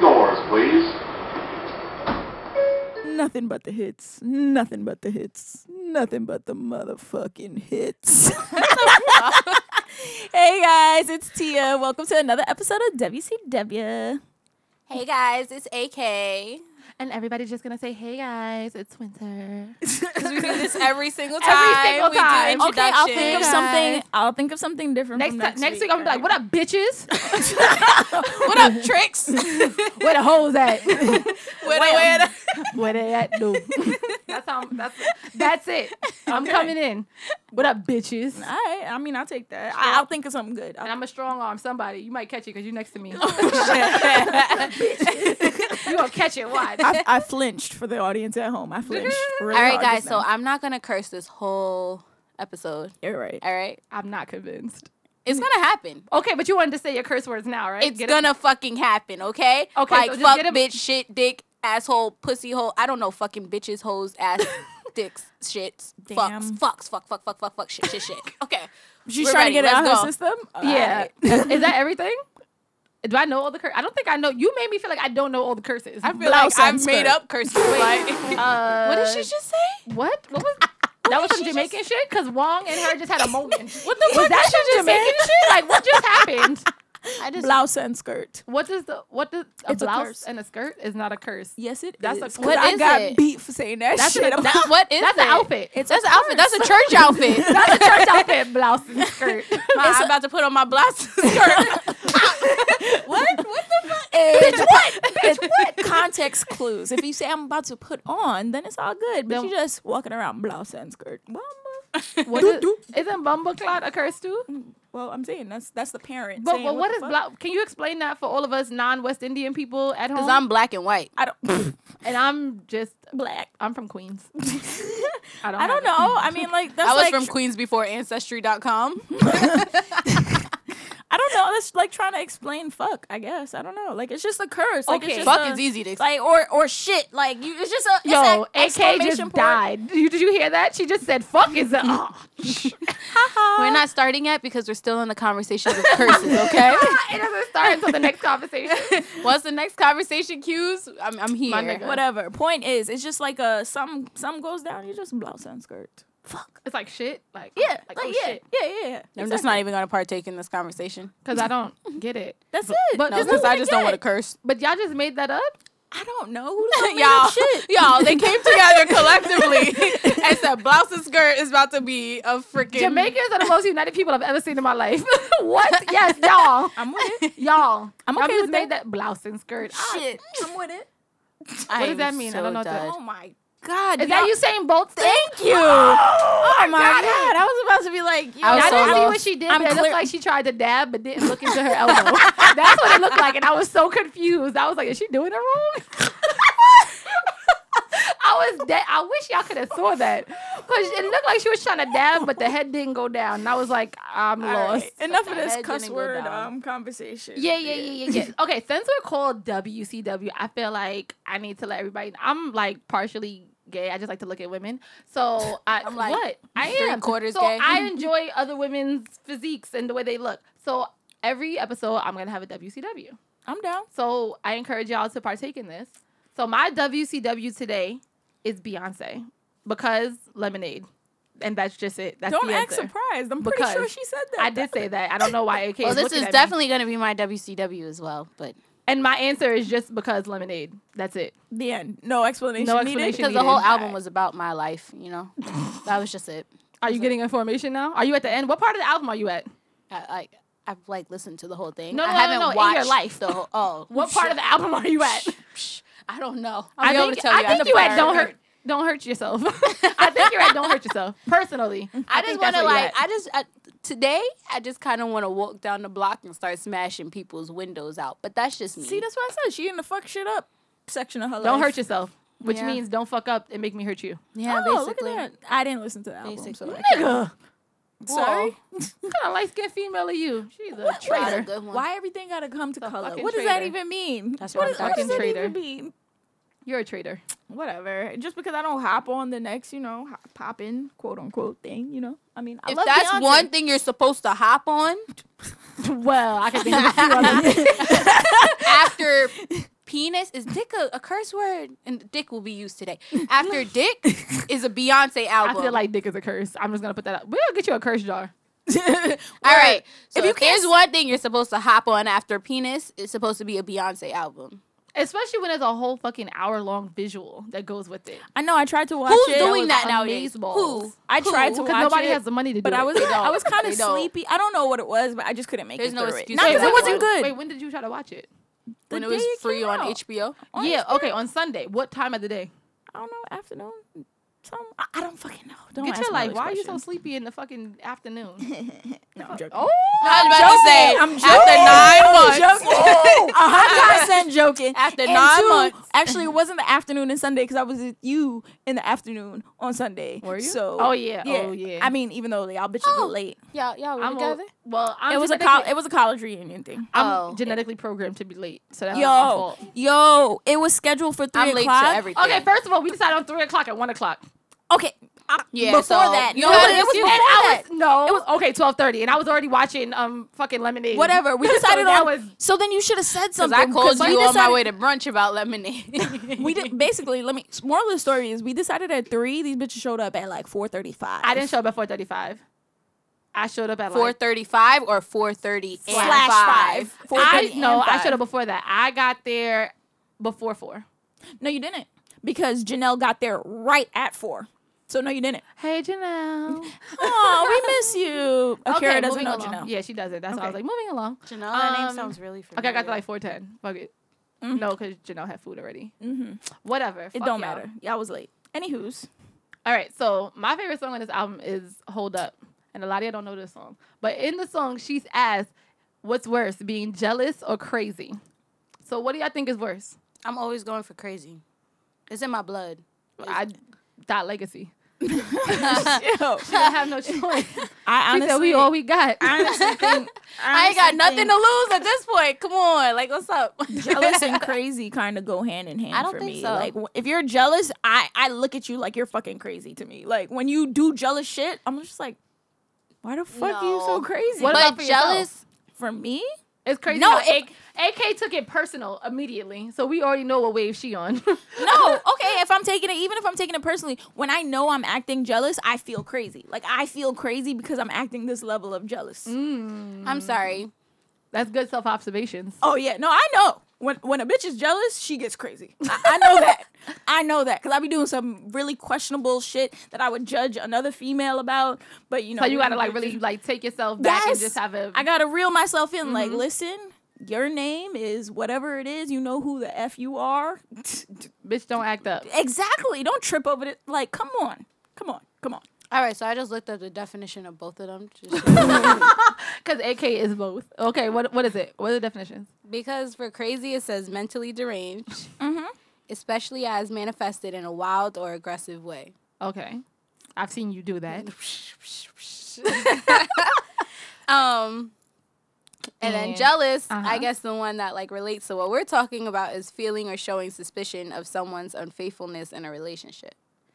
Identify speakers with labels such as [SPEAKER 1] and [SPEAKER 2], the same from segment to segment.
[SPEAKER 1] please.
[SPEAKER 2] Nothing but the hits. Nothing but the hits. Nothing but the motherfucking hits.
[SPEAKER 3] Hey guys, it's Tia. Welcome to another episode of WCW.
[SPEAKER 4] Hey guys, it's AK.
[SPEAKER 5] And everybody's just gonna say, "Hey guys, it's winter."
[SPEAKER 4] Because we do this every single time.
[SPEAKER 5] Every single
[SPEAKER 4] we
[SPEAKER 5] time.
[SPEAKER 4] Do
[SPEAKER 3] Okay, I'll
[SPEAKER 4] introductions.
[SPEAKER 3] think of
[SPEAKER 5] Guys.
[SPEAKER 3] something. I'll think of something different.
[SPEAKER 5] next,
[SPEAKER 3] from
[SPEAKER 5] ti-
[SPEAKER 3] next,
[SPEAKER 5] next week, I'm gonna be like, "What up, bitches?
[SPEAKER 4] What up, tricks?
[SPEAKER 5] Where the hoes at?
[SPEAKER 4] Where the- where the-
[SPEAKER 5] Where they at? No." that's how. I'm- that's that's it. I'm coming in. What up, bitches?
[SPEAKER 3] All right. I mean, I'll take that. I, I'll think of something good.
[SPEAKER 5] And
[SPEAKER 3] I'll-
[SPEAKER 5] I'm a strong arm. Somebody, you might catch it because you're next to me. Oh, you gonna catch it? Watch.
[SPEAKER 2] I, I flinched for the audience at home. I flinched. Really
[SPEAKER 4] All right,
[SPEAKER 2] hard just
[SPEAKER 4] guys. So
[SPEAKER 2] now.
[SPEAKER 4] I'm not gonna curse this whole episode.
[SPEAKER 2] you're right.
[SPEAKER 4] All right,
[SPEAKER 5] I'm not convinced.
[SPEAKER 4] it's gonna happen.
[SPEAKER 5] Okay, but you wanted to say your curse words now, right?
[SPEAKER 4] It's
[SPEAKER 5] Get it?
[SPEAKER 4] gonna fucking happen. Okay.
[SPEAKER 5] Okay,
[SPEAKER 4] Like
[SPEAKER 5] so just
[SPEAKER 4] fuck,
[SPEAKER 5] get it-
[SPEAKER 4] bitch, shit, dick, asshole, pussy hole. I don't know. Fucking bitches, hoes, ass, dicks, shits, fucks,
[SPEAKER 3] Damn.
[SPEAKER 4] fucks, fuck, fuck, fuck, fuck, fuck, shit, shit, shit. Okay.
[SPEAKER 2] She's
[SPEAKER 4] We're
[SPEAKER 2] trying to
[SPEAKER 4] ready.
[SPEAKER 2] get it
[SPEAKER 4] Let's
[SPEAKER 2] out of her
[SPEAKER 4] go.
[SPEAKER 2] system. All
[SPEAKER 5] Yeah.
[SPEAKER 2] right.
[SPEAKER 5] Is that everything? Do I know all the curses? I don't think I know. You made me feel like I don't know all the curses.
[SPEAKER 4] I feel
[SPEAKER 2] Blouse
[SPEAKER 4] like I
[SPEAKER 2] and skirt.
[SPEAKER 4] made up curses. Like,
[SPEAKER 5] Uh,
[SPEAKER 4] what did she just say?
[SPEAKER 5] What? What was? That was some
[SPEAKER 4] she
[SPEAKER 5] Jamaican shit? Because Wong and her just had a moment.
[SPEAKER 4] What the
[SPEAKER 5] was
[SPEAKER 4] fuck?
[SPEAKER 5] that some Jamaican shit? Like, what just happened? I just.
[SPEAKER 2] Blouse and skirt.
[SPEAKER 5] What does the what does a
[SPEAKER 2] It's a curse.
[SPEAKER 5] blouse and a skirt is not a curse?
[SPEAKER 2] Yes, it
[SPEAKER 5] That's a
[SPEAKER 2] is.
[SPEAKER 5] curse.
[SPEAKER 2] 'Cause
[SPEAKER 4] What
[SPEAKER 2] I
[SPEAKER 4] is
[SPEAKER 2] got
[SPEAKER 4] it?
[SPEAKER 2] beat for saying that
[SPEAKER 5] That's
[SPEAKER 2] shit.
[SPEAKER 5] an-
[SPEAKER 2] I'm
[SPEAKER 4] That- what is
[SPEAKER 5] That's
[SPEAKER 4] that?
[SPEAKER 5] an outfit.
[SPEAKER 2] It's
[SPEAKER 4] That's an outfit. That's a church outfit.
[SPEAKER 5] That's a church outfit, blouse and skirt.
[SPEAKER 4] Ma, I'm about to put on my blouse skirt.
[SPEAKER 2] bitch, what? Bitch, what? Context clues. If you say I'm about to put on, then it's all good. But
[SPEAKER 5] Then-
[SPEAKER 2] you're just walking around blouse and skirt. Well, uh, I'm,
[SPEAKER 5] What is, isn't bumbleclot a curse too?
[SPEAKER 2] well, I'm saying that's that's the parent.
[SPEAKER 5] But,
[SPEAKER 2] saying,
[SPEAKER 5] but Mm, what
[SPEAKER 2] the
[SPEAKER 5] is
[SPEAKER 2] fuck?"
[SPEAKER 5] blouse? Can you explain that for all of us non-West Indian people at home?
[SPEAKER 4] Cause I'm black and white.
[SPEAKER 2] I don't
[SPEAKER 5] and I'm just
[SPEAKER 2] black.
[SPEAKER 5] I'm from Queens. I don't.
[SPEAKER 2] I don't
[SPEAKER 5] have it.
[SPEAKER 2] know. I mean, like that's
[SPEAKER 4] I was
[SPEAKER 2] like
[SPEAKER 4] from Queens before Ancestry.com.
[SPEAKER 2] I don't know. That's like trying to explain fuck. I guess I don't know. Like it's just a curse. Like,
[SPEAKER 5] Okay.
[SPEAKER 2] it's just
[SPEAKER 4] Fuck
[SPEAKER 2] a-
[SPEAKER 4] is easy to
[SPEAKER 2] Like
[SPEAKER 4] explain.
[SPEAKER 2] or or shit. Like you, it's just a it's
[SPEAKER 5] Yo,
[SPEAKER 2] a
[SPEAKER 5] AK just
[SPEAKER 2] exclamation point.
[SPEAKER 5] died. You, did you hear that? She just said, "Fuck is it?"
[SPEAKER 4] We're not starting yet because we're still in the conversation of curses. Okay.
[SPEAKER 5] it doesn't start until the next conversation.
[SPEAKER 4] What's the next conversation cues? I'm, I'm here.
[SPEAKER 5] nigga.
[SPEAKER 2] Whatever. Point is, it's just like a some some goes down. You just blouse and skirt. Fuck.
[SPEAKER 5] It's like shit. Like
[SPEAKER 2] Yeah. Like,
[SPEAKER 5] like, oh,
[SPEAKER 2] yeah,
[SPEAKER 5] shit.
[SPEAKER 2] yeah. Yeah. Yeah.
[SPEAKER 4] I'm just not even gonna partake in this conversation.
[SPEAKER 5] Because I don't get it.
[SPEAKER 2] That's it.
[SPEAKER 5] but
[SPEAKER 4] No,
[SPEAKER 5] There's
[SPEAKER 4] because
[SPEAKER 5] nothing
[SPEAKER 4] I
[SPEAKER 5] to
[SPEAKER 4] just don't want to
[SPEAKER 5] get.
[SPEAKER 4] curse.
[SPEAKER 5] But y'all just made that up.
[SPEAKER 2] I don't know. Who the hell made
[SPEAKER 4] Y'all,
[SPEAKER 2] that shit?
[SPEAKER 4] y'all, they came together collectively and said blouse and skirt is about to be a freaking
[SPEAKER 5] Jamaicans are the most united people I've ever seen in my life. what? Yes, y'all.
[SPEAKER 2] I'm with it.
[SPEAKER 5] Y'all.
[SPEAKER 2] I'm
[SPEAKER 5] y'all
[SPEAKER 2] okay
[SPEAKER 5] just
[SPEAKER 2] with
[SPEAKER 5] made that. blouse and skirt. Ah,
[SPEAKER 2] Shit. I'm with it.
[SPEAKER 4] I
[SPEAKER 5] What does
[SPEAKER 4] am
[SPEAKER 5] that mean? I
[SPEAKER 4] so
[SPEAKER 5] don't know what that-
[SPEAKER 4] done.
[SPEAKER 2] Oh my god.
[SPEAKER 5] Is that
[SPEAKER 2] y'all-
[SPEAKER 5] you saying both things?
[SPEAKER 2] Thank you. Oh, my god.
[SPEAKER 5] God.
[SPEAKER 2] I was about to be like, yo,
[SPEAKER 4] I was
[SPEAKER 5] I
[SPEAKER 4] so
[SPEAKER 5] didn't see what
[SPEAKER 4] lost.
[SPEAKER 5] she did,
[SPEAKER 2] I'm
[SPEAKER 5] but it
[SPEAKER 2] clear-
[SPEAKER 5] looked like she tried to dab but didn't look into her elbow. That's what it looked like, and I was so confused. I was like, "Is she doing it wrong?" I was dead. I wish y'all could have saw that because it looked like she was trying to dab, but the head didn't go down, and I was like, "I'm
[SPEAKER 2] All
[SPEAKER 5] lost."
[SPEAKER 2] right, Enough of
[SPEAKER 4] My
[SPEAKER 2] this
[SPEAKER 4] head
[SPEAKER 2] cuss
[SPEAKER 4] didn't go
[SPEAKER 2] word
[SPEAKER 4] down.
[SPEAKER 2] um conversation.
[SPEAKER 5] Yeah, yeah, yeah, yeah, yeah. okay, since we're called WCW, I feel like I need to let everybody. I'm like partially gay. I just like to look at women. So I,
[SPEAKER 4] I'm
[SPEAKER 5] am
[SPEAKER 4] like
[SPEAKER 5] like, what? I
[SPEAKER 4] three
[SPEAKER 5] am
[SPEAKER 4] quarters
[SPEAKER 5] so
[SPEAKER 4] gay.
[SPEAKER 5] I enjoy other women's physiques and the way they look. So every episode, I'm gonna have a WCW.
[SPEAKER 2] I'm down.
[SPEAKER 5] So I encourage y'all to partake in this. So my WCW today is Beyonce because lemonade, and that's just it. That's
[SPEAKER 2] Don't
[SPEAKER 5] the
[SPEAKER 2] act
[SPEAKER 5] answer.
[SPEAKER 2] surprised. I'm pretty sure
[SPEAKER 5] Because
[SPEAKER 2] she said that.
[SPEAKER 5] I did say that. I don't know why. AK
[SPEAKER 4] Well, this
[SPEAKER 5] looking
[SPEAKER 4] is
[SPEAKER 5] at me.
[SPEAKER 4] definitely gonna be my WCW as well, but
[SPEAKER 5] And my answer is just because lemonade. That's it.
[SPEAKER 2] The end. No explanation.
[SPEAKER 5] No
[SPEAKER 2] needed.
[SPEAKER 5] explanation.
[SPEAKER 4] because the whole
[SPEAKER 5] needed.
[SPEAKER 4] album was about my life, you know. that was just it.
[SPEAKER 5] Are you getting information now? Are you at the end? What part of the album are you at?
[SPEAKER 4] I, I I've like listened to the whole thing.
[SPEAKER 5] No,
[SPEAKER 4] I
[SPEAKER 5] no, no,
[SPEAKER 4] haven't
[SPEAKER 5] no, in your
[SPEAKER 4] watched
[SPEAKER 5] life.
[SPEAKER 4] the whole. Oh,
[SPEAKER 5] What part of the album are you at?
[SPEAKER 4] Psh, I don't know.
[SPEAKER 5] I
[SPEAKER 4] I'll be able
[SPEAKER 5] think,
[SPEAKER 4] to tell you.
[SPEAKER 5] I think
[SPEAKER 4] after
[SPEAKER 5] you
[SPEAKER 4] the
[SPEAKER 5] at don't
[SPEAKER 4] fact.
[SPEAKER 5] hurt. Don't hurt yourself. I think you're at don't hurt yourself. Personally,
[SPEAKER 4] I just want
[SPEAKER 5] think that's
[SPEAKER 4] to
[SPEAKER 5] where
[SPEAKER 4] like.
[SPEAKER 5] you at.
[SPEAKER 4] I just I, today. I just kind of want to walk down the block and start smashing people's windows out. But that's just me.
[SPEAKER 2] See, that's what I said. She in the fuck shit up section of her
[SPEAKER 5] don't
[SPEAKER 2] life.
[SPEAKER 5] hurt yourself, which
[SPEAKER 4] Yeah.
[SPEAKER 5] means don't fuck up and make me hurt you.
[SPEAKER 4] yeah,
[SPEAKER 2] Oh,
[SPEAKER 4] basically.
[SPEAKER 2] look at that. I didn't listen to the album. So
[SPEAKER 4] Basically.
[SPEAKER 2] I can't- Sorry.
[SPEAKER 5] What kind of light skinned female are you? She's a
[SPEAKER 4] That was a
[SPEAKER 5] traitor.
[SPEAKER 4] good one.
[SPEAKER 2] Why everything gotta come to color?
[SPEAKER 5] fucking
[SPEAKER 2] What does that
[SPEAKER 5] traitor.
[SPEAKER 2] even mean?
[SPEAKER 4] That's
[SPEAKER 2] what,
[SPEAKER 4] what
[SPEAKER 2] is-
[SPEAKER 4] I'm
[SPEAKER 2] what does
[SPEAKER 5] fucking
[SPEAKER 2] that even
[SPEAKER 5] traitor.
[SPEAKER 2] mean?
[SPEAKER 5] You're a traitor.
[SPEAKER 2] Whatever. Just because I don't hop on the next, you know, hop, pop in quote unquote thing, you know. I mean, I
[SPEAKER 4] If
[SPEAKER 2] love
[SPEAKER 4] that's
[SPEAKER 2] Beyonce.
[SPEAKER 4] one thing you're supposed to hop on
[SPEAKER 5] well, I can think of a few other.
[SPEAKER 4] after penis is dick a, a curse word? And dick will be used today. After dick is a Beyonce album.
[SPEAKER 5] I feel like dick is a curse. I'm just gonna put that up. We'll get you a curse jar.
[SPEAKER 4] All right. So if,
[SPEAKER 2] you
[SPEAKER 4] you
[SPEAKER 2] can't
[SPEAKER 4] there's one thing you're supposed to hop on after penis, it's supposed to be a Beyonce album.
[SPEAKER 5] Especially when there's a whole fucking hour long visual that goes with it.
[SPEAKER 2] I know. I tried to watch
[SPEAKER 4] Who's
[SPEAKER 2] it.
[SPEAKER 4] doing
[SPEAKER 2] I
[SPEAKER 4] that
[SPEAKER 2] was
[SPEAKER 4] nowadays?
[SPEAKER 2] amazeballs.
[SPEAKER 4] Who?
[SPEAKER 2] I
[SPEAKER 4] Who?
[SPEAKER 2] tried to
[SPEAKER 5] Because
[SPEAKER 2] watch
[SPEAKER 5] nobody
[SPEAKER 2] it,
[SPEAKER 5] has the money to do
[SPEAKER 2] but
[SPEAKER 5] it.
[SPEAKER 2] I was
[SPEAKER 4] don't.
[SPEAKER 2] I was kind
[SPEAKER 4] They
[SPEAKER 2] of
[SPEAKER 4] don't.
[SPEAKER 2] sleepy. I don't know what it was, but I just couldn't make
[SPEAKER 4] There's
[SPEAKER 2] it
[SPEAKER 4] no
[SPEAKER 2] through it.
[SPEAKER 4] excuse
[SPEAKER 2] Not
[SPEAKER 4] for
[SPEAKER 2] because
[SPEAKER 4] that.
[SPEAKER 2] it wasn't
[SPEAKER 5] when-
[SPEAKER 2] good.
[SPEAKER 5] Wait, when did you try to watch it?
[SPEAKER 2] The
[SPEAKER 4] when it
[SPEAKER 2] day
[SPEAKER 4] was free
[SPEAKER 2] came
[SPEAKER 4] on
[SPEAKER 2] out.
[SPEAKER 4] HBO.
[SPEAKER 2] On
[SPEAKER 5] yeah,
[SPEAKER 2] HBO.
[SPEAKER 5] okay, on Sunday. What time of the day?
[SPEAKER 2] I don't know. Afternoon. Some. I, I don't fucking know. Don't
[SPEAKER 5] Get
[SPEAKER 2] ask
[SPEAKER 5] your
[SPEAKER 2] me all
[SPEAKER 5] life.
[SPEAKER 2] these
[SPEAKER 5] Why are you so
[SPEAKER 2] questions.
[SPEAKER 5] sleepy in the fucking afternoon?
[SPEAKER 6] No, I'm joking.
[SPEAKER 5] oh,
[SPEAKER 4] I was about to say,
[SPEAKER 2] I'm
[SPEAKER 4] after
[SPEAKER 2] joking.
[SPEAKER 4] nine
[SPEAKER 2] I'm
[SPEAKER 4] months.
[SPEAKER 2] joking.
[SPEAKER 5] Oh,
[SPEAKER 2] A hundred percent joking.
[SPEAKER 4] After
[SPEAKER 2] And
[SPEAKER 4] nine
[SPEAKER 2] two,
[SPEAKER 4] months.
[SPEAKER 2] actually, it wasn't the afternoon and Sunday because I was with you in the afternoon on Sunday.
[SPEAKER 5] Were you?
[SPEAKER 2] So,
[SPEAKER 5] Oh, yeah. Oh, yeah.
[SPEAKER 2] I mean, even though like, y'all bitches
[SPEAKER 4] Oh.
[SPEAKER 2] were late,
[SPEAKER 4] Y'all, y'all were
[SPEAKER 5] I'm
[SPEAKER 4] together?
[SPEAKER 5] a, well. I'm
[SPEAKER 2] it was a col-
[SPEAKER 5] genetically-
[SPEAKER 2] it was a college reunion thing.
[SPEAKER 5] I'm
[SPEAKER 4] Oh.
[SPEAKER 5] genetically programmed to be late, so that's not Oh, my
[SPEAKER 2] Yo,
[SPEAKER 5] fault.
[SPEAKER 2] yo, it was scheduled for 3
[SPEAKER 4] I'm late
[SPEAKER 2] o'clock.
[SPEAKER 4] to everything.
[SPEAKER 5] Okay, first of all, we decided on three o'clock and one o'clock.
[SPEAKER 2] Okay, I-
[SPEAKER 4] Yeah,
[SPEAKER 2] before
[SPEAKER 4] so
[SPEAKER 2] that,
[SPEAKER 4] you
[SPEAKER 2] no,
[SPEAKER 4] had
[SPEAKER 2] but
[SPEAKER 4] an
[SPEAKER 2] it was
[SPEAKER 4] excuse.
[SPEAKER 2] before
[SPEAKER 5] and I
[SPEAKER 2] that.
[SPEAKER 5] was no, it was okay, twelve thirty, and I was already watching um fucking lemonade.
[SPEAKER 2] Whatever, we
[SPEAKER 5] So
[SPEAKER 2] decided on.
[SPEAKER 5] that was-
[SPEAKER 2] so then you should have said
[SPEAKER 4] Because
[SPEAKER 2] something.
[SPEAKER 4] I
[SPEAKER 2] 'cause
[SPEAKER 4] called
[SPEAKER 2] we
[SPEAKER 4] you on my
[SPEAKER 2] decided-
[SPEAKER 4] way to brunch about lemonade.
[SPEAKER 2] we did basically. Let me. Moral of the story is we decided at three. These bitches showed up at like four thirty-five.
[SPEAKER 5] I didn't show up at four thirty-five. I showed up at
[SPEAKER 4] four
[SPEAKER 5] Like,
[SPEAKER 4] thirty-five or four thirty
[SPEAKER 2] slash five.
[SPEAKER 5] I
[SPEAKER 2] 4:30 and
[SPEAKER 5] no, I
[SPEAKER 2] five.
[SPEAKER 5] showed up before that. I got there before four.
[SPEAKER 2] No, you didn't. Because Janelle got there right at four. So no, you didn't.
[SPEAKER 5] Hey Janelle.
[SPEAKER 2] Oh, we miss you. Akira doesn't
[SPEAKER 5] moving
[SPEAKER 2] know
[SPEAKER 5] along.
[SPEAKER 2] Janelle.
[SPEAKER 5] Yeah, she doesn't. That's why I was
[SPEAKER 2] Okay.
[SPEAKER 5] like moving along.
[SPEAKER 4] Janelle, her name
[SPEAKER 5] Um,
[SPEAKER 4] sounds really familiar.
[SPEAKER 5] Okay, I got to like four ten. Fuck it. No, because Janelle had food already.
[SPEAKER 2] Mhm.
[SPEAKER 5] Whatever.
[SPEAKER 2] Mm-hmm. It
[SPEAKER 5] Fuck
[SPEAKER 2] don't
[SPEAKER 5] y'all.
[SPEAKER 2] matter. Y'all was late. Anywho's.
[SPEAKER 5] All right, so my favorite song on this album is "Hold Up," and a lot of y'all don't know this song, but in the song she's asked, "What's worse, being jealous or crazy?" So what do y'all think is worse?
[SPEAKER 4] I'm always going for crazy. It's in my blood.
[SPEAKER 5] I dot legacy.
[SPEAKER 2] Yo,
[SPEAKER 5] She don't have no choice.
[SPEAKER 2] I
[SPEAKER 5] She said
[SPEAKER 2] honestly,
[SPEAKER 5] we all we got.
[SPEAKER 2] I honestly think
[SPEAKER 4] I ain't got
[SPEAKER 2] honestly
[SPEAKER 4] nothing
[SPEAKER 2] think
[SPEAKER 4] to lose at this point. Come on, like what's up?
[SPEAKER 2] Jealous and crazy kind of go hand in hand
[SPEAKER 4] I don't
[SPEAKER 2] for
[SPEAKER 4] think
[SPEAKER 2] me.
[SPEAKER 4] so.
[SPEAKER 2] Like w- if you're jealous, I I look at you like you're fucking crazy to me. Like when you do jealous shit, I'm just like, why the fuck you so
[SPEAKER 4] No.
[SPEAKER 2] crazy?
[SPEAKER 5] What
[SPEAKER 4] but
[SPEAKER 5] about for yourself?
[SPEAKER 4] jealous?
[SPEAKER 2] for me?
[SPEAKER 5] It's crazy.
[SPEAKER 2] No,
[SPEAKER 5] No,
[SPEAKER 2] if-
[SPEAKER 5] AK took it personal immediately, so we already know what wave she on.
[SPEAKER 2] No, okay. If I'm taking it, even if I'm taking it personally, when I know I'm acting jealous, I feel crazy. Like I feel crazy because I'm acting this level of jealous.
[SPEAKER 5] Mm-hmm.
[SPEAKER 4] I'm sorry.
[SPEAKER 5] That's good self observations.
[SPEAKER 2] Oh yeah, no, I know. When when a bitch is jealous, she gets crazy. I, I know that. I know that because I be doing some really questionable shit that I would judge another female about. But you know,
[SPEAKER 5] So you
[SPEAKER 2] we
[SPEAKER 5] gotta
[SPEAKER 2] be
[SPEAKER 5] like
[SPEAKER 2] bitches-
[SPEAKER 5] really like take yourself back and
[SPEAKER 2] Yes.
[SPEAKER 5] just have a.
[SPEAKER 2] I gotta reel myself in. Like, listen, your name is whatever it is. You know who the f you are.
[SPEAKER 5] bitch, don't act up.
[SPEAKER 2] exactly. Don't trip over it. Like, come on, come on, come on.
[SPEAKER 4] All right, so I just looked up the definition of both of them. just-
[SPEAKER 5] Because AK is both. Okay, what what is it? What are the definitions?
[SPEAKER 4] Because for crazy, it says mentally deranged,
[SPEAKER 5] Mm-hmm.
[SPEAKER 4] especially as manifested in a wild or aggressive way.
[SPEAKER 5] Okay. I've seen you do that.
[SPEAKER 4] Um, and then
[SPEAKER 5] And-
[SPEAKER 4] jealous,
[SPEAKER 5] uh-huh.
[SPEAKER 4] I guess the one that like relates to what we're talking about is feeling or showing suspicion of someone's unfaithfulness in a relationship.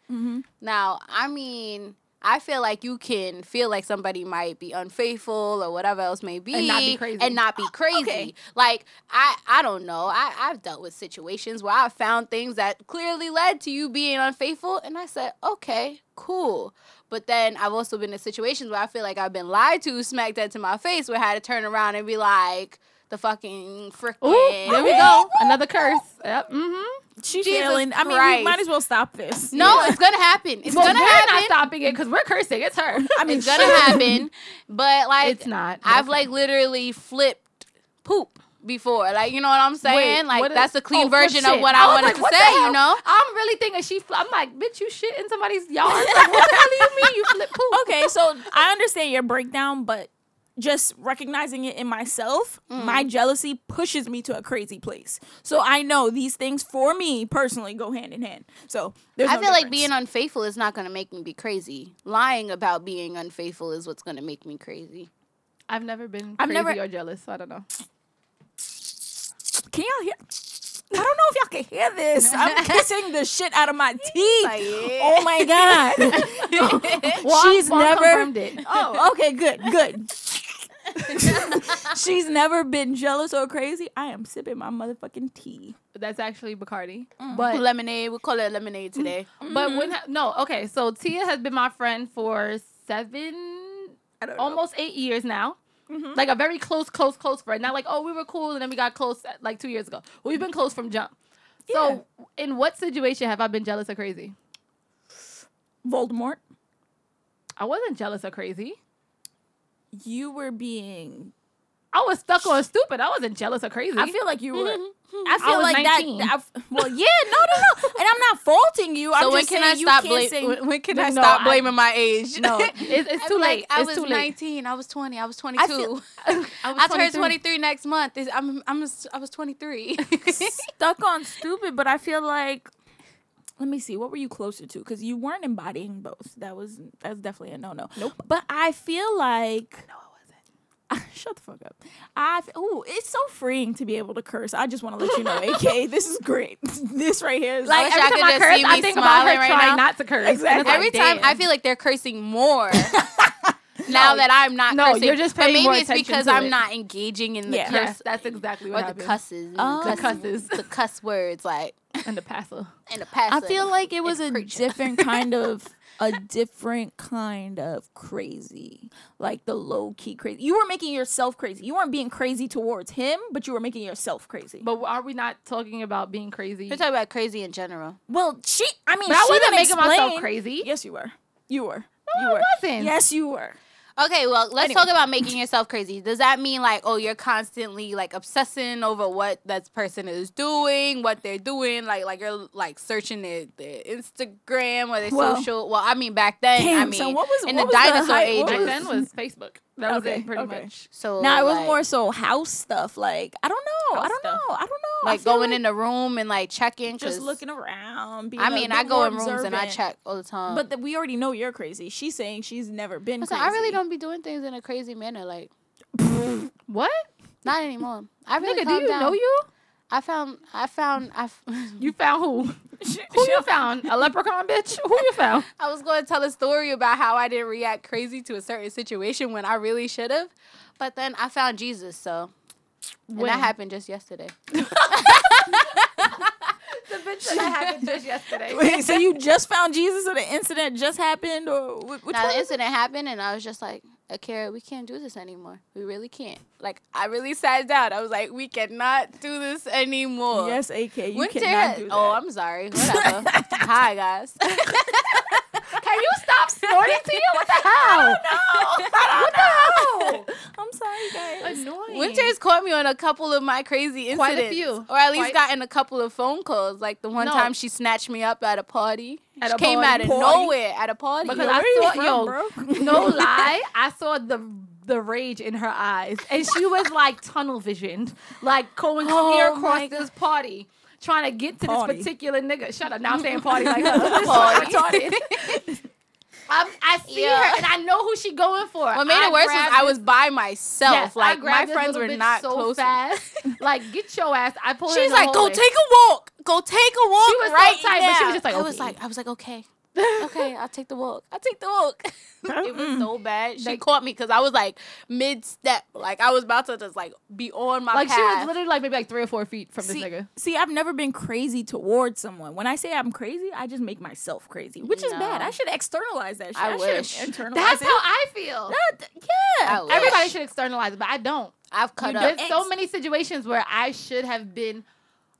[SPEAKER 5] Mm-hmm.
[SPEAKER 4] Now, I mean, I feel like you can feel like somebody might be unfaithful or whatever else may be,
[SPEAKER 5] not be crazy.
[SPEAKER 4] and not be crazy. Like I, I don't know. I, I've dealt with situations where I found things that clearly led to you being unfaithful, and I said, okay, cool. But then I've also been in situations where I feel like I've been lied to, smacked that to my face, where I had to turn around and be like, the fucking
[SPEAKER 5] Ooh,
[SPEAKER 4] freaking.
[SPEAKER 5] there we go. Another curse. Yep. Mm-hmm.
[SPEAKER 2] She
[SPEAKER 4] Jesus
[SPEAKER 2] failing. I mean,
[SPEAKER 4] Christ.
[SPEAKER 2] we might as well stop this.
[SPEAKER 4] No, it's gonna happen. It's
[SPEAKER 5] Well,
[SPEAKER 4] gonna
[SPEAKER 5] we're
[SPEAKER 4] happen.
[SPEAKER 5] not stopping it because we're cursing. It's her. I mean,
[SPEAKER 4] it's gonna happen. But like
[SPEAKER 5] It's not, but
[SPEAKER 4] I've
[SPEAKER 5] okay.
[SPEAKER 4] like literally flipped poop before. Like you know what I'm saying? like
[SPEAKER 5] what is-
[SPEAKER 4] that's the clean
[SPEAKER 5] oh, well,
[SPEAKER 4] version of
[SPEAKER 5] shit.
[SPEAKER 4] what I,
[SPEAKER 5] was
[SPEAKER 4] wanted
[SPEAKER 5] like,
[SPEAKER 4] to
[SPEAKER 5] what the
[SPEAKER 4] say, you
[SPEAKER 5] hell?
[SPEAKER 4] know?
[SPEAKER 5] I'm really thinking she. Fl- I'm like, bitch, you shit in somebody's yard. Like, what the hell do you mean you flip poop?
[SPEAKER 2] okay, so I understand your breakdown, but just recognizing it in myself, my
[SPEAKER 4] Mm.
[SPEAKER 2] jealousy pushes me to a crazy place. So I know these things for me personally go hand in hand. So there's
[SPEAKER 4] I
[SPEAKER 2] no
[SPEAKER 4] feel like
[SPEAKER 2] difference.
[SPEAKER 4] being unfaithful is not gonna make me be crazy. Lying about being unfaithful is what's gonna make me crazy.
[SPEAKER 5] I've never been crazy
[SPEAKER 2] I've never-
[SPEAKER 5] or jealous, so I don't know.
[SPEAKER 2] Can y'all hear? I don't know if y'all can hear this. I'm kissing the shit out of my teeth.
[SPEAKER 4] Like, yeah.
[SPEAKER 2] Oh my god.
[SPEAKER 5] Well,
[SPEAKER 2] She's
[SPEAKER 5] Vaughn
[SPEAKER 2] never-
[SPEAKER 5] confirmed it.
[SPEAKER 2] oh, okay, good, good. She's never been jealous or crazy. I am sipping my motherfucking tea.
[SPEAKER 5] That's actually Bacardi.
[SPEAKER 4] Mm.
[SPEAKER 5] But Mm.
[SPEAKER 4] lemonade. We call it lemonade today.
[SPEAKER 5] but when ha- no, okay. So Tia has been my friend for seven,
[SPEAKER 6] I don't know.
[SPEAKER 2] Um,
[SPEAKER 5] almost eight years now.
[SPEAKER 4] Mm-hmm.
[SPEAKER 5] Like a very close, close, close friend. Not like oh we were cool and then we got close uh, like two years ago. We've been close from jump. So in what situation have I been jealous or crazy?
[SPEAKER 2] Voldemort,
[SPEAKER 5] I wasn't jealous or crazy.
[SPEAKER 2] you were being.
[SPEAKER 5] I was stuck on stupid. I wasn't jealous or crazy.
[SPEAKER 2] I feel like you were. I feel
[SPEAKER 5] was
[SPEAKER 2] like
[SPEAKER 5] 19.
[SPEAKER 2] that. I, well, yeah, no, no, no. And I'm not faulting you.
[SPEAKER 4] So
[SPEAKER 2] I'm
[SPEAKER 4] when
[SPEAKER 2] just
[SPEAKER 4] can
[SPEAKER 2] saying
[SPEAKER 4] I stop
[SPEAKER 2] you can't
[SPEAKER 4] blaming?
[SPEAKER 2] say.
[SPEAKER 4] When, when can I
[SPEAKER 2] No,
[SPEAKER 4] stop
[SPEAKER 2] I-
[SPEAKER 4] blaming my age?
[SPEAKER 5] no, it's, it's
[SPEAKER 4] I'm
[SPEAKER 5] too
[SPEAKER 4] like,
[SPEAKER 5] late.
[SPEAKER 4] I
[SPEAKER 5] it's
[SPEAKER 4] was
[SPEAKER 5] too late.
[SPEAKER 4] 19. I was 20. I was 22.
[SPEAKER 2] I
[SPEAKER 4] I,
[SPEAKER 2] feel-
[SPEAKER 5] was
[SPEAKER 4] turned
[SPEAKER 5] 23.
[SPEAKER 4] 23 next month. It's- I'm, I'm, s- I was 23.
[SPEAKER 2] stuck on stupid, but I feel like let me see, what were you closer to? Because you weren't embodying both. That was that's definitely a no no. Nope. But I feel like
[SPEAKER 5] No, I wasn't.
[SPEAKER 2] shut the fuck up. I oh, it's so freeing to be able to curse. I just want to let you know, AK, this is great. this right here is
[SPEAKER 4] Like,
[SPEAKER 2] like
[SPEAKER 4] wish I could
[SPEAKER 5] Every time I
[SPEAKER 4] just
[SPEAKER 5] curse,
[SPEAKER 4] see
[SPEAKER 5] I
[SPEAKER 4] me
[SPEAKER 5] think about her
[SPEAKER 4] smiling right
[SPEAKER 5] trying
[SPEAKER 4] now.
[SPEAKER 5] not to curse. And it's
[SPEAKER 2] Exactly.
[SPEAKER 5] like,
[SPEAKER 4] Every time
[SPEAKER 5] damn.
[SPEAKER 4] I feel like they're cursing more. now that I'm not
[SPEAKER 5] No,
[SPEAKER 4] cursing.
[SPEAKER 5] you're just
[SPEAKER 4] but
[SPEAKER 5] paying
[SPEAKER 4] maybe
[SPEAKER 5] more
[SPEAKER 4] it's
[SPEAKER 5] attention
[SPEAKER 4] because
[SPEAKER 5] to
[SPEAKER 4] I'm
[SPEAKER 5] it.
[SPEAKER 4] not engaging in the
[SPEAKER 2] Yeah.
[SPEAKER 5] Yes,
[SPEAKER 4] curse
[SPEAKER 5] that's exactly
[SPEAKER 4] or
[SPEAKER 5] what
[SPEAKER 4] the
[SPEAKER 5] happened.
[SPEAKER 4] cusses.
[SPEAKER 2] Oh.
[SPEAKER 5] The cusses.
[SPEAKER 4] The cuss words like
[SPEAKER 5] and the passer.
[SPEAKER 4] in the past.
[SPEAKER 2] I feel like it was
[SPEAKER 4] it's
[SPEAKER 2] a
[SPEAKER 4] preaching.
[SPEAKER 2] different kind of a different kind of crazy. Like the low key crazy. You were making yourself crazy. You weren't being crazy towards him, but you were making yourself crazy.
[SPEAKER 5] But are we not talking about being crazy?
[SPEAKER 4] We're talking about crazy in general.
[SPEAKER 2] Well, she. I mean,
[SPEAKER 5] But I
[SPEAKER 2] she
[SPEAKER 5] wasn't
[SPEAKER 2] didn't
[SPEAKER 5] making myself
[SPEAKER 2] explain-
[SPEAKER 5] crazy.
[SPEAKER 2] Yes, you were. You were.
[SPEAKER 5] No,
[SPEAKER 2] you
[SPEAKER 5] I
[SPEAKER 2] were.
[SPEAKER 5] wasn't.
[SPEAKER 2] Yes, you were.
[SPEAKER 4] Okay, well, let's
[SPEAKER 2] Anyway.
[SPEAKER 4] talk about making yourself crazy. Does that mean like, oh, you're constantly like obsessing over what that person is doing, what they're doing, like like you're like searching their, their Instagram or their
[SPEAKER 2] Well-
[SPEAKER 4] social? Well, I mean back then, I
[SPEAKER 2] Damn,
[SPEAKER 4] mean
[SPEAKER 2] so what was-
[SPEAKER 4] in
[SPEAKER 2] what
[SPEAKER 4] the
[SPEAKER 2] was the
[SPEAKER 4] dinosaur
[SPEAKER 2] height- what
[SPEAKER 4] ages.
[SPEAKER 5] Back then was Facebook. That was
[SPEAKER 2] Okay,
[SPEAKER 5] it, pretty
[SPEAKER 2] okay.
[SPEAKER 5] much.
[SPEAKER 4] so
[SPEAKER 2] Now it was
[SPEAKER 4] like-
[SPEAKER 2] more so house stuff. Like I don't know. I
[SPEAKER 5] House
[SPEAKER 2] don't
[SPEAKER 5] stuff.
[SPEAKER 2] know. I don't know. I
[SPEAKER 4] like
[SPEAKER 2] feel
[SPEAKER 4] going in the room and like checking.
[SPEAKER 2] just
[SPEAKER 4] 'cause-
[SPEAKER 2] looking around. Being
[SPEAKER 4] I
[SPEAKER 2] a
[SPEAKER 4] mean,
[SPEAKER 2] bit
[SPEAKER 4] I go
[SPEAKER 2] more
[SPEAKER 4] in rooms and I
[SPEAKER 2] observant.
[SPEAKER 4] check all the time.
[SPEAKER 2] But the, we already know you're crazy. She's saying she's never been.
[SPEAKER 4] I, said,
[SPEAKER 2] crazy.
[SPEAKER 4] I really don't be doing things in a crazy manner, like
[SPEAKER 5] What?
[SPEAKER 4] not anymore. I really
[SPEAKER 5] Nigga, do
[SPEAKER 4] calmed
[SPEAKER 5] you
[SPEAKER 4] down.
[SPEAKER 5] know you?
[SPEAKER 4] I found, I found, I. f-
[SPEAKER 5] You found who? who you found? A leprechaun, bitch? Who you found?
[SPEAKER 4] I was going to tell a story about how I didn't react crazy to a certain situation when I really should have, but then I found Jesus, so. And
[SPEAKER 5] When?
[SPEAKER 4] that happened just yesterday.
[SPEAKER 5] the bitch that happened just yesterday.
[SPEAKER 2] Wait, so you just found Jesus, or the incident just happened, or wh- which
[SPEAKER 4] now
[SPEAKER 2] one?
[SPEAKER 4] the incident happened, and I was just like, "Akira, we can't do this anymore. We really can't." Like I really sat down. I was like, "We cannot do this anymore."
[SPEAKER 2] yes, AK. You
[SPEAKER 4] Winter
[SPEAKER 2] cannot
[SPEAKER 4] has-
[SPEAKER 2] do that.
[SPEAKER 4] Oh, I'm sorry. Whatever. Hi, guys.
[SPEAKER 5] Can you stop snorting to you? What the hell? what the
[SPEAKER 2] I'm sorry, guys.
[SPEAKER 5] hell? Annoying.
[SPEAKER 4] Winter's caught me on a couple of my crazy incidents.
[SPEAKER 5] Quite a few.
[SPEAKER 4] Or at least
[SPEAKER 5] Quite-
[SPEAKER 4] gotten a couple of phone calls. Like the one
[SPEAKER 5] No.
[SPEAKER 4] time she snatched me up at a party.
[SPEAKER 5] At
[SPEAKER 4] she
[SPEAKER 5] a
[SPEAKER 4] came
[SPEAKER 5] party.
[SPEAKER 4] out of
[SPEAKER 2] Party.
[SPEAKER 4] nowhere at a party.
[SPEAKER 5] Because
[SPEAKER 2] Yo,
[SPEAKER 5] I
[SPEAKER 2] where you
[SPEAKER 5] saw-
[SPEAKER 2] from,
[SPEAKER 5] yo,
[SPEAKER 2] bro?
[SPEAKER 5] no lie, I saw the the rage in her eyes, and she was like tunnel visioned, like going clear
[SPEAKER 2] Oh
[SPEAKER 5] across
[SPEAKER 2] my
[SPEAKER 5] this party, trying to get to
[SPEAKER 2] Party.
[SPEAKER 5] this particular nigga. Shut up! Now I'm saying party like her.
[SPEAKER 4] Party.
[SPEAKER 5] Retarded. I'm, Um, I see
[SPEAKER 4] Yeah.
[SPEAKER 5] her, and I know who she going for.
[SPEAKER 4] what made
[SPEAKER 5] I
[SPEAKER 4] it worse was
[SPEAKER 5] grabbed
[SPEAKER 4] I
[SPEAKER 5] this-
[SPEAKER 4] was by myself.
[SPEAKER 5] yes, I
[SPEAKER 4] like my
[SPEAKER 5] grabbed this
[SPEAKER 4] friends
[SPEAKER 5] little
[SPEAKER 4] were
[SPEAKER 5] bitch
[SPEAKER 4] not
[SPEAKER 5] so
[SPEAKER 4] close.
[SPEAKER 5] fast. like get your ass. I pulled. her in
[SPEAKER 4] She's
[SPEAKER 5] the
[SPEAKER 4] like, "Go
[SPEAKER 5] hallway.
[SPEAKER 4] take a walk. Go take a walk."
[SPEAKER 5] was so
[SPEAKER 4] right
[SPEAKER 5] tight,
[SPEAKER 4] now.
[SPEAKER 5] but she was just like,
[SPEAKER 4] I was
[SPEAKER 5] "Okay."
[SPEAKER 4] like, I was like, okay. okay, I'll take the walk. I'll take the walk. it was so bad. She
[SPEAKER 5] Like-
[SPEAKER 4] caught me because I was like mid step. Like I was about to just like be on my
[SPEAKER 5] Like she was
[SPEAKER 4] path.
[SPEAKER 5] literally like maybe like three or four feet from this
[SPEAKER 2] See,
[SPEAKER 5] nigga.
[SPEAKER 2] see, I've never been crazy towards someone. When I say I'm crazy, I just make myself crazy, which is bad.
[SPEAKER 4] No.
[SPEAKER 2] I should externalize that shit.
[SPEAKER 4] I
[SPEAKER 2] I, should
[SPEAKER 4] wish.
[SPEAKER 2] internalize
[SPEAKER 5] That's
[SPEAKER 2] it.
[SPEAKER 5] how I feel.
[SPEAKER 2] That- yeah.
[SPEAKER 4] I wish.
[SPEAKER 5] Everybody should externalize it, but I don't.
[SPEAKER 4] I've cut
[SPEAKER 5] You-
[SPEAKER 4] up.
[SPEAKER 5] There's so many situations where I should have been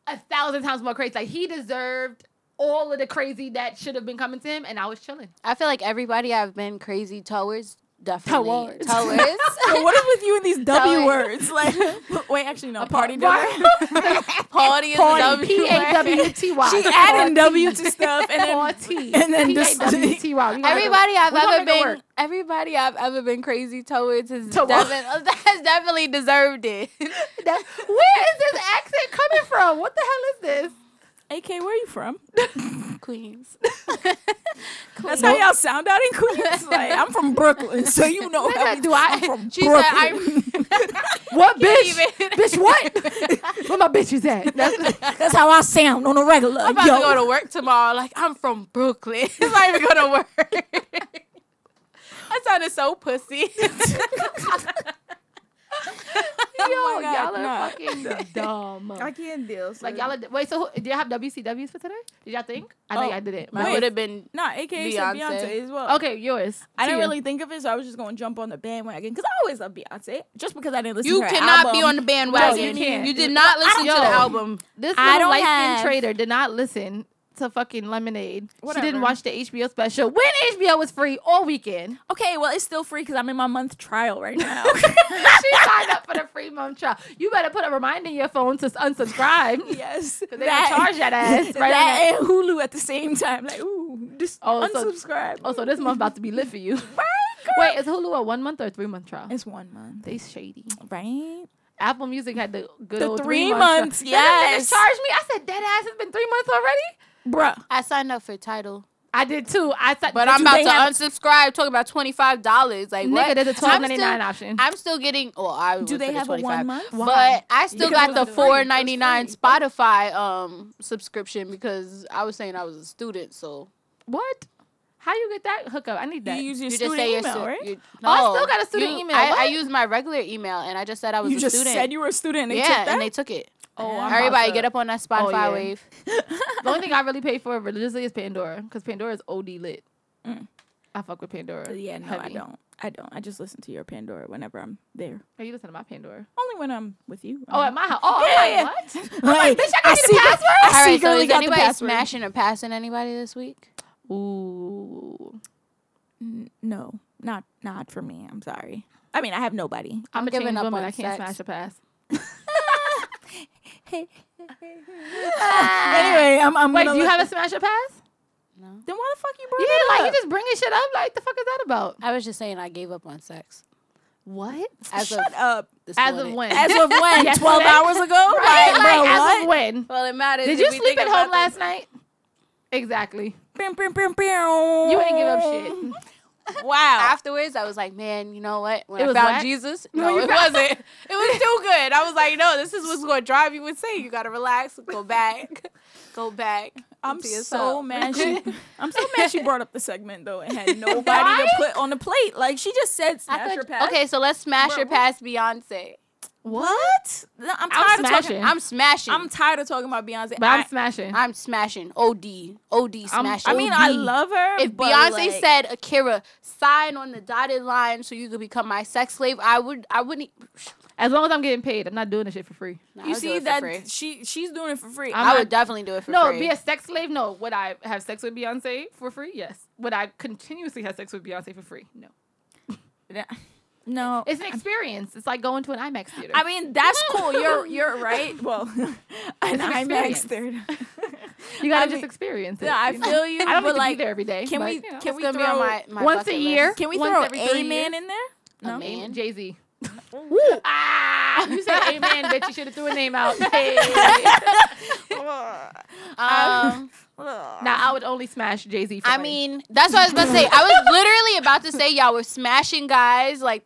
[SPEAKER 5] a thousand times more crazy. Like he deserved all of the crazy that should have been coming to him, and I was chilling.
[SPEAKER 4] I feel like everybody I've been crazy towards definitely
[SPEAKER 5] Towards.
[SPEAKER 4] towards.
[SPEAKER 2] Yo, what is with you and these W
[SPEAKER 4] it.
[SPEAKER 2] words? Like, but wait, actually, no. Party W.
[SPEAKER 4] Party is
[SPEAKER 5] Party,
[SPEAKER 4] W.
[SPEAKER 5] P A W T Y.
[SPEAKER 2] She adding W to stuff, and then
[SPEAKER 5] Party.
[SPEAKER 2] and then this-
[SPEAKER 5] P-A-W-T-Y. We gonna make it-
[SPEAKER 4] Everybody I've
[SPEAKER 5] we gonna
[SPEAKER 4] ever
[SPEAKER 5] make it
[SPEAKER 4] been,
[SPEAKER 5] work.
[SPEAKER 4] everybody I've ever been crazy towards has,
[SPEAKER 5] Towards.
[SPEAKER 4] defi- has definitely deserved it.
[SPEAKER 5] That- Where is this accent coming from? What the hell is this?
[SPEAKER 2] AK, where are you from?
[SPEAKER 4] Queens.
[SPEAKER 2] That's how y'all sound out in Queens. Like, I'm from Brooklyn, so you know how we
[SPEAKER 5] Do I?
[SPEAKER 2] I'm from
[SPEAKER 4] She
[SPEAKER 2] Brooklyn.
[SPEAKER 4] said, "I'm."
[SPEAKER 5] What bitch?
[SPEAKER 4] even-
[SPEAKER 5] Bitch, what? Where my bitches at? That's,
[SPEAKER 2] That's how I sound on a regular.
[SPEAKER 4] I'm about
[SPEAKER 2] yo.
[SPEAKER 4] to go to work tomorrow. Like I'm from Brooklyn. It's not even gonna work. I sounded so pussy.
[SPEAKER 5] Yo,
[SPEAKER 2] Oh my God,
[SPEAKER 5] Oh y'all are
[SPEAKER 2] nah.
[SPEAKER 5] fucking dumb.
[SPEAKER 6] I can't deal. So
[SPEAKER 5] Like y'all are wait. So who, did y'all have WCWs for today? Did y'all think? I know
[SPEAKER 2] Oh,
[SPEAKER 5] y'all didn't.
[SPEAKER 2] my-
[SPEAKER 5] but-
[SPEAKER 4] Mine would have been
[SPEAKER 2] Nah, AKA said
[SPEAKER 4] Beyonce.
[SPEAKER 2] Beyonce as well.
[SPEAKER 5] okay, yours.
[SPEAKER 2] I didn't
[SPEAKER 5] Tia.
[SPEAKER 2] really think of it, so I was just going to jump on the bandwagon because I always love Beyonce. Just because I didn't listen
[SPEAKER 4] You
[SPEAKER 2] to her
[SPEAKER 4] cannot be
[SPEAKER 2] album.
[SPEAKER 4] on the bandwagon.
[SPEAKER 5] No, you can't.
[SPEAKER 4] You did not listen to
[SPEAKER 5] don't-
[SPEAKER 4] the
[SPEAKER 5] Yo.
[SPEAKER 4] album.
[SPEAKER 5] This
[SPEAKER 2] I
[SPEAKER 5] little
[SPEAKER 2] don't
[SPEAKER 5] light skinned
[SPEAKER 2] have-
[SPEAKER 5] trader did not listen to fucking Lemonade. She
[SPEAKER 2] Whatever.
[SPEAKER 5] didn't watch the HBO special when HBO was free all weekend.
[SPEAKER 2] Okay, well, it's still free because I'm in my month trial right now.
[SPEAKER 5] she signed up for the free month trial. You better put a reminder in your phone to unsubscribe.
[SPEAKER 2] yes,
[SPEAKER 5] They that, charge that ass. Right on
[SPEAKER 2] that
[SPEAKER 5] that.
[SPEAKER 2] and Hulu at the same time. Like, ooh, just
[SPEAKER 5] Oh, so-
[SPEAKER 2] unsubscribe.
[SPEAKER 5] Oh, so this month about to be lit for you.
[SPEAKER 2] Right,
[SPEAKER 5] Wait, is Hulu a one month or three month trial?
[SPEAKER 2] it's one month,
[SPEAKER 5] They shady.
[SPEAKER 2] right?
[SPEAKER 5] Apple Music had the good
[SPEAKER 2] The
[SPEAKER 5] old
[SPEAKER 2] three
[SPEAKER 5] month
[SPEAKER 2] months,
[SPEAKER 5] trial. Then this
[SPEAKER 2] yes.
[SPEAKER 5] nigga charged me. I said dead ass. It's been three months already.
[SPEAKER 2] Bruh,
[SPEAKER 4] I signed up for title.
[SPEAKER 5] I did too. I said,
[SPEAKER 4] But I'm
[SPEAKER 2] you-
[SPEAKER 4] about
[SPEAKER 2] they
[SPEAKER 4] to
[SPEAKER 2] have-
[SPEAKER 4] unsubscribe. Talking about twenty five dollars. Like
[SPEAKER 5] nigga.
[SPEAKER 4] what?
[SPEAKER 5] There's a
[SPEAKER 4] So
[SPEAKER 5] twelve
[SPEAKER 4] I'm
[SPEAKER 5] ninety
[SPEAKER 4] still-
[SPEAKER 5] nine option.
[SPEAKER 4] I'm still getting. Well, I
[SPEAKER 2] do they have a one month?
[SPEAKER 5] Why?
[SPEAKER 4] But I still
[SPEAKER 5] Because
[SPEAKER 4] got
[SPEAKER 5] it
[SPEAKER 4] the
[SPEAKER 5] was free. It was
[SPEAKER 4] four ninety nine
[SPEAKER 5] free.
[SPEAKER 4] Spotify um subscription because I was saying I was a student, so
[SPEAKER 5] what? How you get that hookup? I need
[SPEAKER 2] You
[SPEAKER 5] that.
[SPEAKER 2] use your
[SPEAKER 4] you just
[SPEAKER 2] student
[SPEAKER 4] say your
[SPEAKER 2] email,
[SPEAKER 4] stu-
[SPEAKER 2] right?
[SPEAKER 4] you-
[SPEAKER 5] Oh, I still
[SPEAKER 4] no,
[SPEAKER 5] got a student
[SPEAKER 4] you-
[SPEAKER 5] email.
[SPEAKER 4] I, I
[SPEAKER 5] What?
[SPEAKER 4] used my regular email and I just said I was
[SPEAKER 2] you
[SPEAKER 4] a
[SPEAKER 2] just
[SPEAKER 4] student.
[SPEAKER 2] said you were a student. And they
[SPEAKER 4] yeah,
[SPEAKER 2] took that?
[SPEAKER 4] and they took it.
[SPEAKER 5] oh, I'm
[SPEAKER 4] Everybody,
[SPEAKER 5] about
[SPEAKER 4] get
[SPEAKER 5] to- Oh,
[SPEAKER 4] up on that Spotify
[SPEAKER 5] yeah.
[SPEAKER 4] wave.
[SPEAKER 5] The only thing I really pay for religiously is Pandora because Pandora is OD lit.
[SPEAKER 2] Mm.
[SPEAKER 5] I fuck with Pandora.
[SPEAKER 2] yeah, no, I
[SPEAKER 5] heavy.
[SPEAKER 2] don't. I don't. I just listen to your Pandora whenever I'm there.
[SPEAKER 5] Oh, you listen to my Pandora.
[SPEAKER 2] Only when I'm with you.
[SPEAKER 5] Oh, at my house. Oh,
[SPEAKER 2] Yeah,
[SPEAKER 5] I'm
[SPEAKER 2] yeah.
[SPEAKER 5] like, what?
[SPEAKER 2] Wait,
[SPEAKER 5] Bitch, I
[SPEAKER 2] I
[SPEAKER 5] got you the
[SPEAKER 2] see-
[SPEAKER 5] password.
[SPEAKER 2] I
[SPEAKER 4] All right, so
[SPEAKER 2] secretly got
[SPEAKER 4] is
[SPEAKER 2] the
[SPEAKER 4] anybody
[SPEAKER 2] password.
[SPEAKER 4] smashing or passing anybody this week?
[SPEAKER 5] Ooh,
[SPEAKER 2] N- no, not not for me. I'm sorry. I mean, I have nobody.
[SPEAKER 5] I'm, a
[SPEAKER 4] giving
[SPEAKER 5] changed
[SPEAKER 4] up
[SPEAKER 5] woman.
[SPEAKER 4] on
[SPEAKER 5] I can't
[SPEAKER 4] sex.
[SPEAKER 5] smash a pass.
[SPEAKER 2] anyway, I'm. I'm
[SPEAKER 5] Wait,
[SPEAKER 2] gonna
[SPEAKER 5] do you
[SPEAKER 2] let-
[SPEAKER 5] have a smash a pass?
[SPEAKER 2] Then why the fuck you bring
[SPEAKER 5] Yeah,
[SPEAKER 2] it
[SPEAKER 5] like
[SPEAKER 2] up?
[SPEAKER 5] you just bringing shit up. Like the fuck is that about?
[SPEAKER 4] I was just saying I gave up on sex.
[SPEAKER 5] What?
[SPEAKER 4] As
[SPEAKER 2] shut
[SPEAKER 4] of
[SPEAKER 2] up.
[SPEAKER 4] this
[SPEAKER 5] As
[SPEAKER 4] morning.
[SPEAKER 5] of when?
[SPEAKER 2] As of when?
[SPEAKER 5] Yesterday?
[SPEAKER 2] Twelve hours ago?
[SPEAKER 5] right?
[SPEAKER 2] Like,
[SPEAKER 5] Like
[SPEAKER 2] bro,
[SPEAKER 5] as
[SPEAKER 2] what?
[SPEAKER 5] of when?
[SPEAKER 4] Well, it matters.
[SPEAKER 5] Did
[SPEAKER 4] if
[SPEAKER 5] you
[SPEAKER 4] we
[SPEAKER 5] sleep
[SPEAKER 4] think
[SPEAKER 5] at
[SPEAKER 4] about
[SPEAKER 5] home
[SPEAKER 4] the-
[SPEAKER 5] last night? Exactly.
[SPEAKER 2] Bim, bim, bim, bim.
[SPEAKER 5] You ain't give up shit.
[SPEAKER 2] Wow.
[SPEAKER 4] Afterwards, I was like, man, you know what? When
[SPEAKER 5] It
[SPEAKER 4] I
[SPEAKER 5] was
[SPEAKER 4] found
[SPEAKER 5] whack?
[SPEAKER 4] Jesus,
[SPEAKER 5] When
[SPEAKER 4] no,
[SPEAKER 5] you
[SPEAKER 4] it
[SPEAKER 5] found-
[SPEAKER 4] wasn't. It was too good. I was like, no, this is what's going to drive you insane. You got to relax, go back, go back.
[SPEAKER 2] I'm
[SPEAKER 4] to
[SPEAKER 2] so
[SPEAKER 4] yourself.
[SPEAKER 2] mad she I'm so mad she brought up the segment though and had nobody to put on the plate. Like she just said
[SPEAKER 4] I
[SPEAKER 2] smash
[SPEAKER 4] thought-
[SPEAKER 2] your pass.
[SPEAKER 4] Okay, so let's smash
[SPEAKER 2] Bro,
[SPEAKER 4] your
[SPEAKER 2] what-
[SPEAKER 4] past Beyonce.
[SPEAKER 2] What? No, I'm
[SPEAKER 5] I'm
[SPEAKER 2] tired of
[SPEAKER 5] smashing.
[SPEAKER 2] talking.
[SPEAKER 4] I'm smashing.
[SPEAKER 2] I'm
[SPEAKER 4] I'm,
[SPEAKER 2] tired of talking about Beyonce.
[SPEAKER 5] But I'm
[SPEAKER 2] I,
[SPEAKER 5] smashing.
[SPEAKER 4] smashing. OD. OD
[SPEAKER 5] I'm-
[SPEAKER 4] smashing.
[SPEAKER 2] I mean, I
[SPEAKER 5] OD.
[SPEAKER 2] love her.
[SPEAKER 4] if
[SPEAKER 2] but,
[SPEAKER 4] Beyonce
[SPEAKER 2] like,
[SPEAKER 4] said, "Akira, sign on the dotted line so you could become my sex slave," I would. I wouldn't. e-
[SPEAKER 5] as long as I'm getting paid, I'm not doing this shit for free.
[SPEAKER 4] Nah, I
[SPEAKER 2] you
[SPEAKER 4] would do it
[SPEAKER 2] see
[SPEAKER 4] for
[SPEAKER 2] that
[SPEAKER 4] free.
[SPEAKER 2] she she's doing it for free.
[SPEAKER 5] I'm
[SPEAKER 4] I
[SPEAKER 5] not-
[SPEAKER 4] would definitely do it for
[SPEAKER 5] no,
[SPEAKER 4] free.
[SPEAKER 5] be a sex slave. No, would I have sex with Beyonce for free? Yes. Would I continuously have sex with Beyonce for free? No.
[SPEAKER 2] no,
[SPEAKER 5] It's an experience. It's like going to an IMAX theater.
[SPEAKER 2] I mean that's cool. You're you're right. Well, an IMAX
[SPEAKER 5] experience.
[SPEAKER 2] theater.
[SPEAKER 5] you gotta
[SPEAKER 2] I
[SPEAKER 5] just
[SPEAKER 2] mean-
[SPEAKER 5] experience it.
[SPEAKER 2] Yeah, I
[SPEAKER 5] you know?
[SPEAKER 2] feel you.
[SPEAKER 5] I don't
[SPEAKER 2] but
[SPEAKER 5] need
[SPEAKER 2] like,
[SPEAKER 5] to be there every day.
[SPEAKER 2] can
[SPEAKER 5] but,
[SPEAKER 2] we
[SPEAKER 5] you know.
[SPEAKER 2] can we
[SPEAKER 4] It's
[SPEAKER 2] throw
[SPEAKER 4] gonna be on my, my
[SPEAKER 5] once a
[SPEAKER 4] bucket
[SPEAKER 5] year?
[SPEAKER 4] list.
[SPEAKER 2] can we
[SPEAKER 5] once
[SPEAKER 2] throw
[SPEAKER 5] every three
[SPEAKER 2] a man
[SPEAKER 5] years?
[SPEAKER 2] in there?
[SPEAKER 4] A man?
[SPEAKER 5] Jay Z. ah, you said amen, bitch. You should have threw a name out. Hey.
[SPEAKER 4] Um,
[SPEAKER 5] now I would only smash Jay Z.
[SPEAKER 4] I mean, that's what I was about to say. I was literally about to say y'all were smashing guys like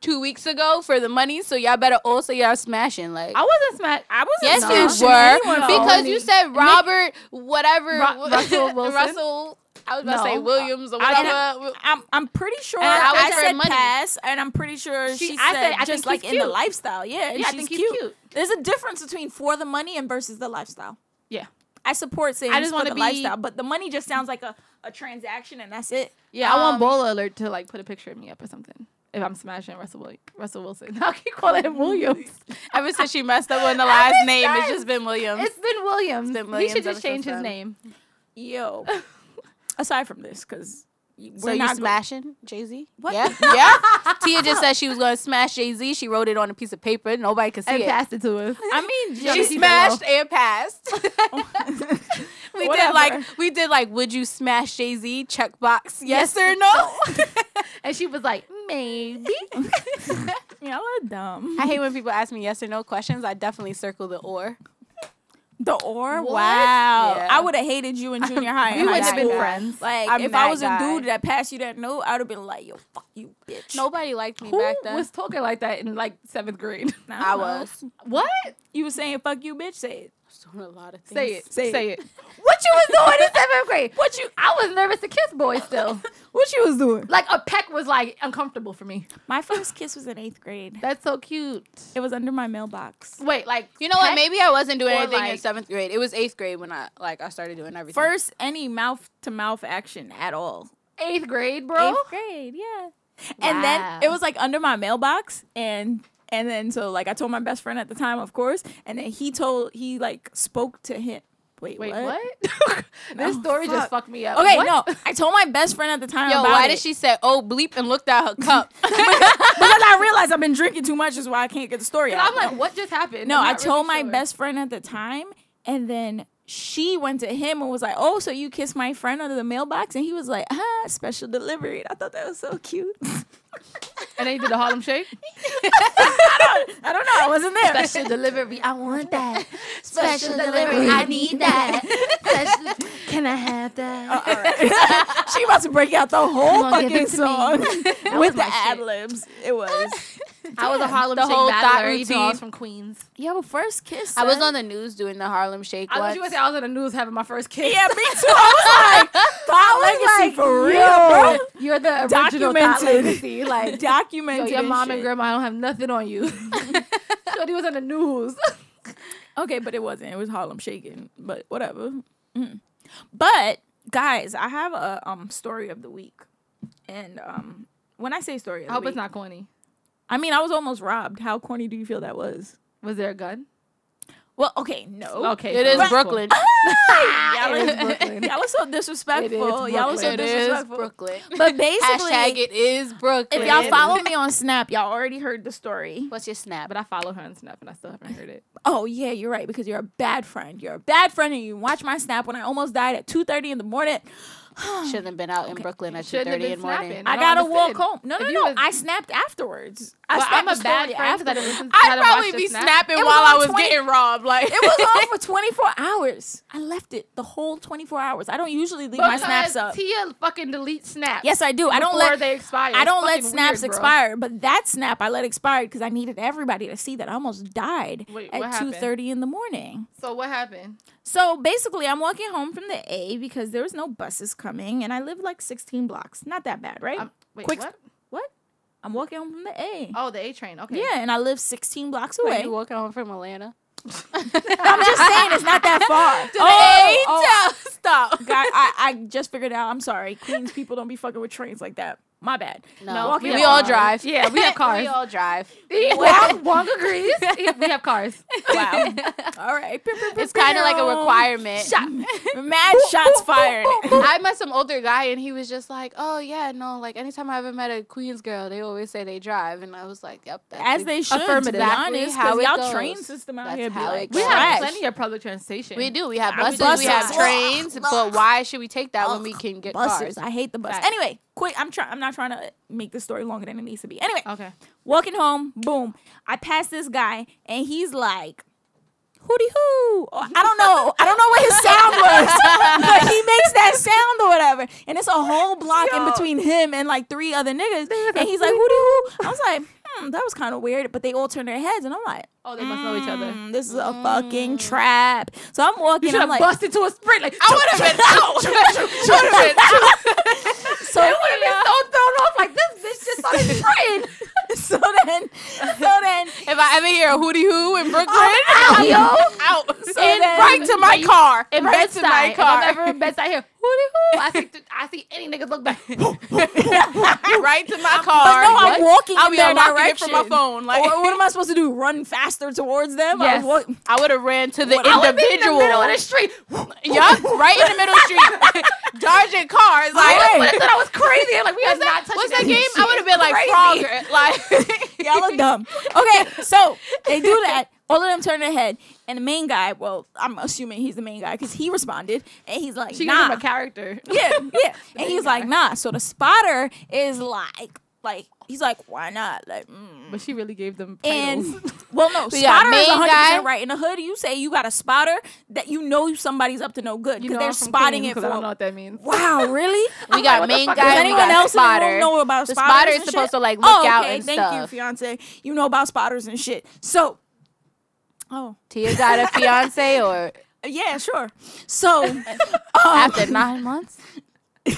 [SPEAKER 4] two weeks ago for the money, so y'all better also y'all smashing like.
[SPEAKER 5] I wasn't smash. I wasn't.
[SPEAKER 4] Yes, you
[SPEAKER 5] smashing
[SPEAKER 4] were
[SPEAKER 5] anyone for
[SPEAKER 4] because
[SPEAKER 5] money.
[SPEAKER 4] you said Robert, whatever
[SPEAKER 5] Ru- Russell Wilson?
[SPEAKER 4] Russell- I was about to say
[SPEAKER 5] No.
[SPEAKER 4] Williams or
[SPEAKER 5] I didn't-
[SPEAKER 4] whatever.
[SPEAKER 2] I'm I'm pretty sure
[SPEAKER 4] And I
[SPEAKER 2] I,
[SPEAKER 4] was her
[SPEAKER 2] said
[SPEAKER 4] money.
[SPEAKER 2] pass, and I'm pretty sure she,
[SPEAKER 5] She-
[SPEAKER 2] said
[SPEAKER 5] I said, I
[SPEAKER 2] just
[SPEAKER 5] think
[SPEAKER 2] like
[SPEAKER 5] he's
[SPEAKER 2] in the
[SPEAKER 5] cute.
[SPEAKER 2] lifestyle. Yeah, and
[SPEAKER 5] Yeah, I
[SPEAKER 2] she's
[SPEAKER 5] think he's
[SPEAKER 2] cute.
[SPEAKER 5] cute.
[SPEAKER 2] There's a difference between for the money and versus the lifestyle.
[SPEAKER 5] Yeah.
[SPEAKER 2] I support saying
[SPEAKER 5] I
[SPEAKER 2] I
[SPEAKER 5] just
[SPEAKER 2] just want
[SPEAKER 5] wanna
[SPEAKER 2] the
[SPEAKER 5] be-
[SPEAKER 2] lifestyle, but the money just sounds like a, a transaction, and that's it.
[SPEAKER 5] Yeah, I want
[SPEAKER 4] Um,
[SPEAKER 5] Bola Alert to like put a picture of me up or something. If I'm smashing Russell Williams, Russell Wilson, I keep calling him Williams.
[SPEAKER 4] Ever since she messed up on the last name,
[SPEAKER 5] nice.
[SPEAKER 4] it's just been Williams.
[SPEAKER 5] It's been Williams.
[SPEAKER 4] been
[SPEAKER 5] he
[SPEAKER 4] Williams
[SPEAKER 5] should
[SPEAKER 4] ever
[SPEAKER 5] just change
[SPEAKER 4] since then.
[SPEAKER 5] his name.
[SPEAKER 2] Yo. Aside from this, because
[SPEAKER 4] so
[SPEAKER 2] we're
[SPEAKER 4] you
[SPEAKER 2] not go-
[SPEAKER 4] smashing Jay Z?
[SPEAKER 2] What?
[SPEAKER 4] Yeah, yeah. Tia just said she was gonna smash Jay Z. She wrote it on a piece of paper. Nobody could see
[SPEAKER 5] And
[SPEAKER 4] it.
[SPEAKER 5] passed it to us.
[SPEAKER 2] I mean,
[SPEAKER 4] She
[SPEAKER 5] Jay-Z
[SPEAKER 2] just-
[SPEAKER 4] smashed and passed. we
[SPEAKER 2] Whatever.
[SPEAKER 4] did like we did like. Would you smash Jay Z? Checkbox. Yes or no.
[SPEAKER 5] And she was like, maybe.
[SPEAKER 2] y'all are dumb.
[SPEAKER 4] I hate when people ask me yes or no questions. I definitely circle the or.
[SPEAKER 2] The or
[SPEAKER 5] What?
[SPEAKER 2] wow,
[SPEAKER 4] Yeah.
[SPEAKER 2] I would have hated you in junior high.
[SPEAKER 5] We
[SPEAKER 2] and high
[SPEAKER 5] wouldn't have been
[SPEAKER 2] school.
[SPEAKER 5] friends.
[SPEAKER 2] Like
[SPEAKER 4] I'm
[SPEAKER 2] if I
[SPEAKER 4] that
[SPEAKER 2] was
[SPEAKER 4] guy.
[SPEAKER 2] a dude that passed you that note, I'd have been like, "Yo, fuck you, bitch."
[SPEAKER 4] Nobody liked me
[SPEAKER 5] Who
[SPEAKER 4] back then.
[SPEAKER 5] was talking like that in like seventh grade?
[SPEAKER 2] Nah,
[SPEAKER 4] I
[SPEAKER 2] don't know.
[SPEAKER 4] was.
[SPEAKER 5] what?
[SPEAKER 2] You were saying "fuck you, bitch." Say it.
[SPEAKER 4] was doing a lot of things.
[SPEAKER 5] Say it.
[SPEAKER 6] Say
[SPEAKER 5] Say,
[SPEAKER 6] it.
[SPEAKER 5] it.
[SPEAKER 4] What you was doing?
[SPEAKER 5] What is seventh grade?
[SPEAKER 2] What you?
[SPEAKER 5] I was nervous to kiss boys still.
[SPEAKER 6] What you was doing?
[SPEAKER 5] like a peck was like uncomfortable for me.
[SPEAKER 2] My first kiss was in eighth grade.
[SPEAKER 5] That's so cute.
[SPEAKER 2] It was under my mailbox.
[SPEAKER 5] Wait, like
[SPEAKER 4] You know what?
[SPEAKER 5] peck?
[SPEAKER 4] Maybe I wasn't doing
[SPEAKER 5] or
[SPEAKER 4] anything in
[SPEAKER 5] like-
[SPEAKER 4] seventh grade. It was eighth grade when I like I started doing everything.
[SPEAKER 2] First, any mouth to mouth action at all.
[SPEAKER 5] eighth grade, bro.
[SPEAKER 2] Eighth grade, yeah. And then
[SPEAKER 5] Wow.
[SPEAKER 2] it was like under my mailbox, and and then so like I told my best friend at the time, of course, and then he told he like spoke to him. Wait,
[SPEAKER 5] Wait,
[SPEAKER 2] what?
[SPEAKER 5] what? this
[SPEAKER 2] No,
[SPEAKER 5] story
[SPEAKER 2] fuck.
[SPEAKER 5] just fucked me up.
[SPEAKER 2] Okay,
[SPEAKER 5] What?
[SPEAKER 2] no, I told my best friend at the time.
[SPEAKER 4] Yo,
[SPEAKER 2] about
[SPEAKER 4] why
[SPEAKER 2] it
[SPEAKER 4] did she say "oh bleep" and looked at her cup?
[SPEAKER 2] because I realized I've been drinking too much, is why I can't get the story out.
[SPEAKER 5] I'm like, what just happened?
[SPEAKER 2] No,
[SPEAKER 5] I'm
[SPEAKER 2] I
[SPEAKER 5] not
[SPEAKER 2] told
[SPEAKER 5] really
[SPEAKER 2] my
[SPEAKER 5] sure.
[SPEAKER 2] best friend at the time, and then she went to him and was like, "Oh, so you kissed my friend under the mailbox?" And he was like, "Ah, special delivery." And I thought that was so cute.
[SPEAKER 5] And they did the Harlem Shake.
[SPEAKER 2] I don't know, I wasn't there.
[SPEAKER 5] Special delivery. I want that.
[SPEAKER 4] Special delivery, I
[SPEAKER 5] need that. Special, can I have that?
[SPEAKER 2] All right. she about to break out the whole
[SPEAKER 5] Come on,
[SPEAKER 2] fucking
[SPEAKER 5] give it to me.
[SPEAKER 2] song
[SPEAKER 5] was
[SPEAKER 2] with the
[SPEAKER 5] my shit.
[SPEAKER 2] ad libs. It was.
[SPEAKER 5] I was a Harlem
[SPEAKER 4] The
[SPEAKER 5] Shake
[SPEAKER 4] whole thought
[SPEAKER 5] battler. You know, I
[SPEAKER 4] routine.
[SPEAKER 5] was from Queens.
[SPEAKER 2] Yo, first kiss.
[SPEAKER 4] I was
[SPEAKER 2] son.
[SPEAKER 4] on the news doing the Harlem Shake.
[SPEAKER 5] I thought
[SPEAKER 4] Once.
[SPEAKER 5] you were saying I was on the news having my first kiss.
[SPEAKER 2] Yeah, me too. I was like, thought
[SPEAKER 5] was
[SPEAKER 2] legacy
[SPEAKER 5] like,
[SPEAKER 2] for real,
[SPEAKER 5] yo,
[SPEAKER 2] bro.
[SPEAKER 5] You're the original thought
[SPEAKER 2] Documented.
[SPEAKER 5] legacy. Like, yo,
[SPEAKER 2] Documented.
[SPEAKER 5] your
[SPEAKER 2] and
[SPEAKER 5] mom
[SPEAKER 2] shit.
[SPEAKER 5] and grandma don't have nothing on you. Shorty was on the news.
[SPEAKER 2] Okay, but it wasn't. It was Harlem Shaking, but whatever. Mm. But guys, I have a um story of the week, and um when I say story, of
[SPEAKER 5] I
[SPEAKER 2] the
[SPEAKER 5] hope
[SPEAKER 2] week,
[SPEAKER 5] it's not corny.
[SPEAKER 2] I mean, I was almost robbed. How corny do you feel that was?
[SPEAKER 5] Was there a gun?
[SPEAKER 2] Well, okay, no.
[SPEAKER 5] Okay,
[SPEAKER 4] It
[SPEAKER 5] so
[SPEAKER 4] is
[SPEAKER 5] that's cool.
[SPEAKER 4] Brooklyn.
[SPEAKER 2] y'all,
[SPEAKER 5] It
[SPEAKER 2] was,
[SPEAKER 5] is Brooklyn.
[SPEAKER 2] y'all was so disrespectful. Y'all was so
[SPEAKER 5] Brooklyn.
[SPEAKER 4] It is
[SPEAKER 2] disrespectful.
[SPEAKER 4] Brooklyn.
[SPEAKER 2] But basically,
[SPEAKER 4] Hashtag it is Brooklyn.
[SPEAKER 2] if y'all follow me on Snap, y'all already heard the story.
[SPEAKER 4] what's your snap?
[SPEAKER 5] But I follow her on Snap and I still haven't heard it.
[SPEAKER 2] Oh yeah, you're right because you're a bad friend. You're a bad friend, and you watch my Snap when I almost died at 2:30 in the morning.
[SPEAKER 4] Shouldn't have been out in Brooklyn at two
[SPEAKER 5] Shouldn't have
[SPEAKER 4] thirty
[SPEAKER 5] been
[SPEAKER 4] in the morning.
[SPEAKER 5] snapping.
[SPEAKER 2] I
[SPEAKER 5] don't
[SPEAKER 2] gotta walk
[SPEAKER 5] understand.
[SPEAKER 2] home. No,
[SPEAKER 5] If
[SPEAKER 2] no,
[SPEAKER 5] you
[SPEAKER 2] no.
[SPEAKER 5] was-
[SPEAKER 2] I snapped afterwards. I
[SPEAKER 5] Well,
[SPEAKER 2] snapped
[SPEAKER 5] I'm a
[SPEAKER 2] the
[SPEAKER 5] bad
[SPEAKER 2] story
[SPEAKER 5] friend 'cause I
[SPEAKER 2] after.
[SPEAKER 5] didn't listen- I
[SPEAKER 4] I'd
[SPEAKER 5] didn't watch
[SPEAKER 4] probably
[SPEAKER 5] the
[SPEAKER 4] be
[SPEAKER 5] snap.
[SPEAKER 4] snapping
[SPEAKER 2] It was
[SPEAKER 4] while
[SPEAKER 2] on
[SPEAKER 4] I was
[SPEAKER 2] 20
[SPEAKER 4] getting robbed. Like
[SPEAKER 2] It was on for 24 hours. I left it the whole 24 hours. I don't usually leave my snaps
[SPEAKER 5] Because
[SPEAKER 2] up.
[SPEAKER 5] Tia fucking delete snaps.
[SPEAKER 2] yes, I do. I don't
[SPEAKER 5] before
[SPEAKER 2] let
[SPEAKER 5] they expire.
[SPEAKER 2] I
[SPEAKER 5] It's
[SPEAKER 2] don't let
[SPEAKER 5] fucking
[SPEAKER 2] snaps
[SPEAKER 5] weird, bro.
[SPEAKER 2] expire, but that snap I let expire because I needed everybody to see that I almost died
[SPEAKER 5] Wait, what
[SPEAKER 2] at
[SPEAKER 5] happened?
[SPEAKER 2] 2:30 in the morning.
[SPEAKER 5] So what happened?
[SPEAKER 2] So basically, I'm walking home from the A because there was no buses coming, and I live like 16 blocks. Not that bad, right?
[SPEAKER 5] Um, wait,
[SPEAKER 2] Quick-
[SPEAKER 5] what?
[SPEAKER 2] what? I'm walking home from the A.
[SPEAKER 5] Oh, the A train. Okay.
[SPEAKER 2] Yeah, and I live 16 blocks away.
[SPEAKER 4] you walking home from Atlanta.
[SPEAKER 2] I'm just saying it's not that far.
[SPEAKER 4] Hey, tell- stop.
[SPEAKER 2] God, I, I just figured out. I'm sorry, Queens people don't be fucking with trains like that. My bad.
[SPEAKER 4] No,
[SPEAKER 2] Walking
[SPEAKER 4] we,
[SPEAKER 2] home.
[SPEAKER 4] all drive.
[SPEAKER 5] Yeah, we have cars.
[SPEAKER 4] we all drive.
[SPEAKER 5] Wow, Wong agrees. we have cars.
[SPEAKER 2] Wow. all right.
[SPEAKER 4] It's kind of like a requirement.
[SPEAKER 2] Shot, mad shots fired.
[SPEAKER 4] I met some older guy and he was just like, "Oh yeah, no, like anytime I ever met a Queens girl, they always say they drive," and I was like, "Yep." That's
[SPEAKER 2] As
[SPEAKER 4] ex-
[SPEAKER 2] they should, to be
[SPEAKER 4] Affirmative.
[SPEAKER 2] honest,
[SPEAKER 4] How
[SPEAKER 2] because
[SPEAKER 4] it
[SPEAKER 2] y'all
[SPEAKER 4] goes.
[SPEAKER 2] train system out
[SPEAKER 4] That's
[SPEAKER 2] here be
[SPEAKER 4] how
[SPEAKER 2] like
[SPEAKER 4] it
[SPEAKER 5] We
[SPEAKER 4] goes.
[SPEAKER 2] trash.
[SPEAKER 5] have plenty of public transportation.
[SPEAKER 4] we do. We have
[SPEAKER 5] I would
[SPEAKER 4] buses, we have
[SPEAKER 2] buses.
[SPEAKER 4] trains, but why should we take that when we
[SPEAKER 2] Ugh,
[SPEAKER 4] can get
[SPEAKER 2] buses.
[SPEAKER 4] cars?
[SPEAKER 2] I hate the bus.
[SPEAKER 5] Facts.
[SPEAKER 2] Anyway, quick. I'm trying. I'm not trying to make this story longer than it needs to be. Anyway,
[SPEAKER 5] Okay.
[SPEAKER 2] Walking home, boom. I pass this guy and he's like, hooty hoo. Or I don't know. I don't know what his sound was, but he makes that sound or whatever. And it's a whole block in between him and like three other niggas. And he's like, hooty hoo. I was like, hmm, that was kind of weird. But they all turned their heads and I'm like,
[SPEAKER 5] Oh, they must know each other.
[SPEAKER 2] hmm, this is a
[SPEAKER 4] Mm.
[SPEAKER 2] fucking trap. So I'm walking.
[SPEAKER 5] You should
[SPEAKER 2] I'm like,
[SPEAKER 5] have busted to a sprint. Like, I
[SPEAKER 4] would have been out. Should have been out.
[SPEAKER 2] so
[SPEAKER 5] would have been so thrown off. Like this bitch just started sprinting.
[SPEAKER 2] so then, so then,
[SPEAKER 4] If I ever hear a hootie hoo in Brooklyn,
[SPEAKER 5] out, yo.
[SPEAKER 4] out,
[SPEAKER 2] So
[SPEAKER 4] In-
[SPEAKER 2] then-
[SPEAKER 4] right to my car,
[SPEAKER 5] In
[SPEAKER 4] right
[SPEAKER 5] bed
[SPEAKER 4] to my
[SPEAKER 5] if
[SPEAKER 4] car,
[SPEAKER 5] I'm ever in bed here, hooty hoo. I see, I see any niggas look back.
[SPEAKER 4] right to my car.
[SPEAKER 2] no, I'm walking
[SPEAKER 4] I'll
[SPEAKER 2] in
[SPEAKER 4] be
[SPEAKER 2] their
[SPEAKER 4] unlocking it from my
[SPEAKER 2] direction.
[SPEAKER 4] phone. Like
[SPEAKER 2] Or what am I supposed to do? Run faster towards them? I was
[SPEAKER 5] Yes.
[SPEAKER 2] walk-
[SPEAKER 4] I would have ran to the
[SPEAKER 5] I would be in the
[SPEAKER 4] individual.
[SPEAKER 5] middle of the street.
[SPEAKER 4] Yup, right in the middle of the street, dodging cars. Like,
[SPEAKER 5] I would have thought I was crazy. I'm Like we are not touching
[SPEAKER 4] what's that
[SPEAKER 5] this
[SPEAKER 4] game?
[SPEAKER 5] shit.
[SPEAKER 4] I would have been like Frogger. Like,
[SPEAKER 2] Y'all are dumb. Okay, so they do that. All of them turn their head, and the main guy. Well, I'm assuming he's the main guy because he responded, and he's like,
[SPEAKER 5] She gave him
[SPEAKER 2] "Nah,
[SPEAKER 5] a character.
[SPEAKER 2] yeah, yeah." and
[SPEAKER 5] main
[SPEAKER 2] he's
[SPEAKER 5] guy.
[SPEAKER 2] like, "Nah." So the spotter is like, like he's like, "Why not?" Like, mm.
[SPEAKER 5] But she really gave them
[SPEAKER 2] and
[SPEAKER 5] titles.
[SPEAKER 2] well, no,
[SPEAKER 4] you got
[SPEAKER 2] spotter is
[SPEAKER 4] main
[SPEAKER 2] 100
[SPEAKER 4] guy.
[SPEAKER 2] percent right. In the hood, you say you got a spotter that you know somebody's up to no good because
[SPEAKER 5] know
[SPEAKER 2] they're
[SPEAKER 5] I'm from
[SPEAKER 2] spotting
[SPEAKER 5] Queens,
[SPEAKER 2] it
[SPEAKER 5] 'cause
[SPEAKER 2] for.
[SPEAKER 5] I don't know what that means.
[SPEAKER 2] Wow, really?
[SPEAKER 4] we got main
[SPEAKER 5] fuck?
[SPEAKER 4] guy.
[SPEAKER 5] Does
[SPEAKER 4] we
[SPEAKER 2] anyone
[SPEAKER 4] got
[SPEAKER 2] else in the room
[SPEAKER 4] spotter.
[SPEAKER 2] know about
[SPEAKER 4] the
[SPEAKER 2] spotters
[SPEAKER 4] spotter is
[SPEAKER 2] and
[SPEAKER 4] supposed
[SPEAKER 2] shit?
[SPEAKER 4] to like look
[SPEAKER 2] oh,
[SPEAKER 4] out
[SPEAKER 2] okay.
[SPEAKER 4] and
[SPEAKER 2] Thank
[SPEAKER 4] stuff.
[SPEAKER 2] you, fiance. You know about spotters and shit. So Oh.
[SPEAKER 4] Tia got a fiance or
[SPEAKER 2] Yeah, sure. So um, Oh.
[SPEAKER 4] after nine months?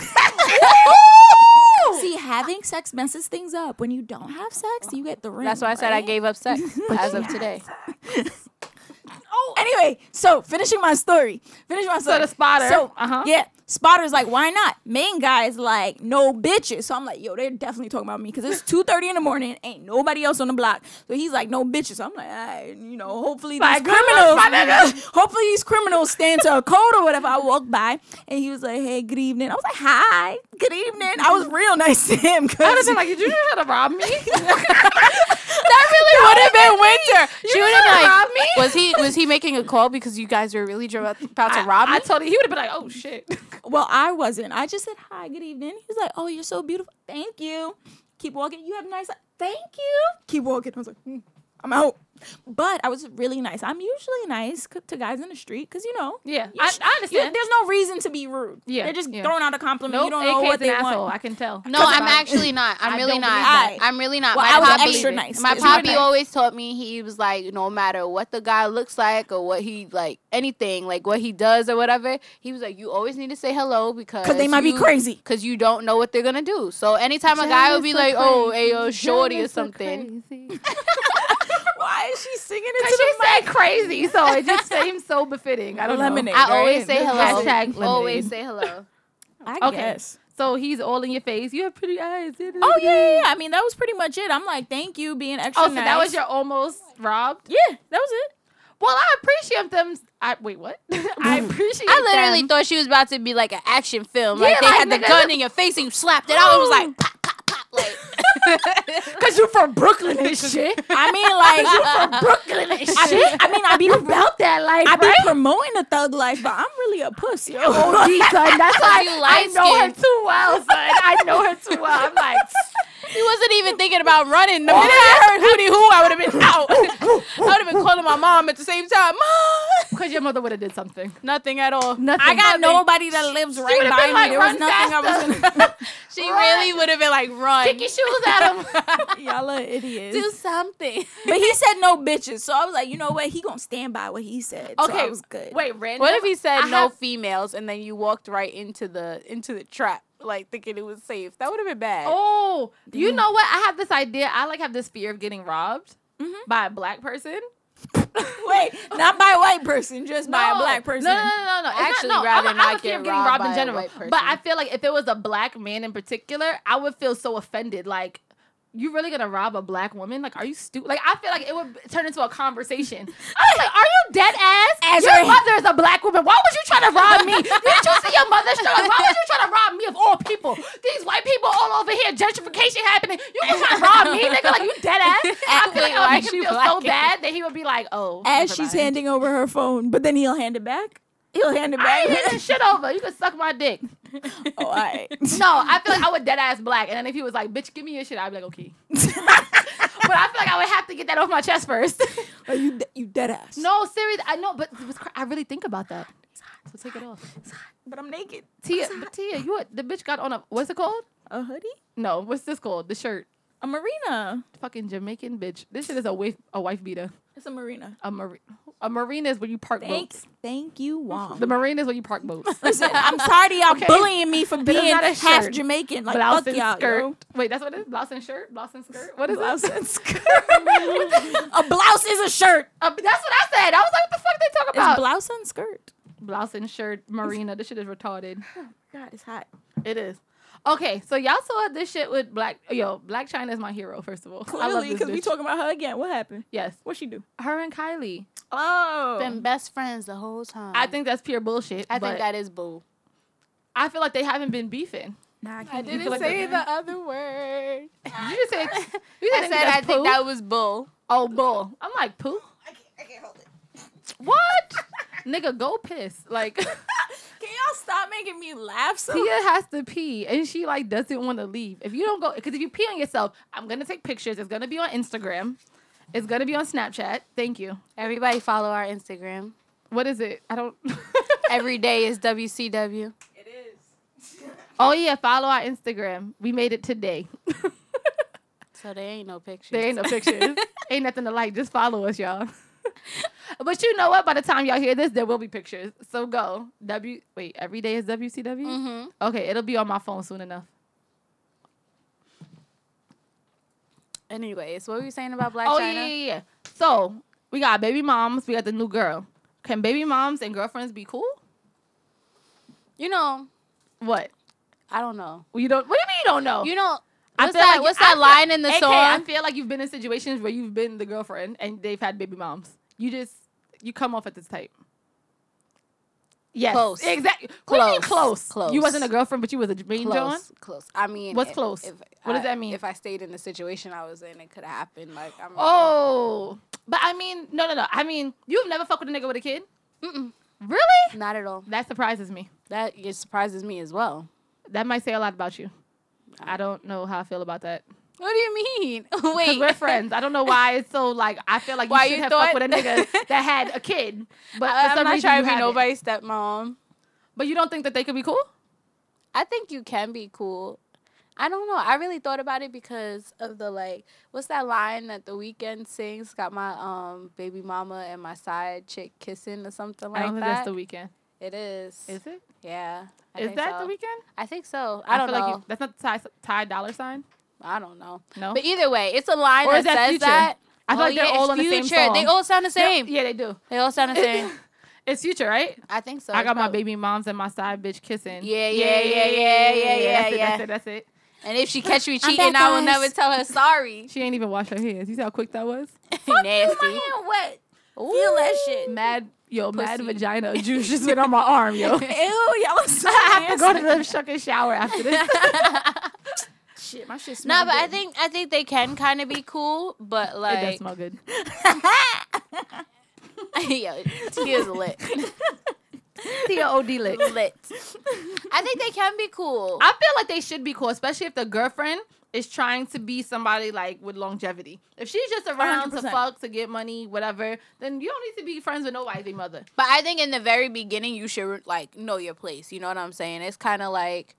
[SPEAKER 2] see, having sex messes things up. When you don't have sex, you get the ring.
[SPEAKER 4] That's why I said I
[SPEAKER 2] right?
[SPEAKER 4] gave up sex as of today.
[SPEAKER 2] Oh, anyway, so finishing my story. Finish my story.
[SPEAKER 5] the spotter,
[SPEAKER 2] So
[SPEAKER 5] uh-huh.
[SPEAKER 2] yeah, spotter's like, why not? Main guy's like, no bitches. So I'm like, yo, they're definitely talking about me because it's two thirty in the morning. Ain't nobody else on the block. So he's like, no bitches. So I'm like, all right, you know, hopefully these
[SPEAKER 5] Like, good luck, my
[SPEAKER 2] criminals,
[SPEAKER 5] nigga.
[SPEAKER 2] hopefully these criminals stand to a code or whatever. I walked by and he was like, hey, good evening. I was like, hi, good evening. I was real nice to him.
[SPEAKER 5] I would
[SPEAKER 2] because
[SPEAKER 5] have been like, did you just try to rob me?
[SPEAKER 4] That really would have been winter. She
[SPEAKER 5] You
[SPEAKER 4] would have
[SPEAKER 5] tryna
[SPEAKER 4] been like,
[SPEAKER 5] rob me?
[SPEAKER 4] was he was he making a call because you guys were really dr- about to rob me?
[SPEAKER 5] I told you, he would have been like, oh shit.
[SPEAKER 2] Well, I wasn't. I just said hi, good evening. He was like, "Oh, you're so beautiful. Thank you. Keep walking. You have nice. Thank you. Keep walking." I was like, "Hmm, "I'm out." But I was really nice. I'm usually nice c- to guys in the street because you know.
[SPEAKER 5] Yeah,
[SPEAKER 2] you
[SPEAKER 5] I,
[SPEAKER 2] sh-
[SPEAKER 5] I
[SPEAKER 2] you-
[SPEAKER 5] understand.
[SPEAKER 2] there's no reason to be rude.
[SPEAKER 5] Yeah,
[SPEAKER 2] they're just
[SPEAKER 5] yeah.
[SPEAKER 2] throwing out a compliment.
[SPEAKER 5] No,
[SPEAKER 2] you don't know
[SPEAKER 5] AK
[SPEAKER 2] what
[SPEAKER 5] 's an
[SPEAKER 2] they
[SPEAKER 5] asshole.
[SPEAKER 2] want.
[SPEAKER 5] I can tell.
[SPEAKER 4] No, I'm
[SPEAKER 5] About-
[SPEAKER 4] actually not. I'm
[SPEAKER 5] I
[SPEAKER 4] really
[SPEAKER 5] don't
[SPEAKER 4] not.
[SPEAKER 5] believe
[SPEAKER 2] that.
[SPEAKER 4] I'm really not.
[SPEAKER 2] Well,
[SPEAKER 4] my
[SPEAKER 2] I was
[SPEAKER 4] poppy,
[SPEAKER 2] extra nice.
[SPEAKER 4] My
[SPEAKER 2] It's my
[SPEAKER 4] poppy
[SPEAKER 2] nice.
[SPEAKER 4] always taught me he was like, no matter what the guy looks like or what he like, anything like what he does or whatever, he was like, you always need to say hello because
[SPEAKER 2] Because they might be
[SPEAKER 4] you-
[SPEAKER 2] crazy.
[SPEAKER 4] Cause you don't know what they're gonna do. So anytime a guy would be like, oh, hey, yo, shorty or something.
[SPEAKER 2] Why is she singing
[SPEAKER 5] Because
[SPEAKER 2] it
[SPEAKER 5] she
[SPEAKER 2] to the
[SPEAKER 5] said crazy, so it just seems so befitting. I don't
[SPEAKER 2] Lemonade.
[SPEAKER 5] know.
[SPEAKER 4] I always
[SPEAKER 5] right?
[SPEAKER 4] say hello.
[SPEAKER 5] Hashtag
[SPEAKER 4] always
[SPEAKER 5] lemonade.
[SPEAKER 4] say hello.
[SPEAKER 2] mic?
[SPEAKER 5] Okay. So he's all in your face. You have pretty eyes.
[SPEAKER 2] Oh yeah, yeah, yeah. I mean, that was pretty much it. I'm like, thank you, being extra.
[SPEAKER 5] Oh, so that was
[SPEAKER 2] nice."
[SPEAKER 5] your almost robbed.
[SPEAKER 2] Yeah, that was it.
[SPEAKER 5] Well, I appreciate them. I wait, what? I appreciate.
[SPEAKER 4] I literally
[SPEAKER 5] them.
[SPEAKER 4] thought she was about to be like an action film.
[SPEAKER 5] Yeah,
[SPEAKER 4] like they
[SPEAKER 5] like,
[SPEAKER 4] had the
[SPEAKER 5] nigga.
[SPEAKER 4] gun in your face and you slapped it. I was like, pop, pop, pop. Like,
[SPEAKER 5] Cause you're from Brooklyn and shit.
[SPEAKER 2] I mean, like,
[SPEAKER 5] Brooklyn and shit.
[SPEAKER 2] I, be- I mean, I be
[SPEAKER 5] About that life,
[SPEAKER 2] I be
[SPEAKER 5] right?
[SPEAKER 2] promoting the thug life, but I'm really a pussy.
[SPEAKER 5] OD, son. That's why
[SPEAKER 4] you
[SPEAKER 5] I know her
[SPEAKER 4] light-skinned.
[SPEAKER 5] too well, son. I know her too well. I'm like,
[SPEAKER 4] He wasn't even thinking about running. The minute I heard hootie hoo, I would have been out. I would have been calling my mom at the same time. Mom!
[SPEAKER 5] cause your mother would have did something.
[SPEAKER 4] Nothing at all.
[SPEAKER 5] Nothing.
[SPEAKER 2] I got nobody that lives right
[SPEAKER 5] would've
[SPEAKER 2] by
[SPEAKER 5] been
[SPEAKER 2] me.
[SPEAKER 5] like,
[SPEAKER 2] there was
[SPEAKER 5] "Run
[SPEAKER 2] nothing I was gonna
[SPEAKER 4] She really would have been like, run.
[SPEAKER 5] Kick your shoes at him.
[SPEAKER 2] Y'all are idiots.
[SPEAKER 4] Do something.
[SPEAKER 2] But he said no bitches. So I was like, you know what? He gonna stand by what he said. Okay. So I was good.
[SPEAKER 5] Wait, random.
[SPEAKER 4] What if he said
[SPEAKER 5] I
[SPEAKER 4] no
[SPEAKER 5] have-
[SPEAKER 4] females and then you walked right into the into the trap, like thinking it was safe? That would have been bad.
[SPEAKER 5] Oh, you know what? I have this idea. I like have this fear of getting robbed by a black person.
[SPEAKER 2] Wait, not by a white person, just by a
[SPEAKER 5] No.
[SPEAKER 2] black person.
[SPEAKER 5] No, no, no, no, no. It's
[SPEAKER 4] Actually,
[SPEAKER 5] not, no.
[SPEAKER 4] rather
[SPEAKER 5] I'm, I'm
[SPEAKER 4] not
[SPEAKER 5] a fear
[SPEAKER 4] get
[SPEAKER 5] of getting
[SPEAKER 4] robbed
[SPEAKER 5] robbed
[SPEAKER 4] by
[SPEAKER 5] in
[SPEAKER 4] a
[SPEAKER 5] general.
[SPEAKER 4] white
[SPEAKER 5] But
[SPEAKER 4] person.
[SPEAKER 5] I feel like if it was a black man in particular, I would feel so offended. Like, you really gonna rob a black woman? Like, are you stupid? Like, I feel like it would turn into a conversation. I was like, are you dead ass?
[SPEAKER 2] As
[SPEAKER 5] your
[SPEAKER 2] a-
[SPEAKER 5] mother is a black woman. Why would you try to rob me? Didn't you see your mother struggling? Why would you try to rob me of all people? These white people all over here, gentrification happening. You gonna try to rob me, nigga? Like, you dead ass? I feel like it would
[SPEAKER 4] Why
[SPEAKER 5] make
[SPEAKER 4] she
[SPEAKER 5] him feel so
[SPEAKER 4] black?
[SPEAKER 5] bad that he would be like, oh.
[SPEAKER 2] As
[SPEAKER 5] never
[SPEAKER 2] she's
[SPEAKER 5] mind.
[SPEAKER 2] handing over her phone, but then he'll hand it back. He'll hand it
[SPEAKER 5] I ain't
[SPEAKER 2] back.
[SPEAKER 5] handing shit over. You can suck my dick.
[SPEAKER 2] oh, all right.
[SPEAKER 5] No, I feel like I would dead ass black. And then if he was like, bitch, give me your shit, I'd be like, okay. but I feel like I would have to get that off my chest first.
[SPEAKER 2] Are you de- you dead ass?
[SPEAKER 5] no, seriously, I know, but it was cr- I really think about that. So take it off.
[SPEAKER 2] but I'm naked.
[SPEAKER 5] Tia, but Tia, you a- the bitch got on a what's it called?
[SPEAKER 2] A hoodie?
[SPEAKER 5] No, what's this called? The shirt.
[SPEAKER 2] A marina.
[SPEAKER 5] Fucking Jamaican bitch. This shit is a wife a wife beater.
[SPEAKER 2] It's a marina.
[SPEAKER 5] A marine a marine is where you park
[SPEAKER 2] Thanks.
[SPEAKER 5] boats.
[SPEAKER 2] Thank you, Wong.
[SPEAKER 5] The marine is where you park boats.
[SPEAKER 2] Listen, I'm tired of y'all
[SPEAKER 5] Okay.
[SPEAKER 2] bullying me for being
[SPEAKER 5] not a
[SPEAKER 2] half
[SPEAKER 5] shirt.
[SPEAKER 2] Jamaican. Like,
[SPEAKER 5] blouse
[SPEAKER 2] fuck
[SPEAKER 5] and
[SPEAKER 2] y'all.
[SPEAKER 5] skirt.
[SPEAKER 2] yo.
[SPEAKER 5] Wait, that's what it is? Blouse and shirt? Blouse and skirt? What is that?
[SPEAKER 2] Blouse and skirt. a blouse is a shirt.
[SPEAKER 5] Uh, that's what I said. I was like, what the fuck they talk
[SPEAKER 2] It's
[SPEAKER 5] about?
[SPEAKER 2] blouse and skirt.
[SPEAKER 5] blouse and shirt, Marina. This shit is retarded.
[SPEAKER 2] God, it's hot.
[SPEAKER 5] It is. Okay, so y'all saw this shit with black. Yo, Black China is my hero. First of all, I love
[SPEAKER 2] Clearly,
[SPEAKER 5] this
[SPEAKER 2] because we
[SPEAKER 5] bitch.
[SPEAKER 2] talking about her again. What happened?
[SPEAKER 5] Yes,
[SPEAKER 2] What she do?
[SPEAKER 5] her and Kylie.
[SPEAKER 2] Oh,
[SPEAKER 4] Been best friends the whole time.
[SPEAKER 5] I think that's pure bullshit.
[SPEAKER 4] I think
[SPEAKER 5] that
[SPEAKER 4] that is boo.
[SPEAKER 5] I feel like they haven't been beefing.
[SPEAKER 2] nah, I,
[SPEAKER 4] I
[SPEAKER 2] can't
[SPEAKER 4] didn't
[SPEAKER 5] like
[SPEAKER 4] say
[SPEAKER 5] that-
[SPEAKER 4] the other word.
[SPEAKER 5] You just said. You
[SPEAKER 4] I
[SPEAKER 5] just
[SPEAKER 4] said
[SPEAKER 5] that's
[SPEAKER 4] I think
[SPEAKER 5] poo.
[SPEAKER 4] that was bull.
[SPEAKER 5] Oh, bull. I'm like poo.
[SPEAKER 6] I can't hold it.
[SPEAKER 5] What? Nigga, go piss. Like Tia
[SPEAKER 2] Can y'all stop making me laugh? So
[SPEAKER 5] has to pee, and she like doesn't want to leave. If you don't go, because if you pee on yourself, I'm gonna take pictures. It's gonna be on Instagram. It's gonna be on Snapchat. Thank you.
[SPEAKER 4] Everybody follow our Instagram.
[SPEAKER 5] What is it? I don't.
[SPEAKER 4] Every day is WCW.
[SPEAKER 6] It is.
[SPEAKER 5] oh yeah, follow our Instagram. We made it today.
[SPEAKER 4] So there ain't no pictures.
[SPEAKER 5] there ain't no pictures. ain't nothing to like. Just follow us, y'all. But you know what? By the time y'all hear this, there will be pictures. So go. W wait, every day is WCW?
[SPEAKER 4] Mm-hmm.
[SPEAKER 5] Okay, it'll be on my phone soon enough.
[SPEAKER 4] Anyways, what were you saying about Black
[SPEAKER 5] oh
[SPEAKER 4] China?
[SPEAKER 5] yeah, yeah, yeah. So we got baby moms, we got the new girl. Can baby moms and girlfriends be cool?
[SPEAKER 4] You know,
[SPEAKER 5] What?
[SPEAKER 4] I don't know.
[SPEAKER 5] Well, You don't what do you mean you don't know?
[SPEAKER 4] You know,
[SPEAKER 5] I
[SPEAKER 4] what's
[SPEAKER 5] feel
[SPEAKER 4] that?
[SPEAKER 5] like-
[SPEAKER 4] what's
[SPEAKER 5] I
[SPEAKER 4] that
[SPEAKER 5] feel-
[SPEAKER 4] line in the
[SPEAKER 5] AK, I
[SPEAKER 4] song?
[SPEAKER 5] feel like you've been in situations where you've been the girlfriend and they've had baby moms. You just you come off at this type. Yes,
[SPEAKER 4] Close.
[SPEAKER 5] exactly. Close.
[SPEAKER 4] Close.
[SPEAKER 5] close,
[SPEAKER 4] Close.
[SPEAKER 5] You wasn't a girlfriend, but you was a main John.
[SPEAKER 4] Close, close. I mean,
[SPEAKER 5] What's
[SPEAKER 4] i-
[SPEAKER 5] close? What does
[SPEAKER 4] I-
[SPEAKER 5] that mean?
[SPEAKER 4] If I stayed in the situation I was in, it could have happened. Like, I'm
[SPEAKER 5] Oh, but I mean, no, no, no. I mean, you've never fucked with a nigga with a kid.
[SPEAKER 4] Mm-mm.
[SPEAKER 5] Really?
[SPEAKER 4] not at all.
[SPEAKER 5] That surprises me.
[SPEAKER 4] That it surprises me as well.
[SPEAKER 5] That might say a lot about you. I don't know how I feel about that.
[SPEAKER 4] What do you mean?
[SPEAKER 5] 'Cause
[SPEAKER 4] Wait,
[SPEAKER 5] we're friends. I don't know why it's so like I feel like you
[SPEAKER 4] Why
[SPEAKER 5] should
[SPEAKER 4] you
[SPEAKER 5] have
[SPEAKER 4] thought-
[SPEAKER 5] fucked with a nigga that had a kid. But for
[SPEAKER 4] I'm
[SPEAKER 5] some
[SPEAKER 4] not
[SPEAKER 5] reason
[SPEAKER 4] trying
[SPEAKER 5] you
[SPEAKER 4] to be
[SPEAKER 5] haven't.
[SPEAKER 4] nobody's stepmom.
[SPEAKER 5] But you don't think that they could be cool?
[SPEAKER 4] I think you can be cool. I don't know. I really thought about it because of the like, what's that line that The Weekend sings? Got my um baby mama and my side chick kissing or something like
[SPEAKER 5] I don't
[SPEAKER 4] that.
[SPEAKER 5] think that's the weekend.
[SPEAKER 4] it is.
[SPEAKER 5] Is it?
[SPEAKER 4] Yeah. I
[SPEAKER 5] Is
[SPEAKER 4] think
[SPEAKER 5] that
[SPEAKER 4] so.
[SPEAKER 5] the weekend?
[SPEAKER 4] I think so. I, don't
[SPEAKER 5] feel
[SPEAKER 4] know.
[SPEAKER 5] Like you, that's not the Ty, Ty Dollar Sign.
[SPEAKER 4] I don't know.
[SPEAKER 5] No.
[SPEAKER 4] But either way, it's a line
[SPEAKER 5] Or
[SPEAKER 4] that,
[SPEAKER 5] is that
[SPEAKER 4] says
[SPEAKER 5] Future?
[SPEAKER 4] that.
[SPEAKER 5] I feel
[SPEAKER 4] Oh,
[SPEAKER 5] like they're
[SPEAKER 4] yeah,
[SPEAKER 5] all
[SPEAKER 4] it's
[SPEAKER 5] on the same
[SPEAKER 4] Future.
[SPEAKER 5] song.
[SPEAKER 4] They all sound the
[SPEAKER 5] They're-
[SPEAKER 4] same.
[SPEAKER 5] Yeah, they do.
[SPEAKER 4] They all sound the same.
[SPEAKER 5] It's future, right?
[SPEAKER 4] I think so.
[SPEAKER 5] I
[SPEAKER 4] It's
[SPEAKER 5] got my
[SPEAKER 4] probably-
[SPEAKER 5] baby moms and my side bitch kissing.
[SPEAKER 4] Yeah, yeah, yeah, yeah, yeah, yeah,
[SPEAKER 5] That's it,
[SPEAKER 4] yeah.
[SPEAKER 5] That's it. That's it.
[SPEAKER 4] And if she catch me cheating, I will never tell her sorry.
[SPEAKER 5] She ain't even washed her hands. You see how quick that was?
[SPEAKER 4] Nasty.
[SPEAKER 2] what?
[SPEAKER 4] Ooh.
[SPEAKER 2] that shit.
[SPEAKER 5] Mad, yo, mad
[SPEAKER 4] Pussy.
[SPEAKER 5] vagina juice just went on my arm,
[SPEAKER 2] Ew,
[SPEAKER 5] yo.
[SPEAKER 2] y'all are so
[SPEAKER 5] I have to go to
[SPEAKER 2] nasty.
[SPEAKER 5] the fucking shower after this.
[SPEAKER 2] Shit, my shit
[SPEAKER 4] No,
[SPEAKER 2] smells
[SPEAKER 4] but I
[SPEAKER 2] good.
[SPEAKER 4] think I think they can kind of be cool, but
[SPEAKER 5] it does
[SPEAKER 4] like,
[SPEAKER 5] smell good.
[SPEAKER 4] yo, tears lit,
[SPEAKER 5] Tia OD lit.
[SPEAKER 4] lit. I think they can be cool.
[SPEAKER 5] I feel like they should be cool, especially if the girlfriend is trying to be somebody like with longevity. If she's just around to
[SPEAKER 2] 100%.
[SPEAKER 5] fuck, to get money, whatever, then you don't need to be friends with nobody's they mother.
[SPEAKER 4] But I think in the very beginning, you should like know your place. You know what I'm saying? It's kind of like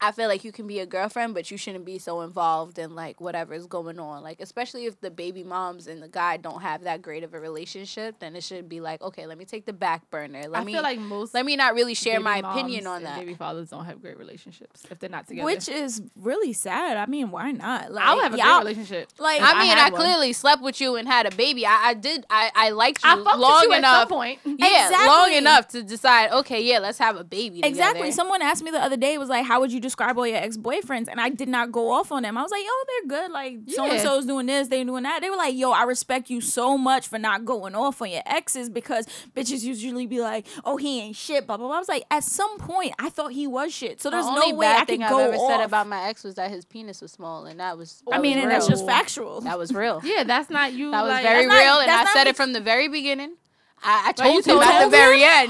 [SPEAKER 4] I feel like you can be a girlfriend, but you shouldn't be so involved in like whatever's going on. Like especially if the baby moms and the guy don't have that great of a relationship, then it should be like, okay, let me take the back burner. Let
[SPEAKER 5] I
[SPEAKER 4] me
[SPEAKER 5] feel like most
[SPEAKER 4] let me not really share
[SPEAKER 5] baby
[SPEAKER 4] my
[SPEAKER 5] moms
[SPEAKER 4] opinion on
[SPEAKER 5] and
[SPEAKER 4] that.
[SPEAKER 5] Baby fathers don't have great relationships if they're not together.
[SPEAKER 2] Which is really sad. I mean, why not? Like,
[SPEAKER 5] I would have a great
[SPEAKER 2] y'all-
[SPEAKER 5] relationship.
[SPEAKER 2] Like,
[SPEAKER 5] if
[SPEAKER 4] I mean, I,
[SPEAKER 5] had one.
[SPEAKER 4] clearly slept with you and had a baby. I, I did. I, I liked you
[SPEAKER 5] I fucked
[SPEAKER 4] long
[SPEAKER 5] with you
[SPEAKER 4] enough.
[SPEAKER 5] at some point.
[SPEAKER 4] Yeah, long
[SPEAKER 2] Exactly.
[SPEAKER 4] enough to decide. Okay, yeah, let's have a baby. Together.
[SPEAKER 2] Exactly. Someone asked me the other day, was like, How would you describe all your ex boyfriends? And I did not go off on them. I was like, Yo, they're good. Like, so and so's doing this, they doing that. They were like, Yo, I respect you so much for not going off on your exes because bitches usually be like, Oh, he ain't shit, blah, blah, blah. I was like, At some point, I thought he was shit. So
[SPEAKER 4] The
[SPEAKER 2] there's
[SPEAKER 4] only
[SPEAKER 2] no way
[SPEAKER 4] bad
[SPEAKER 2] I could
[SPEAKER 4] thing
[SPEAKER 2] go
[SPEAKER 4] I've ever
[SPEAKER 2] off.
[SPEAKER 4] said about my ex was that his penis was small, and that was.
[SPEAKER 2] I
[SPEAKER 4] that
[SPEAKER 2] mean,
[SPEAKER 4] was
[SPEAKER 2] and that's just
[SPEAKER 4] real.
[SPEAKER 2] factual.
[SPEAKER 4] That was real.
[SPEAKER 5] Yeah, that's not you.
[SPEAKER 4] That was
[SPEAKER 5] like-
[SPEAKER 4] very
[SPEAKER 2] that's not-
[SPEAKER 4] real, and I
[SPEAKER 2] that's not
[SPEAKER 4] said
[SPEAKER 2] me-
[SPEAKER 4] it from the very beginning. I, I
[SPEAKER 5] Wait, you
[SPEAKER 4] told him
[SPEAKER 5] told
[SPEAKER 4] at the
[SPEAKER 5] him?
[SPEAKER 4] very end.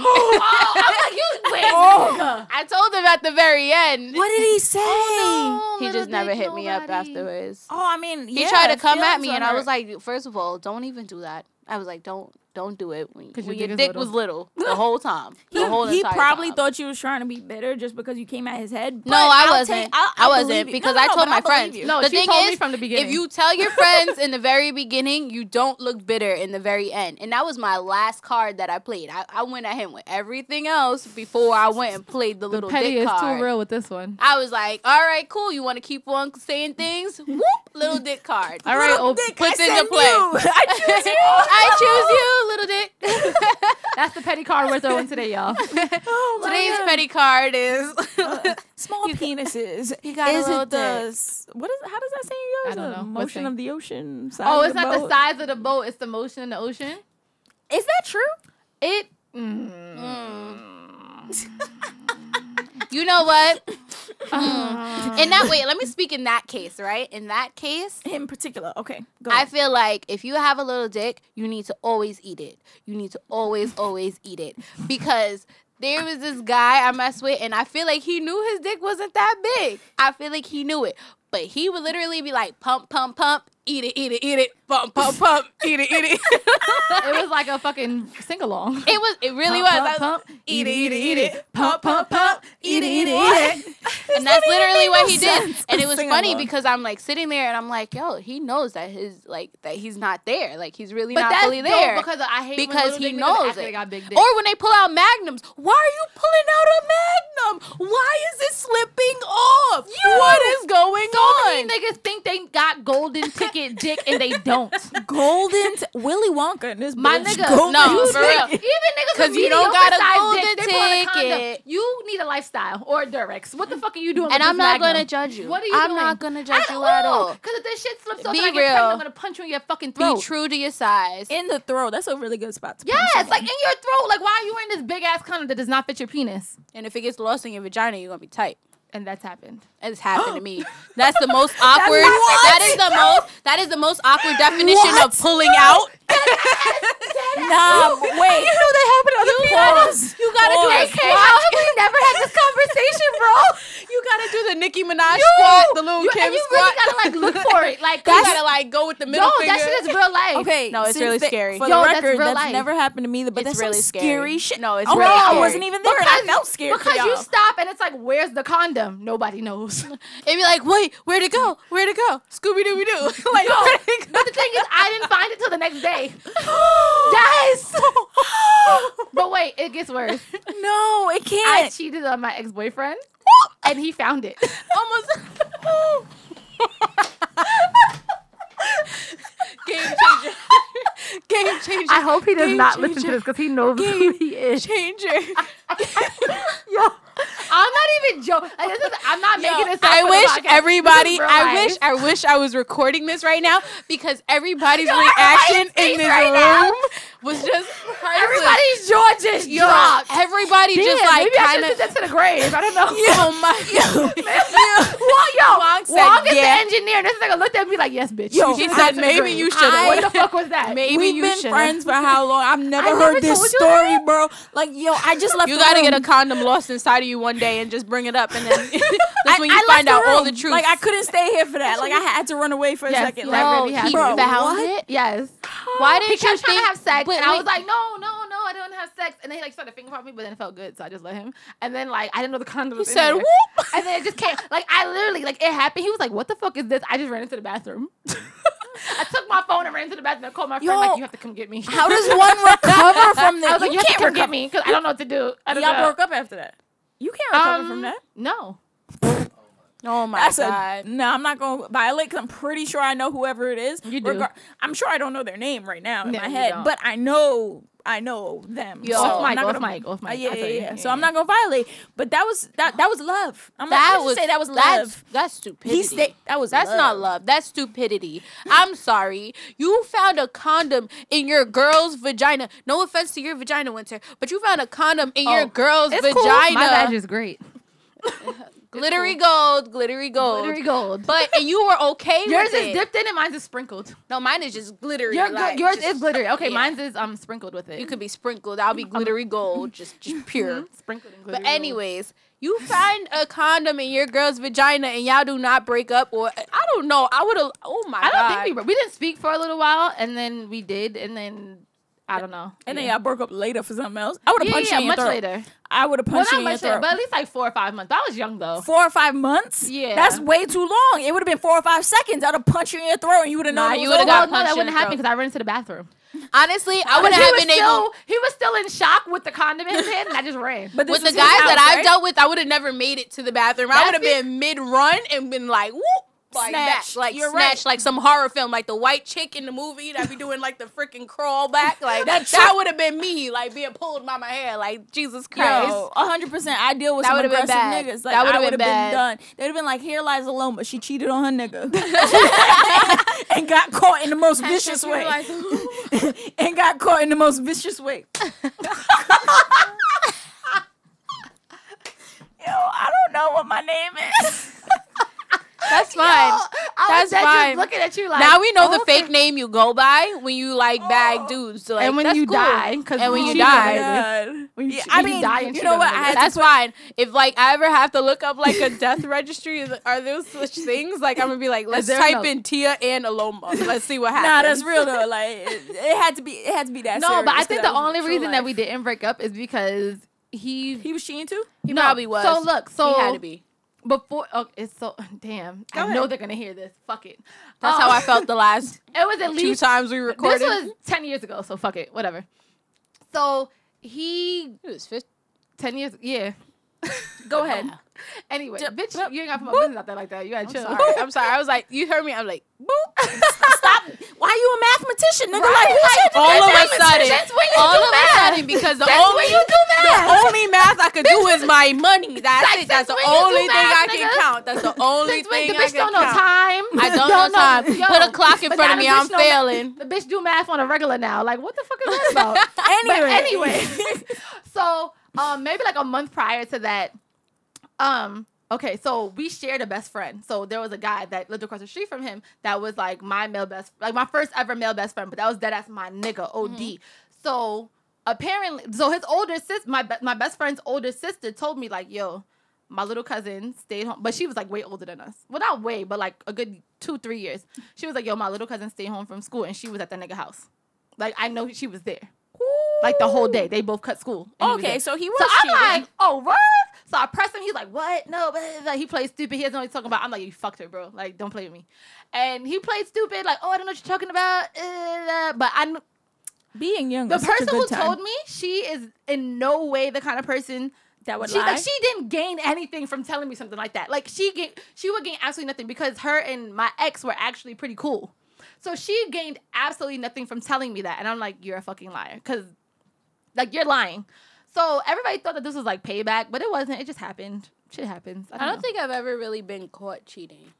[SPEAKER 5] Oh, I was like, you wait.
[SPEAKER 4] I told him at the very end.
[SPEAKER 2] What did he say? Oh,
[SPEAKER 4] He just never hit me up afterwards.
[SPEAKER 2] I mean,
[SPEAKER 4] He
[SPEAKER 2] yeah,
[SPEAKER 4] tried to come at
[SPEAKER 2] feelings
[SPEAKER 4] me,
[SPEAKER 2] were
[SPEAKER 4] and I
[SPEAKER 2] hurt.
[SPEAKER 4] was like, first of all, don't even do that. I was like, don't, don't do it when,
[SPEAKER 5] 'Cause
[SPEAKER 4] when
[SPEAKER 5] your
[SPEAKER 4] your,
[SPEAKER 5] dick is
[SPEAKER 4] dick
[SPEAKER 5] little.
[SPEAKER 4] was little the whole time. The
[SPEAKER 2] He,
[SPEAKER 4] whole
[SPEAKER 2] he
[SPEAKER 4] entire
[SPEAKER 2] probably
[SPEAKER 4] time.
[SPEAKER 2] thought you was trying to be bitter just because you came at his head. but
[SPEAKER 4] No, I
[SPEAKER 2] I'll
[SPEAKER 4] wasn't.
[SPEAKER 2] take-
[SPEAKER 4] I
[SPEAKER 2] I'll- I'll believe
[SPEAKER 4] wasn't
[SPEAKER 2] you.
[SPEAKER 4] because
[SPEAKER 2] No, no,
[SPEAKER 4] I
[SPEAKER 2] no,
[SPEAKER 4] told
[SPEAKER 2] but
[SPEAKER 4] my
[SPEAKER 2] I'll believe
[SPEAKER 4] friends.
[SPEAKER 2] you.
[SPEAKER 5] No,
[SPEAKER 4] the
[SPEAKER 5] she
[SPEAKER 4] thing
[SPEAKER 5] told me
[SPEAKER 4] is,
[SPEAKER 5] from the beginning.
[SPEAKER 4] If you tell your friends in the very beginning, you don't look bitter in the very end. And that was my last card that I played. I, I went at him with everything else before I went and played the,
[SPEAKER 5] The
[SPEAKER 4] little
[SPEAKER 5] petty
[SPEAKER 4] dick
[SPEAKER 5] is
[SPEAKER 4] card.
[SPEAKER 5] too real with this one.
[SPEAKER 4] I was like, all right, cool. You want to keep on saying things? Whoop, little dick card.
[SPEAKER 5] All right, oh,
[SPEAKER 2] Little
[SPEAKER 5] Oprah.
[SPEAKER 2] dick,
[SPEAKER 4] puts
[SPEAKER 2] I
[SPEAKER 4] into
[SPEAKER 2] send
[SPEAKER 4] play.
[SPEAKER 2] you. I choose you.
[SPEAKER 4] I choose you, little dick.
[SPEAKER 5] That's the petty card we're throwing today, y'all.
[SPEAKER 2] Oh, my
[SPEAKER 4] Today's
[SPEAKER 2] God.
[SPEAKER 4] petty card is
[SPEAKER 2] small penises.
[SPEAKER 4] You got a
[SPEAKER 2] is
[SPEAKER 4] little
[SPEAKER 2] it the s- what is? How does that say?
[SPEAKER 5] I
[SPEAKER 2] Yours?
[SPEAKER 5] don't
[SPEAKER 2] The
[SPEAKER 5] know. What
[SPEAKER 2] motion
[SPEAKER 5] thing?
[SPEAKER 2] of the ocean. Size
[SPEAKER 5] Oh,
[SPEAKER 2] of
[SPEAKER 5] it's not the
[SPEAKER 2] boat?
[SPEAKER 5] size of the boat; it's the motion in the ocean.
[SPEAKER 2] Is that true?
[SPEAKER 5] It.
[SPEAKER 4] You know what? Mm. In that way, let me speak in that case, right? In that case,
[SPEAKER 2] In particular. Okay. Go
[SPEAKER 4] I
[SPEAKER 2] ahead.
[SPEAKER 4] feel like if you have a little dick, you need to always eat it. You need to always, always eat it. Because there was this guy I messed with, and I feel like he knew his dick wasn't that big. I feel like he knew it. But he would literally be like, pump, pump, pump, eat it, eat it, eat it, pump, pump, pump, eat it, eat it.
[SPEAKER 5] It was like a fucking sing along.
[SPEAKER 4] It was, it really was. I was like,
[SPEAKER 5] Pump, pump, eat it, eat it, eat it. Pump, pump, pump, eat it, eat it, eat it.
[SPEAKER 4] and that's
[SPEAKER 2] even
[SPEAKER 4] literally
[SPEAKER 2] make
[SPEAKER 4] what
[SPEAKER 2] no
[SPEAKER 4] he did.
[SPEAKER 2] sense.
[SPEAKER 4] And it was
[SPEAKER 2] Sing
[SPEAKER 4] funny
[SPEAKER 2] along.
[SPEAKER 4] because I'm like sitting there and I'm like, yo, he knows that his like that he's not there. Like he's really
[SPEAKER 5] But
[SPEAKER 4] not
[SPEAKER 5] that's
[SPEAKER 4] fully
[SPEAKER 5] dope
[SPEAKER 4] there.
[SPEAKER 5] because I hate when
[SPEAKER 4] because
[SPEAKER 5] little
[SPEAKER 4] he
[SPEAKER 5] dick niggas
[SPEAKER 4] knows
[SPEAKER 5] act
[SPEAKER 4] it.
[SPEAKER 5] like they got big dick.
[SPEAKER 4] or when they pull out magnums, why are you pulling out a magnum? Why is it slipping off? What is going
[SPEAKER 5] so
[SPEAKER 4] on?
[SPEAKER 5] many niggas think they got golden ticket dick and they don't.
[SPEAKER 2] Golden t- Willy Wonka in this
[SPEAKER 5] My
[SPEAKER 2] bitch.
[SPEAKER 5] nigga,
[SPEAKER 2] Golden
[SPEAKER 4] no,
[SPEAKER 2] ticket.
[SPEAKER 4] for real.
[SPEAKER 5] Even niggas
[SPEAKER 4] Cause
[SPEAKER 5] because
[SPEAKER 4] you don't got a golden
[SPEAKER 5] dick, they put on a
[SPEAKER 4] ticket.
[SPEAKER 5] condom. You need a lifestyle or a Durex. What the fuck are you doing?
[SPEAKER 4] And
[SPEAKER 5] with
[SPEAKER 4] I'm
[SPEAKER 5] this
[SPEAKER 4] not gonna
[SPEAKER 5] Magnum?
[SPEAKER 4] judge you.
[SPEAKER 5] What are you
[SPEAKER 4] I'm
[SPEAKER 5] doing?
[SPEAKER 4] not gonna judge you at all.
[SPEAKER 5] Because if this shit slips off,
[SPEAKER 4] Be
[SPEAKER 5] and I get pregnant,
[SPEAKER 4] real.
[SPEAKER 5] I'm gonna punch you in your fucking
[SPEAKER 4] Be
[SPEAKER 5] throat.
[SPEAKER 4] true to your size.
[SPEAKER 2] in the throat. That's a really good spot. To punch
[SPEAKER 5] Yes,
[SPEAKER 2] someone.
[SPEAKER 5] like in your throat. Like why are you wearing this big ass condom that does not fit your penis?
[SPEAKER 4] and if it gets lost in your vagina, you're gonna be tight.
[SPEAKER 5] And that's happened.
[SPEAKER 4] It's happened to me. That's the most awkward. that is the most. That is the most awkward definition of pulling out.
[SPEAKER 2] nah, but wait. You know they happen to other
[SPEAKER 4] Pause. You gotta do the squat.
[SPEAKER 5] have we never had this conversation, bro?
[SPEAKER 4] You gotta do the Nicki Minaj squat, the little
[SPEAKER 5] you,
[SPEAKER 4] Kim
[SPEAKER 5] and you
[SPEAKER 4] squat.
[SPEAKER 5] really gotta like look for it. Like
[SPEAKER 4] you
[SPEAKER 5] that's-
[SPEAKER 4] gotta like go with the
[SPEAKER 5] yo,
[SPEAKER 4] middle finger.
[SPEAKER 5] that shit is real life.
[SPEAKER 2] Okay,
[SPEAKER 4] No, it's
[SPEAKER 2] since
[SPEAKER 4] really
[SPEAKER 2] they-
[SPEAKER 4] scary.
[SPEAKER 2] For
[SPEAKER 5] Yo,
[SPEAKER 2] the
[SPEAKER 5] that's
[SPEAKER 2] record,
[SPEAKER 5] real
[SPEAKER 2] that's
[SPEAKER 5] life.
[SPEAKER 2] never happened to me, but
[SPEAKER 4] It's
[SPEAKER 2] that's
[SPEAKER 4] really
[SPEAKER 2] really
[SPEAKER 4] scary.
[SPEAKER 2] scary shit.
[SPEAKER 4] No, it's
[SPEAKER 2] oh,
[SPEAKER 4] really
[SPEAKER 2] wow,
[SPEAKER 4] scary.
[SPEAKER 2] I wasn't even there.
[SPEAKER 5] Because-
[SPEAKER 2] and I felt scared. for
[SPEAKER 5] because you
[SPEAKER 2] y'all.
[SPEAKER 5] stop and it's like, where's the condom? Nobody knows.
[SPEAKER 4] It'd be like, wait, where'd it go? Where'd it go? Scooby Doo, we do. like,
[SPEAKER 5] Yo,
[SPEAKER 4] where'd it go?
[SPEAKER 5] but the thing is, I didn't find it till the next day. yes. but wait, it gets worse.
[SPEAKER 2] No, it
[SPEAKER 5] I
[SPEAKER 2] can't.
[SPEAKER 5] cheated on my ex boyfriend, and he found it.
[SPEAKER 4] almost. Game changer. Game changer.
[SPEAKER 5] I hope he does
[SPEAKER 4] Game
[SPEAKER 5] not listen to
[SPEAKER 4] changer.
[SPEAKER 5] this because he knows who he is.
[SPEAKER 4] Changer.
[SPEAKER 5] Yo, I'm not even joking. Like, this is- I'm not
[SPEAKER 4] Yo,
[SPEAKER 5] making this. Up
[SPEAKER 4] I
[SPEAKER 5] for the
[SPEAKER 4] wish
[SPEAKER 5] podcast. This is
[SPEAKER 4] everybody.
[SPEAKER 5] real
[SPEAKER 4] I
[SPEAKER 5] life.
[SPEAKER 4] wish. I wish I was recording this right now because everybody's
[SPEAKER 5] Yo,
[SPEAKER 4] reaction
[SPEAKER 5] everybody's face
[SPEAKER 4] in this
[SPEAKER 5] right
[SPEAKER 4] room
[SPEAKER 5] now.
[SPEAKER 4] was just. priceless.
[SPEAKER 5] everybody's jaw just
[SPEAKER 4] Yo,
[SPEAKER 5] dropped.
[SPEAKER 4] everybody
[SPEAKER 5] Damn,
[SPEAKER 4] just like
[SPEAKER 5] maybe I should
[SPEAKER 4] kind
[SPEAKER 5] send
[SPEAKER 4] of.
[SPEAKER 5] that to the grave. I don't know.
[SPEAKER 4] Oh my.
[SPEAKER 5] Well, yo,
[SPEAKER 4] Wong
[SPEAKER 5] Wong,
[SPEAKER 4] said,
[SPEAKER 5] is
[SPEAKER 4] "Yeah."
[SPEAKER 5] the engineer. And this nigga looked at me like, yes, bitch.
[SPEAKER 2] Yo,
[SPEAKER 5] You
[SPEAKER 2] he
[SPEAKER 5] should
[SPEAKER 4] said,
[SPEAKER 5] have sent it to the
[SPEAKER 4] "Maybe
[SPEAKER 5] grave."
[SPEAKER 4] you should've.
[SPEAKER 5] What the fuck was that?
[SPEAKER 4] Maybe
[SPEAKER 2] We've
[SPEAKER 4] you
[SPEAKER 2] been
[SPEAKER 4] should've.
[SPEAKER 2] friends for how long? I've never
[SPEAKER 5] never
[SPEAKER 2] heard this
[SPEAKER 5] told you
[SPEAKER 2] story,
[SPEAKER 5] that.
[SPEAKER 2] bro. Like, yo, I just left.
[SPEAKER 4] You
[SPEAKER 2] the
[SPEAKER 4] gotta get a
[SPEAKER 2] room.
[SPEAKER 4] condom lost inside of you one day and just bring it up, and then that's
[SPEAKER 2] I-
[SPEAKER 4] when you
[SPEAKER 2] I left
[SPEAKER 4] find out
[SPEAKER 2] room.
[SPEAKER 4] all the truth.
[SPEAKER 2] Like, I couldn't stay here for that. Like, I had to run away for a
[SPEAKER 5] Yes,
[SPEAKER 2] second.
[SPEAKER 5] no,
[SPEAKER 2] Like,
[SPEAKER 5] that really
[SPEAKER 4] he
[SPEAKER 5] happened.
[SPEAKER 2] Bro,
[SPEAKER 4] found
[SPEAKER 2] what?
[SPEAKER 4] it.
[SPEAKER 5] Yes.
[SPEAKER 4] Why did
[SPEAKER 5] He
[SPEAKER 4] you
[SPEAKER 5] kept trying
[SPEAKER 4] think-
[SPEAKER 5] to have sex,
[SPEAKER 4] But
[SPEAKER 5] and I
[SPEAKER 4] wait,
[SPEAKER 5] was like, no, no, no, I don't have sex. And then he like started finger popping me, but then it felt good, so I just let him. And then like I didn't know the
[SPEAKER 4] He
[SPEAKER 5] condom. was in
[SPEAKER 4] said,
[SPEAKER 5] there.
[SPEAKER 4] "Whoop."
[SPEAKER 5] And then it just came. Like I literally like it happened. He was like, what the fuck is this? I just ran into the bathroom. I took my phone and ran into the bathroom. I called my friend
[SPEAKER 2] Yo,
[SPEAKER 5] like, you have to come get me.
[SPEAKER 2] How does one recover from
[SPEAKER 5] I
[SPEAKER 2] that?
[SPEAKER 5] was like,
[SPEAKER 2] you
[SPEAKER 5] you, have to
[SPEAKER 2] can't
[SPEAKER 5] come
[SPEAKER 2] recover.
[SPEAKER 5] get me because I don't know what to do. I don't
[SPEAKER 2] Y'all
[SPEAKER 5] know.
[SPEAKER 2] broke up after that. You can't recover
[SPEAKER 5] Um,
[SPEAKER 2] from that.
[SPEAKER 5] No.
[SPEAKER 4] oh my
[SPEAKER 2] That's
[SPEAKER 4] god.
[SPEAKER 2] a no. I'm not going to violate because I'm pretty sure I know whoever it is.
[SPEAKER 5] You do.
[SPEAKER 2] I'm sure I don't know their name right now in
[SPEAKER 5] No,
[SPEAKER 2] my
[SPEAKER 5] you
[SPEAKER 2] head,
[SPEAKER 5] don't.
[SPEAKER 2] but I know I know them.
[SPEAKER 4] Yo.
[SPEAKER 2] so
[SPEAKER 4] Off
[SPEAKER 2] I'm
[SPEAKER 5] mic,
[SPEAKER 2] not
[SPEAKER 5] off
[SPEAKER 2] gonna-
[SPEAKER 5] mic, off
[SPEAKER 2] Uh,
[SPEAKER 5] mic.
[SPEAKER 2] yeah,
[SPEAKER 5] I'll
[SPEAKER 2] yeah,
[SPEAKER 5] tell
[SPEAKER 2] yeah,
[SPEAKER 5] you, yeah,
[SPEAKER 2] So
[SPEAKER 5] yeah.
[SPEAKER 2] I'm not gonna violate. But that was that that was love. I'm not
[SPEAKER 4] That
[SPEAKER 2] gonna
[SPEAKER 4] was
[SPEAKER 2] say that was
[SPEAKER 4] that's-
[SPEAKER 2] love.
[SPEAKER 4] That's stupidity.
[SPEAKER 2] He stayed. That was
[SPEAKER 4] That's not love. That's stupidity. I'm sorry. You found a condom in your girl's vagina. No offense to your vagina, Winter, but you found a condom in your
[SPEAKER 5] Oh,
[SPEAKER 4] girl's
[SPEAKER 5] It's cool. My badge
[SPEAKER 4] vagina.
[SPEAKER 5] is great.
[SPEAKER 4] glittery gold, glittery gold.
[SPEAKER 5] Glittery gold.
[SPEAKER 4] But and you were okay
[SPEAKER 5] yours
[SPEAKER 4] with
[SPEAKER 5] is
[SPEAKER 4] it.
[SPEAKER 5] dipped in and mine's is sprinkled.
[SPEAKER 4] No, mine is just glittery.
[SPEAKER 5] Your,
[SPEAKER 4] like,
[SPEAKER 5] yours
[SPEAKER 4] just-
[SPEAKER 5] is glittery. Okay,
[SPEAKER 4] yeah.
[SPEAKER 5] mine's is um sprinkled with it.
[SPEAKER 4] You could be sprinkled. I'll be glittery gold, just just
[SPEAKER 5] Mm-hmm.
[SPEAKER 4] pure.
[SPEAKER 5] sprinkled and glittery.
[SPEAKER 4] But anyways, you find a condom in your girl's vagina and y'all do not break up or I don't know. I would have oh my
[SPEAKER 5] I
[SPEAKER 4] god.
[SPEAKER 5] don't think we we didn't speak for a little while, and then we did, and then I don't know.
[SPEAKER 2] And then
[SPEAKER 5] yeah.
[SPEAKER 2] y'all broke up later for something else. I would have
[SPEAKER 5] Yeah,
[SPEAKER 2] punched
[SPEAKER 5] yeah,
[SPEAKER 2] you in your
[SPEAKER 5] much
[SPEAKER 2] throat.
[SPEAKER 5] later.
[SPEAKER 2] I would have
[SPEAKER 5] Well,
[SPEAKER 2] punched
[SPEAKER 5] not
[SPEAKER 2] you in your
[SPEAKER 5] much later,
[SPEAKER 2] throat.
[SPEAKER 5] but at least like four or five months. I was young though.
[SPEAKER 2] Four or five months?
[SPEAKER 5] Yeah.
[SPEAKER 2] That's way too long. It would have been four or five seconds. I'd have punched you in your throat and you would have known.
[SPEAKER 4] Nah,
[SPEAKER 2] it
[SPEAKER 4] you
[SPEAKER 2] was
[SPEAKER 4] would've
[SPEAKER 2] over.
[SPEAKER 5] well,
[SPEAKER 4] got
[SPEAKER 5] no,
[SPEAKER 4] punched
[SPEAKER 5] that
[SPEAKER 4] in
[SPEAKER 5] wouldn't
[SPEAKER 4] the
[SPEAKER 5] happen
[SPEAKER 4] throat.
[SPEAKER 5] because I ran into the bathroom.
[SPEAKER 4] Honestly, I
[SPEAKER 5] But
[SPEAKER 4] wouldn't
[SPEAKER 5] he
[SPEAKER 4] have
[SPEAKER 5] was
[SPEAKER 4] been able
[SPEAKER 5] still- He was still in shock with the condom in his hand, and I just ran.
[SPEAKER 2] But this
[SPEAKER 4] with the
[SPEAKER 2] was
[SPEAKER 4] guys
[SPEAKER 2] his house,
[SPEAKER 4] that I've
[SPEAKER 2] right?
[SPEAKER 4] dealt with, I would have never made it to the bathroom. I
[SPEAKER 5] That's
[SPEAKER 4] would have
[SPEAKER 5] it.
[SPEAKER 4] been mid run and been like whoop. Like
[SPEAKER 2] Snatch.
[SPEAKER 4] that, like
[SPEAKER 2] You're
[SPEAKER 4] snatch,
[SPEAKER 2] right.
[SPEAKER 4] like some horror film, like the white chick in the movie that be doing like the freaking crawl back, like that.
[SPEAKER 2] That
[SPEAKER 4] would have been me, like being pulled by my hair, like Jesus Christ.
[SPEAKER 2] Yo, a hundred percent. I deal with
[SPEAKER 4] That
[SPEAKER 2] some
[SPEAKER 4] would've been
[SPEAKER 2] aggressive
[SPEAKER 4] bad.
[SPEAKER 2] niggas. Like
[SPEAKER 4] That
[SPEAKER 2] I
[SPEAKER 4] would've
[SPEAKER 2] would
[SPEAKER 4] been
[SPEAKER 2] have been,
[SPEAKER 4] bad.
[SPEAKER 2] done. They'd have been like, "Here lies Aloma. She cheated on her nigga and got caught in the most vicious
[SPEAKER 4] you
[SPEAKER 2] way,
[SPEAKER 4] realize-
[SPEAKER 2] and got caught in the most vicious way." Yo, I don't know what my name is.
[SPEAKER 4] That's fine.
[SPEAKER 5] I
[SPEAKER 4] That's
[SPEAKER 5] was dead
[SPEAKER 4] fine.
[SPEAKER 5] Just looking at you like
[SPEAKER 4] now we know the
[SPEAKER 5] okay.
[SPEAKER 4] fake name you go by when you like bag dudes. So, like,
[SPEAKER 5] Oh. And when
[SPEAKER 4] that's
[SPEAKER 5] you
[SPEAKER 4] cool.
[SPEAKER 5] die, 'cause
[SPEAKER 4] and when
[SPEAKER 5] we
[SPEAKER 4] you
[SPEAKER 5] cheated on
[SPEAKER 4] die,
[SPEAKER 5] you.
[SPEAKER 2] Oh God.
[SPEAKER 5] When you
[SPEAKER 2] Yeah,
[SPEAKER 5] ch-
[SPEAKER 2] I
[SPEAKER 5] when you
[SPEAKER 2] mean,
[SPEAKER 5] die and
[SPEAKER 2] you
[SPEAKER 5] cheat
[SPEAKER 2] know
[SPEAKER 5] on
[SPEAKER 2] what?
[SPEAKER 5] a
[SPEAKER 2] I
[SPEAKER 5] nigga.
[SPEAKER 2] had to
[SPEAKER 4] that's fine. If like I ever have to look up like a death registry, is- are there such things? Like I'm gonna be like, let's
[SPEAKER 5] there
[SPEAKER 4] type
[SPEAKER 5] no-
[SPEAKER 4] in Tia and Aloma. Let's see what happens.
[SPEAKER 2] Nah, that's real though. Like it, it had to be. It had to be that.
[SPEAKER 5] No, but I
[SPEAKER 2] serious,
[SPEAKER 5] think
[SPEAKER 2] 'cause
[SPEAKER 5] the
[SPEAKER 2] was
[SPEAKER 5] only
[SPEAKER 2] true
[SPEAKER 5] reason that we
[SPEAKER 2] life.
[SPEAKER 5] didn't break up is because he
[SPEAKER 2] He was cheating too.
[SPEAKER 4] He probably was.
[SPEAKER 5] So look, so
[SPEAKER 4] he had to be.
[SPEAKER 5] before oh, it's so damn. I
[SPEAKER 2] Go
[SPEAKER 5] know
[SPEAKER 2] ahead.
[SPEAKER 5] they're gonna hear this. Fuck it.
[SPEAKER 4] That's
[SPEAKER 5] Um,
[SPEAKER 4] how I felt the last
[SPEAKER 5] It was at
[SPEAKER 4] two
[SPEAKER 5] least
[SPEAKER 4] times we
[SPEAKER 5] this
[SPEAKER 4] recorded.
[SPEAKER 5] was ten years ago, so fuck it, whatever. So he
[SPEAKER 4] it was fif-
[SPEAKER 5] ten years, yeah. Go ahead. Anyway,
[SPEAKER 2] D-
[SPEAKER 5] bitch,
[SPEAKER 2] boop,
[SPEAKER 5] you ain't got to put my business out there like that. You gotta
[SPEAKER 4] I'm
[SPEAKER 5] chill.
[SPEAKER 4] sorry. I'm sorry. I was like, you heard me. I'm like,
[SPEAKER 2] Stop. Why you a mathematician, nigga?
[SPEAKER 5] Right,
[SPEAKER 2] Like,
[SPEAKER 5] like,
[SPEAKER 2] who
[SPEAKER 4] all of a
[SPEAKER 5] that's-
[SPEAKER 4] sudden,
[SPEAKER 5] that's when you
[SPEAKER 4] all
[SPEAKER 5] do
[SPEAKER 4] of
[SPEAKER 5] math.
[SPEAKER 4] a sudden, because the
[SPEAKER 5] That's
[SPEAKER 4] only
[SPEAKER 5] when you do math.
[SPEAKER 4] the only math I could do is my money. That's
[SPEAKER 5] Like,
[SPEAKER 4] it. That's
[SPEAKER 5] since
[SPEAKER 4] the
[SPEAKER 5] when you do
[SPEAKER 4] only thing
[SPEAKER 5] math,
[SPEAKER 4] I can
[SPEAKER 5] nigga?
[SPEAKER 4] count. That's the only
[SPEAKER 5] Since when
[SPEAKER 4] thing
[SPEAKER 5] the
[SPEAKER 4] I
[SPEAKER 5] bitch
[SPEAKER 4] can
[SPEAKER 5] don't know
[SPEAKER 4] count.
[SPEAKER 5] time.
[SPEAKER 4] I don't know time. Put a clock in
[SPEAKER 5] but
[SPEAKER 4] front of
[SPEAKER 5] now the
[SPEAKER 4] me,
[SPEAKER 5] bitch
[SPEAKER 4] I'm
[SPEAKER 5] don't know-
[SPEAKER 4] failing.
[SPEAKER 5] The bitch do math on a regular now. Like, what the fuck is that about?
[SPEAKER 2] Anyway.
[SPEAKER 5] anyway, so um, maybe like a month prior to that, um, okay, so we shared a best friend. So there was a guy that lived across the street from him that was like my male best, like my first ever male best friend, but that was dead ass my nigga, OD. So apparently, so his older sis, my be- my best friend's older sister, told me like, yo. My little cousin stayed home, but she was like way older than us. Well, not way, but like a good two, three years. She was like, "Yo, my little cousin stayed home from school, and she was at that nigga house. Like, I know she was there like the whole day. They both cut school. and he was
[SPEAKER 2] Okay,
[SPEAKER 5] there.
[SPEAKER 2] so he was
[SPEAKER 5] so I'm
[SPEAKER 2] cheating.
[SPEAKER 5] like, oh what? So I press him. He's like, what? No, but like, he plays stupid. He doesn't know what he's talking about. I'm like, you fucked her, bro. Like, don't play with me. And he played stupid. Like, oh, I don't know what you're talking about. Uh, but I, kn-
[SPEAKER 2] being young.
[SPEAKER 5] the
[SPEAKER 2] was such a
[SPEAKER 5] person who
[SPEAKER 2] good time.
[SPEAKER 5] told me, she is in no way the kind of person
[SPEAKER 2] that would
[SPEAKER 5] she
[SPEAKER 2] lie.
[SPEAKER 5] like she didn't gain anything from telling me something like that. Like she gain, she would gain absolutely nothing because her and my ex were actually pretty cool. So she gained absolutely nothing from telling me that, and I'm like, you're a fucking liar, because like you're lying. So everybody thought that this was like payback, but it wasn't. It just happened. Shit happens. I don't,
[SPEAKER 4] I don't
[SPEAKER 5] know.
[SPEAKER 4] think I've ever really been caught cheating.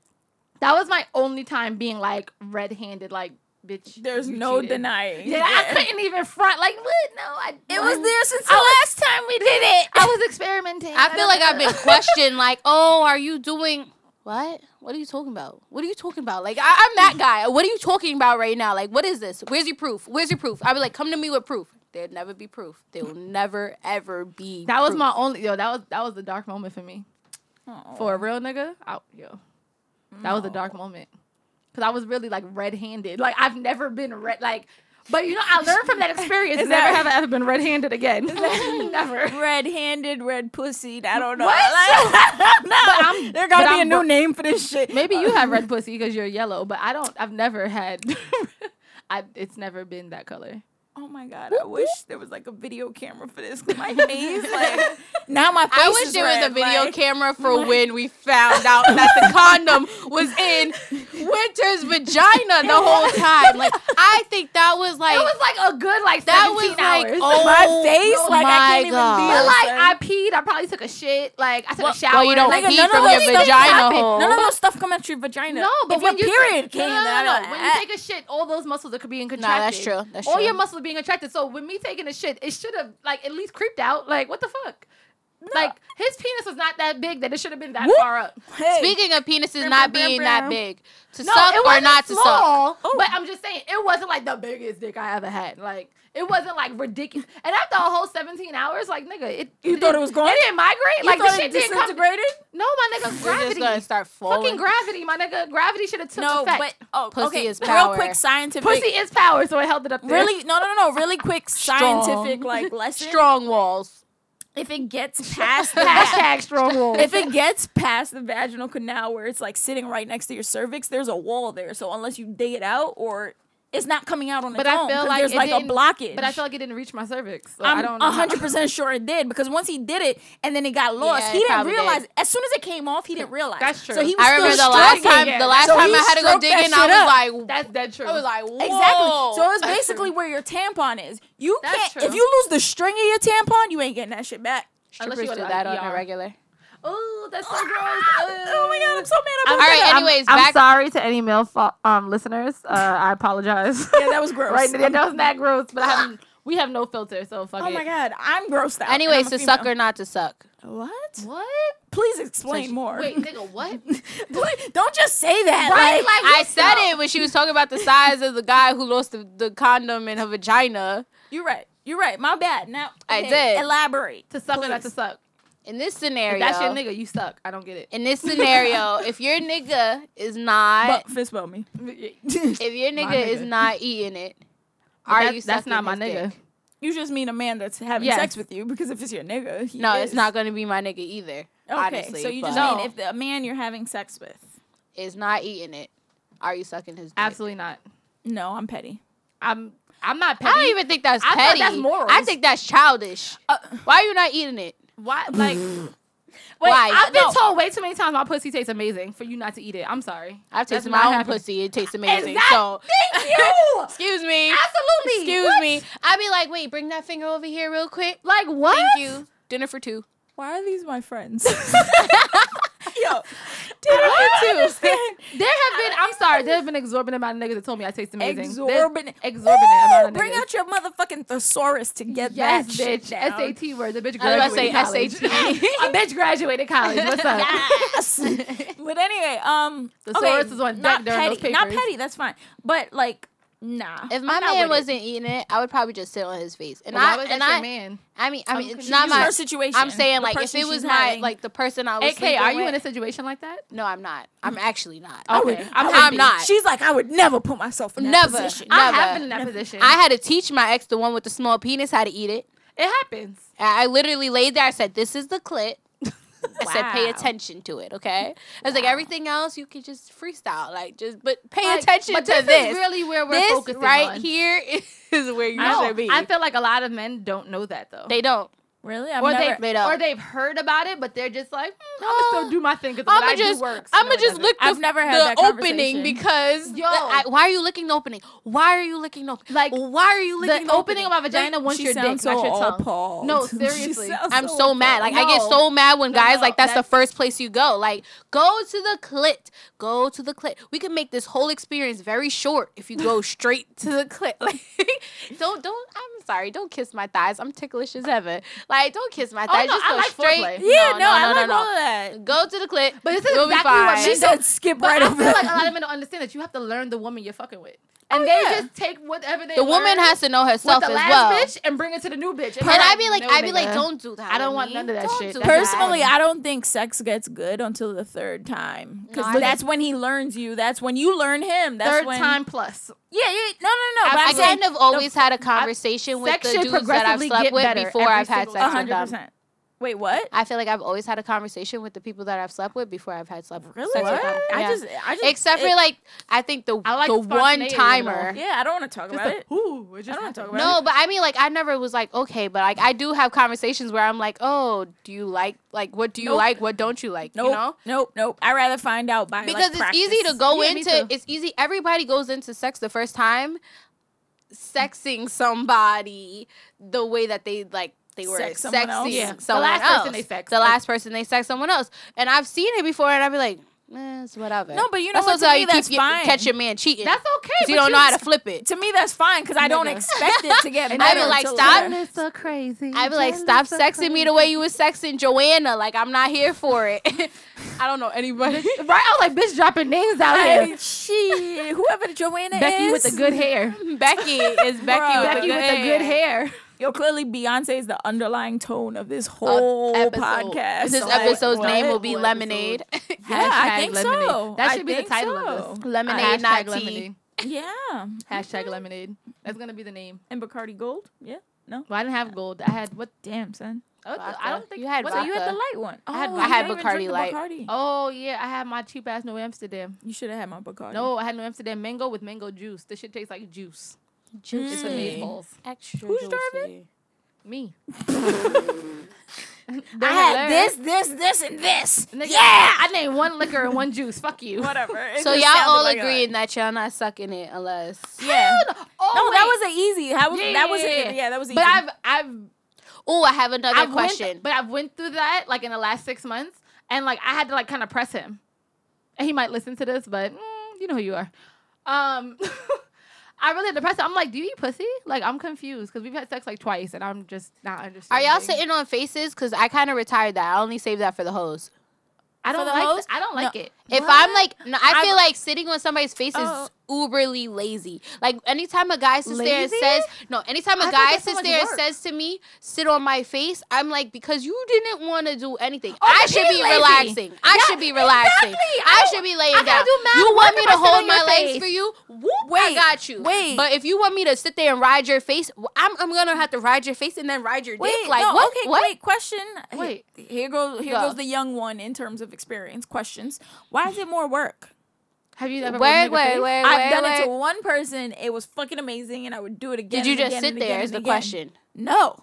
[SPEAKER 5] that was my only time being like red-handed, like bitch.
[SPEAKER 2] There's
[SPEAKER 5] you
[SPEAKER 2] no
[SPEAKER 5] cheated.
[SPEAKER 2] denying.
[SPEAKER 5] Yeah, I couldn't even front. Like what? No, I.
[SPEAKER 2] It was there since the
[SPEAKER 5] I was-
[SPEAKER 2] last time we did it.
[SPEAKER 5] I was experimenting.
[SPEAKER 4] I feel like I've been questioned, like, oh, are you doing what? What are you talking about? What are you talking about? Like, I, I'm that guy. What are you talking about right now? Like, what is this? Where's your proof? Where's your proof? I'd be like, come to me with proof. There'd never be proof. There will never ever be.
[SPEAKER 5] That was
[SPEAKER 4] proof.
[SPEAKER 5] my only yo. That was that was a dark moment for me. For a real nigga, I, yo, that was a dark moment because I was really like red-handed. Like I've never been red. Like, but you know, I learned from that experience.
[SPEAKER 2] Is
[SPEAKER 5] never
[SPEAKER 2] that-
[SPEAKER 5] have I ever been red-handed again. never.
[SPEAKER 2] Red-handed, red-pussied. I don't know.
[SPEAKER 5] What?
[SPEAKER 2] Like, no,
[SPEAKER 5] I'm-
[SPEAKER 2] there gotta
[SPEAKER 5] but
[SPEAKER 2] be a
[SPEAKER 5] I'm
[SPEAKER 2] new
[SPEAKER 5] bro-
[SPEAKER 2] name for this shit.
[SPEAKER 5] Maybe you have red pussy because you're yellow, but I don't. I've never had. I, it's never been that color.
[SPEAKER 2] Oh my god! I wish there was like a video camera for this. 'cause My face, like now my face
[SPEAKER 4] I wish
[SPEAKER 2] is
[SPEAKER 4] there was a
[SPEAKER 2] red,
[SPEAKER 4] video
[SPEAKER 2] like-
[SPEAKER 4] camera for when we found out that the condom was in Winter's vagina the whole time. Like, I think that was like
[SPEAKER 5] It was like a good like
[SPEAKER 4] that was
[SPEAKER 5] seventeen
[SPEAKER 4] like
[SPEAKER 5] hours.
[SPEAKER 4] oh
[SPEAKER 2] My face, like I
[SPEAKER 4] my
[SPEAKER 2] can't even
[SPEAKER 4] God.
[SPEAKER 5] but
[SPEAKER 2] deal,
[SPEAKER 5] like
[SPEAKER 2] son.
[SPEAKER 5] I peed. I probably took a shit. Like I took
[SPEAKER 4] Well-
[SPEAKER 5] a shower.
[SPEAKER 4] well, you don't
[SPEAKER 5] like,
[SPEAKER 4] pee
[SPEAKER 2] none of
[SPEAKER 4] from
[SPEAKER 2] those
[SPEAKER 4] your
[SPEAKER 2] things
[SPEAKER 4] vagina
[SPEAKER 2] happen.
[SPEAKER 4] hole.
[SPEAKER 2] None of those stuff come out your vagina.
[SPEAKER 5] No, but
[SPEAKER 2] if
[SPEAKER 5] when
[SPEAKER 2] your
[SPEAKER 5] you
[SPEAKER 2] period
[SPEAKER 5] take-
[SPEAKER 2] came,
[SPEAKER 5] no, no,
[SPEAKER 2] then
[SPEAKER 5] no,
[SPEAKER 2] I'd be
[SPEAKER 5] no.
[SPEAKER 2] like,
[SPEAKER 5] when
[SPEAKER 2] "Ah."
[SPEAKER 5] you take a shit, all those muscles are being contracted.
[SPEAKER 4] that's true. That's
[SPEAKER 5] all
[SPEAKER 4] true.
[SPEAKER 5] your muscles are being contracted. So when me taking a shit, it should have like at least creeped out. Like what the fuck? Like his penis was not that big that it should have been that
[SPEAKER 2] Whoop.
[SPEAKER 5] far up.
[SPEAKER 2] Hey.
[SPEAKER 4] Speaking of penises
[SPEAKER 2] Brum,
[SPEAKER 4] not
[SPEAKER 2] brum,
[SPEAKER 4] being
[SPEAKER 2] brum,
[SPEAKER 4] that
[SPEAKER 2] brum.
[SPEAKER 4] big, to
[SPEAKER 5] No,
[SPEAKER 4] suck
[SPEAKER 5] it
[SPEAKER 4] or
[SPEAKER 5] wasn't
[SPEAKER 4] not to suck.
[SPEAKER 5] small, But I'm just saying it wasn't like the biggest dick I ever had. Like it wasn't like ridiculous. And after a whole 17 hours, like nigga, it
[SPEAKER 2] You thought it was gone?
[SPEAKER 5] It didn't migrate.
[SPEAKER 2] You
[SPEAKER 5] like the
[SPEAKER 2] thought it
[SPEAKER 5] shit didn't come.
[SPEAKER 2] disintegrated.
[SPEAKER 5] No, my nigga,
[SPEAKER 4] We're just
[SPEAKER 5] gravity.
[SPEAKER 4] gonna start falling.
[SPEAKER 5] Fucking gravity, my nigga. Gravity should have took
[SPEAKER 2] No,
[SPEAKER 5] effect.
[SPEAKER 2] but oh,
[SPEAKER 4] Pussy
[SPEAKER 2] okay.
[SPEAKER 4] is
[SPEAKER 2] Real
[SPEAKER 4] power.
[SPEAKER 2] quick scientific.
[SPEAKER 5] Pussy is power, so I held it up. There.
[SPEAKER 2] really? No, no, no, no. Really quick scientific like lesson.
[SPEAKER 4] Strong walls.
[SPEAKER 2] If it gets past that.
[SPEAKER 5] Hashtag strong rules.
[SPEAKER 2] If it gets past the vaginal canal where it's like sitting right next to your cervix, there's a wall there. So unless you dig it out, or it's not coming out on
[SPEAKER 5] but
[SPEAKER 2] its
[SPEAKER 5] I
[SPEAKER 2] own,
[SPEAKER 5] feel
[SPEAKER 2] 'cause
[SPEAKER 5] like
[SPEAKER 2] there's
[SPEAKER 5] it
[SPEAKER 2] like a
[SPEAKER 5] didn't-
[SPEAKER 2] blockage.
[SPEAKER 5] But I feel like it didn't reach my cervix. So I
[SPEAKER 2] I'm
[SPEAKER 5] don't know.
[SPEAKER 2] 100 percent sure it did because once he did it and then it got lost,
[SPEAKER 4] Yeah, it
[SPEAKER 2] he didn't
[SPEAKER 4] probably
[SPEAKER 2] realize.
[SPEAKER 4] did.
[SPEAKER 2] As soon as it came off, he didn't realize.
[SPEAKER 5] That's true.
[SPEAKER 2] So he was
[SPEAKER 4] I remember
[SPEAKER 2] still
[SPEAKER 4] the last
[SPEAKER 2] stroking
[SPEAKER 4] time.
[SPEAKER 2] it.
[SPEAKER 4] The last
[SPEAKER 2] So
[SPEAKER 4] time
[SPEAKER 2] he
[SPEAKER 4] I had to go
[SPEAKER 2] stroked that
[SPEAKER 4] digging,
[SPEAKER 2] shit up.
[SPEAKER 4] I was like,
[SPEAKER 5] That's dead true.
[SPEAKER 4] I was like, whoa.
[SPEAKER 2] Exactly. So it's
[SPEAKER 5] That's
[SPEAKER 2] basically
[SPEAKER 5] true.
[SPEAKER 2] where your tampon is. You
[SPEAKER 5] That's
[SPEAKER 2] can't.
[SPEAKER 5] true.
[SPEAKER 2] If you lose the string of your tampon, you ain't getting that shit back.
[SPEAKER 5] Unless
[SPEAKER 4] Strippers
[SPEAKER 5] you go
[SPEAKER 4] do
[SPEAKER 5] to,
[SPEAKER 4] that
[SPEAKER 5] like,
[SPEAKER 4] on a
[SPEAKER 5] ER.
[SPEAKER 4] regular.
[SPEAKER 5] oh, that's so gross.
[SPEAKER 2] Oh my god, I'm so mad.
[SPEAKER 4] All
[SPEAKER 2] about
[SPEAKER 4] right. Anyways, back.
[SPEAKER 5] sorry to any male fo- um, listeners. Uh, I apologize.
[SPEAKER 2] Yeah, that was gross.
[SPEAKER 5] right, that was not gross, but I haven't. We have no filter, so fuck
[SPEAKER 2] Oh
[SPEAKER 5] it.
[SPEAKER 2] my god, I'm grossed out. and I'm
[SPEAKER 4] Anyways,
[SPEAKER 2] a
[SPEAKER 4] to
[SPEAKER 2] female.
[SPEAKER 4] suck or not to suck.
[SPEAKER 2] What?
[SPEAKER 5] What?
[SPEAKER 2] Please explain more.
[SPEAKER 5] Wait, nigga, what?
[SPEAKER 2] Please- don't just say that.
[SPEAKER 5] Right,
[SPEAKER 2] Like,
[SPEAKER 5] like,
[SPEAKER 4] I said it when she was talking about the size of the guy who lost the, the condom in her vagina.
[SPEAKER 2] you're right. You're right. My bad. Now
[SPEAKER 4] I
[SPEAKER 2] okay,
[SPEAKER 4] did.
[SPEAKER 2] elaborate.
[SPEAKER 5] to suck or not to suck?
[SPEAKER 4] In this
[SPEAKER 5] If
[SPEAKER 4] scenario,
[SPEAKER 5] that's your nigga. You suck. I don't get it.
[SPEAKER 4] in this scenario, if your nigga is not,
[SPEAKER 2] But fist bump me.
[SPEAKER 4] if your nigga,
[SPEAKER 5] My
[SPEAKER 4] is
[SPEAKER 5] nigga.
[SPEAKER 4] not eating it, are
[SPEAKER 5] That-
[SPEAKER 4] you?
[SPEAKER 5] That's
[SPEAKER 4] sucking
[SPEAKER 5] not my
[SPEAKER 4] his
[SPEAKER 5] nigga.
[SPEAKER 4] dick?
[SPEAKER 2] You just mean a man that's having
[SPEAKER 5] Yes.
[SPEAKER 2] sex with you because if it's your nigga, he
[SPEAKER 4] No, it's
[SPEAKER 2] is.
[SPEAKER 4] not gonna be my nigga either. honestly.
[SPEAKER 2] so you just
[SPEAKER 4] but
[SPEAKER 5] No.
[SPEAKER 2] mean if the man you're having sex with?
[SPEAKER 4] is not eating it. Are you sucking his dick?
[SPEAKER 5] Absolutely not.
[SPEAKER 2] No, I'm petty.
[SPEAKER 5] I'm I'm not petty.
[SPEAKER 4] I don't even think that's
[SPEAKER 5] I thought
[SPEAKER 4] petty.
[SPEAKER 5] that's morals.
[SPEAKER 4] I think that's childish.
[SPEAKER 5] Uh,
[SPEAKER 4] Why are you not eating it?
[SPEAKER 5] Why?
[SPEAKER 4] Wait,
[SPEAKER 5] Like,
[SPEAKER 4] Why?
[SPEAKER 5] I've been
[SPEAKER 4] No.
[SPEAKER 5] told way too many times my pussy tastes amazing for you not to eat it. I'm sorry.
[SPEAKER 4] I've
[SPEAKER 5] That's
[SPEAKER 4] tasted
[SPEAKER 5] not
[SPEAKER 4] my own
[SPEAKER 5] happening.
[SPEAKER 4] pussy. It tastes amazing.
[SPEAKER 5] Exact-
[SPEAKER 4] So
[SPEAKER 5] Thank you.
[SPEAKER 4] excuse me.
[SPEAKER 5] Absolutely.
[SPEAKER 4] Excuse
[SPEAKER 5] What?
[SPEAKER 4] me. I'd be like, wait, bring that finger over here real quick.
[SPEAKER 5] Like what?
[SPEAKER 4] Thank you. Dinner for two.
[SPEAKER 2] Why are these my friends? Yo, did I
[SPEAKER 5] What?
[SPEAKER 2] understand?
[SPEAKER 5] There have been. I'm sorry. There have been exorbitant amount of niggas that told me I taste amazing. There's
[SPEAKER 2] Exorbitant,
[SPEAKER 5] Exorbitant
[SPEAKER 2] Ooh,
[SPEAKER 5] amount of
[SPEAKER 2] Bring
[SPEAKER 5] niggas.
[SPEAKER 2] out your motherfucking thesaurus to get
[SPEAKER 5] yes,
[SPEAKER 2] that shit
[SPEAKER 5] bitch.
[SPEAKER 2] down.
[SPEAKER 5] SAT words. A bitch
[SPEAKER 4] I was
[SPEAKER 5] graduated
[SPEAKER 4] about to say
[SPEAKER 5] college.
[SPEAKER 4] SAT.
[SPEAKER 5] a bitch graduated college. What's up?
[SPEAKER 2] Yes. but anyway, um,
[SPEAKER 5] Thesaurus
[SPEAKER 2] okay,
[SPEAKER 5] is on deck
[SPEAKER 2] not
[SPEAKER 5] during
[SPEAKER 2] petty,
[SPEAKER 5] those
[SPEAKER 2] Not
[SPEAKER 5] papers.
[SPEAKER 2] petty. That's fine. But like, nah.
[SPEAKER 4] If my
[SPEAKER 2] I'm not
[SPEAKER 4] man
[SPEAKER 2] with it.
[SPEAKER 4] wasn't eating it, I would probably just sit on his face. And
[SPEAKER 5] Why
[SPEAKER 4] I
[SPEAKER 5] was
[SPEAKER 4] and
[SPEAKER 5] that your
[SPEAKER 4] I,
[SPEAKER 5] man?
[SPEAKER 4] I mean, I mean, it's
[SPEAKER 2] confused.
[SPEAKER 4] not my
[SPEAKER 2] Her situation,
[SPEAKER 4] I'm saying
[SPEAKER 2] the
[SPEAKER 4] like if
[SPEAKER 2] person
[SPEAKER 4] it was
[SPEAKER 2] she's
[SPEAKER 4] my
[SPEAKER 2] having.
[SPEAKER 4] like the person I was.
[SPEAKER 5] AK, are you in a
[SPEAKER 4] a?
[SPEAKER 5] situation like that?
[SPEAKER 4] No, I'm not. I'm actually not.
[SPEAKER 5] Okay. I'm
[SPEAKER 2] would
[SPEAKER 5] happy.
[SPEAKER 2] be.
[SPEAKER 4] not.
[SPEAKER 2] She's like, I would never put myself in that
[SPEAKER 4] Never.
[SPEAKER 2] position.
[SPEAKER 4] I-
[SPEAKER 5] I have
[SPEAKER 4] Never.
[SPEAKER 5] been in that position.
[SPEAKER 4] I had to teach my ex, the one with the small penis, how to eat it.
[SPEAKER 5] it happens.
[SPEAKER 4] I I literally laid there. I said, "This is the clit." I said, "Pay
[SPEAKER 2] Wow.
[SPEAKER 4] attention to it." Okay. I was like, "Everything else, you can just freestyle, like just, but pay
[SPEAKER 5] Like,
[SPEAKER 4] attention
[SPEAKER 5] but
[SPEAKER 4] to
[SPEAKER 5] this
[SPEAKER 4] this.
[SPEAKER 5] is really where we're
[SPEAKER 4] this
[SPEAKER 5] focusing
[SPEAKER 4] right
[SPEAKER 5] on.
[SPEAKER 4] here is where you
[SPEAKER 5] No,
[SPEAKER 4] should be.
[SPEAKER 5] I feel like a lot of men don't know that though.
[SPEAKER 4] they don't.
[SPEAKER 2] Really? I've
[SPEAKER 5] or
[SPEAKER 2] never.
[SPEAKER 5] they
[SPEAKER 4] made up.
[SPEAKER 5] or they've heard about it, but they're just like, mm, I'm gonna still do my thing because what
[SPEAKER 4] I'ma
[SPEAKER 5] I
[SPEAKER 4] just,
[SPEAKER 5] do works.
[SPEAKER 4] I'ma
[SPEAKER 5] No, it
[SPEAKER 4] just
[SPEAKER 5] doesn't.
[SPEAKER 4] look.
[SPEAKER 2] I've
[SPEAKER 4] the,
[SPEAKER 2] never had
[SPEAKER 4] the
[SPEAKER 2] that
[SPEAKER 4] opening
[SPEAKER 2] conversation.
[SPEAKER 4] because
[SPEAKER 5] Yo.
[SPEAKER 4] the- I- why are you licking the opening? Why are you licking the opening?
[SPEAKER 5] Like,
[SPEAKER 4] why are you
[SPEAKER 5] the
[SPEAKER 4] licking
[SPEAKER 5] opening, of my vagina once
[SPEAKER 2] she
[SPEAKER 5] your dick,
[SPEAKER 2] sounds so
[SPEAKER 5] not your tongue.
[SPEAKER 2] appalled.
[SPEAKER 5] No,
[SPEAKER 2] She
[SPEAKER 5] seriously.
[SPEAKER 2] sounds
[SPEAKER 4] I'm so mad. Like I get
[SPEAKER 5] No.
[SPEAKER 4] so mad when
[SPEAKER 5] No,
[SPEAKER 4] guys
[SPEAKER 5] no,
[SPEAKER 4] like that's,
[SPEAKER 5] that's-
[SPEAKER 4] the first place you go. Like go to the clit. Go to the clit. We can make this whole experience very short if you go straight to the clit. Like don't don't I'm sorry, don't kiss my thighs. I'm ticklish as ever. Like don't kiss my thighs.
[SPEAKER 5] Oh, no,
[SPEAKER 4] Just
[SPEAKER 5] I
[SPEAKER 4] go
[SPEAKER 5] like
[SPEAKER 4] straight.
[SPEAKER 5] foreplay.
[SPEAKER 2] Yeah, no, I like all of that.
[SPEAKER 4] Go to the clit.
[SPEAKER 5] But this is
[SPEAKER 4] You'll
[SPEAKER 5] exactly
[SPEAKER 4] be
[SPEAKER 5] what
[SPEAKER 4] fine.
[SPEAKER 5] men
[SPEAKER 2] She
[SPEAKER 5] don't-
[SPEAKER 2] said, "Skip
[SPEAKER 5] But
[SPEAKER 2] right
[SPEAKER 5] I
[SPEAKER 2] over."
[SPEAKER 5] feel like a
[SPEAKER 2] that.
[SPEAKER 5] lot of men don't understand that you have to learn the woman you're fucking with, and they
[SPEAKER 2] yeah.
[SPEAKER 5] just take whatever they.
[SPEAKER 4] the woman
[SPEAKER 5] learn
[SPEAKER 4] has to know herself
[SPEAKER 5] with
[SPEAKER 4] as
[SPEAKER 5] the last
[SPEAKER 4] well.
[SPEAKER 5] bitch and bring it to the new bitch.
[SPEAKER 4] And I'd be like,
[SPEAKER 5] no,
[SPEAKER 4] I'd be like,
[SPEAKER 5] nigga.
[SPEAKER 4] don't do that.
[SPEAKER 5] I don't
[SPEAKER 4] with
[SPEAKER 5] want
[SPEAKER 4] me.
[SPEAKER 5] none of that
[SPEAKER 4] Don't
[SPEAKER 5] shit.
[SPEAKER 4] do
[SPEAKER 5] That's
[SPEAKER 4] that.
[SPEAKER 2] Personally, I don't think sex gets good until the third time because
[SPEAKER 4] No, I
[SPEAKER 2] that's when he learns you. That's when you learn him. That's
[SPEAKER 5] Third
[SPEAKER 2] when,
[SPEAKER 5] time plus.
[SPEAKER 2] Yeah, yeah. No, no, no. But
[SPEAKER 4] I
[SPEAKER 2] I'm saying
[SPEAKER 4] kind of always had a conversation with
[SPEAKER 5] sex
[SPEAKER 4] the
[SPEAKER 5] should
[SPEAKER 4] dudes that I've
[SPEAKER 5] progressively
[SPEAKER 4] slept
[SPEAKER 5] get
[SPEAKER 4] with
[SPEAKER 5] better
[SPEAKER 4] before
[SPEAKER 5] every
[SPEAKER 4] I've had
[SPEAKER 5] single
[SPEAKER 4] sex
[SPEAKER 5] time.
[SPEAKER 4] with them.
[SPEAKER 2] 100%. Wait, what?
[SPEAKER 4] I feel like I've always had a conversation with the people that I've slept with before I've had slept
[SPEAKER 2] Really?
[SPEAKER 4] sex with them.
[SPEAKER 2] I
[SPEAKER 4] Yeah.
[SPEAKER 2] just, I just.
[SPEAKER 4] except for
[SPEAKER 2] it-
[SPEAKER 4] like I think the
[SPEAKER 5] I like
[SPEAKER 4] the one
[SPEAKER 5] spontaneity, you know.
[SPEAKER 4] timer.
[SPEAKER 2] Yeah, I don't want to talk about it.
[SPEAKER 5] Ooh, it just
[SPEAKER 2] I don't wanna talk
[SPEAKER 5] happened.
[SPEAKER 2] about
[SPEAKER 4] No, but I mean like I never was like okay, but like I do have conversations where I'm like, oh, do you like like what do you
[SPEAKER 2] Nope.
[SPEAKER 4] like, what don't you like,
[SPEAKER 2] Nope,
[SPEAKER 4] you know?
[SPEAKER 2] nope, nope. I rather find out by like,
[SPEAKER 4] Because it's easy to
[SPEAKER 2] practice.
[SPEAKER 4] go
[SPEAKER 5] Yeah, me
[SPEAKER 4] into
[SPEAKER 5] too.
[SPEAKER 4] it's easy. Everybody goes into sex the first time, sexing somebody the way that they like. They were
[SPEAKER 2] Sex
[SPEAKER 4] sexing
[SPEAKER 2] someone
[SPEAKER 4] someone
[SPEAKER 2] else?
[SPEAKER 4] else.
[SPEAKER 5] Yeah. The last person they sexed.
[SPEAKER 4] The
[SPEAKER 5] Like-
[SPEAKER 4] last person they sex someone else. And I've seen it before, and I'd be like, eh, it's whatever.
[SPEAKER 2] No, but you know
[SPEAKER 4] that's
[SPEAKER 2] what,
[SPEAKER 4] also
[SPEAKER 2] to
[SPEAKER 4] how
[SPEAKER 2] me,
[SPEAKER 4] you
[SPEAKER 2] that's
[SPEAKER 4] keep your-
[SPEAKER 2] fine.
[SPEAKER 4] catch your man cheating.
[SPEAKER 5] That's okay.
[SPEAKER 4] 'Cause you
[SPEAKER 5] but
[SPEAKER 4] don't know how to flip it.
[SPEAKER 2] To me, that's fine because I don't
[SPEAKER 5] Nigga.
[SPEAKER 2] expect it to get better.
[SPEAKER 4] I be like,
[SPEAKER 2] till
[SPEAKER 4] stop.
[SPEAKER 2] later.
[SPEAKER 5] Jealous so crazy.
[SPEAKER 4] I'd be like, stop
[SPEAKER 5] jealous so
[SPEAKER 4] sexing me the way you was sexing Joanna. Like I'm not here for it. I don't know anybody.
[SPEAKER 5] crazy. Right? I was like, bitch, dropping names out
[SPEAKER 2] Hey,
[SPEAKER 5] here.
[SPEAKER 2] she, whoever Joanna
[SPEAKER 5] Becky
[SPEAKER 2] is,
[SPEAKER 5] with the good hair.
[SPEAKER 4] Becky is Becky,
[SPEAKER 2] Bruh.
[SPEAKER 4] with,
[SPEAKER 5] Becky
[SPEAKER 4] the
[SPEAKER 5] with the good hair.
[SPEAKER 2] Yo, clearly Beyonce is the underlying tone of this whole
[SPEAKER 4] episode.
[SPEAKER 2] podcast.
[SPEAKER 4] This
[SPEAKER 2] So, like,
[SPEAKER 4] episode's
[SPEAKER 2] what?
[SPEAKER 4] name will be
[SPEAKER 5] Episode.
[SPEAKER 4] Lemonade.
[SPEAKER 2] Yeah, I
[SPEAKER 5] Hashtag
[SPEAKER 2] think
[SPEAKER 5] lemonade.
[SPEAKER 2] so.
[SPEAKER 5] That
[SPEAKER 2] I
[SPEAKER 5] should be the
[SPEAKER 2] think
[SPEAKER 5] title
[SPEAKER 2] so.
[SPEAKER 5] of this.
[SPEAKER 4] Lemonade,
[SPEAKER 5] Hashtag
[SPEAKER 4] not tea.
[SPEAKER 5] lemonade. Mm-hmm.
[SPEAKER 2] Yeah.
[SPEAKER 5] Hashtag lemonade. That's gonna be the name.
[SPEAKER 2] And Bacardi Gold. Yeah. No.
[SPEAKER 5] Well, I didn't have gold. I had what?
[SPEAKER 2] Damn, son.
[SPEAKER 5] oh,
[SPEAKER 4] Vodka.
[SPEAKER 5] I don't think
[SPEAKER 4] You had
[SPEAKER 5] what-
[SPEAKER 2] So you had the
[SPEAKER 4] Vodka.
[SPEAKER 2] light one. Oh,
[SPEAKER 4] had-
[SPEAKER 2] you
[SPEAKER 4] I had
[SPEAKER 2] don't even drink
[SPEAKER 4] Bacardi
[SPEAKER 2] the
[SPEAKER 4] Light.
[SPEAKER 2] Bacardi.
[SPEAKER 5] Oh yeah, I had my cheap ass New Amsterdam.
[SPEAKER 2] You should have had my Bacardi.
[SPEAKER 5] No, I had New Amsterdam mango with mango juice. This shit tastes like juice. It's amazing balls.
[SPEAKER 4] Extra
[SPEAKER 2] Who's driving?
[SPEAKER 5] Me.
[SPEAKER 2] I had this, this, this, and this.
[SPEAKER 5] Nigga,
[SPEAKER 2] Yeah.
[SPEAKER 5] I named one liquor and one juice. Fuck you.
[SPEAKER 2] Whatever. It
[SPEAKER 4] So
[SPEAKER 2] just
[SPEAKER 4] y'all
[SPEAKER 2] sounded
[SPEAKER 4] all
[SPEAKER 2] like a lot.
[SPEAKER 4] agreeing that y'all not sucking it unless
[SPEAKER 2] Yeah.
[SPEAKER 5] Oh,
[SPEAKER 2] No, that
[SPEAKER 5] wait.
[SPEAKER 2] was an easy. That was
[SPEAKER 5] Yeah,
[SPEAKER 2] that was
[SPEAKER 5] yeah,
[SPEAKER 2] yeah,
[SPEAKER 5] yeah.
[SPEAKER 2] yeah, that was easy.
[SPEAKER 5] But I've I've
[SPEAKER 4] Oh, I have another
[SPEAKER 5] I've
[SPEAKER 4] question.
[SPEAKER 5] Went, but I've went through that like in the last six months, and like I had to like kind of press him, and he might listen to this, but mm, you know who you are. Um, I really had to press him. I'm like, do you eat pussy? Like I'm confused because we've had sex like twice, and I'm just not
[SPEAKER 4] Are
[SPEAKER 5] understanding.
[SPEAKER 4] y'all sitting on faces? Cause I kind of retired that. I only save that for the hoes.
[SPEAKER 5] I don't
[SPEAKER 2] the
[SPEAKER 5] like.
[SPEAKER 2] hoes?
[SPEAKER 5] I don't like
[SPEAKER 2] No.
[SPEAKER 5] it.
[SPEAKER 4] If I'm like, no, Oh, I
[SPEAKER 2] I've-
[SPEAKER 4] feel like sitting on somebody's face is
[SPEAKER 2] Oh.
[SPEAKER 4] uberly lazy. Like anytime a guy sits there and
[SPEAKER 5] Lazy?
[SPEAKER 4] says no, anytime a
[SPEAKER 5] I think
[SPEAKER 4] guy
[SPEAKER 5] that's so
[SPEAKER 4] sits
[SPEAKER 5] much
[SPEAKER 4] there and
[SPEAKER 5] work.
[SPEAKER 4] says to me, "Sit on my face," I'm like, because you didn't want to do anything.
[SPEAKER 5] Oh,
[SPEAKER 4] I
[SPEAKER 5] but
[SPEAKER 4] should
[SPEAKER 5] he's
[SPEAKER 4] be
[SPEAKER 5] lazy.
[SPEAKER 4] relaxing. I
[SPEAKER 5] Yeah,
[SPEAKER 4] should be relaxing.
[SPEAKER 5] exactly.
[SPEAKER 4] I,
[SPEAKER 5] I-
[SPEAKER 4] should be
[SPEAKER 5] I
[SPEAKER 4] laying
[SPEAKER 5] gotta
[SPEAKER 4] down.
[SPEAKER 5] do mad
[SPEAKER 4] you want
[SPEAKER 5] work
[SPEAKER 4] me
[SPEAKER 5] if
[SPEAKER 4] to
[SPEAKER 5] I sit
[SPEAKER 4] hold
[SPEAKER 5] on
[SPEAKER 4] my
[SPEAKER 5] your
[SPEAKER 4] legs
[SPEAKER 5] face.
[SPEAKER 4] for you? Whoop, I
[SPEAKER 2] Wait,
[SPEAKER 4] got you.
[SPEAKER 2] wait.
[SPEAKER 4] But if you want me to sit there and ride your face, w- I'm, I'm gonna have to ride your face and then ride your
[SPEAKER 2] Wait,
[SPEAKER 4] dick. Like
[SPEAKER 2] no,
[SPEAKER 4] what?
[SPEAKER 2] okay,
[SPEAKER 4] what?
[SPEAKER 2] wait, question.
[SPEAKER 5] Wait.
[SPEAKER 2] Here- Here goes here
[SPEAKER 4] Go.
[SPEAKER 2] goes the young one in terms of experience questions. Why is it more work?
[SPEAKER 5] Have you ever
[SPEAKER 4] Wait,
[SPEAKER 5] wait,
[SPEAKER 4] wait, wait,
[SPEAKER 2] I've
[SPEAKER 4] wait,
[SPEAKER 2] done it to
[SPEAKER 4] wait.
[SPEAKER 2] one person. It was fucking amazing, and I would do it again.
[SPEAKER 4] Did you
[SPEAKER 2] and
[SPEAKER 4] just
[SPEAKER 2] again
[SPEAKER 4] sit
[SPEAKER 2] and
[SPEAKER 4] there?
[SPEAKER 2] again
[SPEAKER 4] Is
[SPEAKER 2] and
[SPEAKER 4] the
[SPEAKER 2] again.
[SPEAKER 4] question?
[SPEAKER 2] No.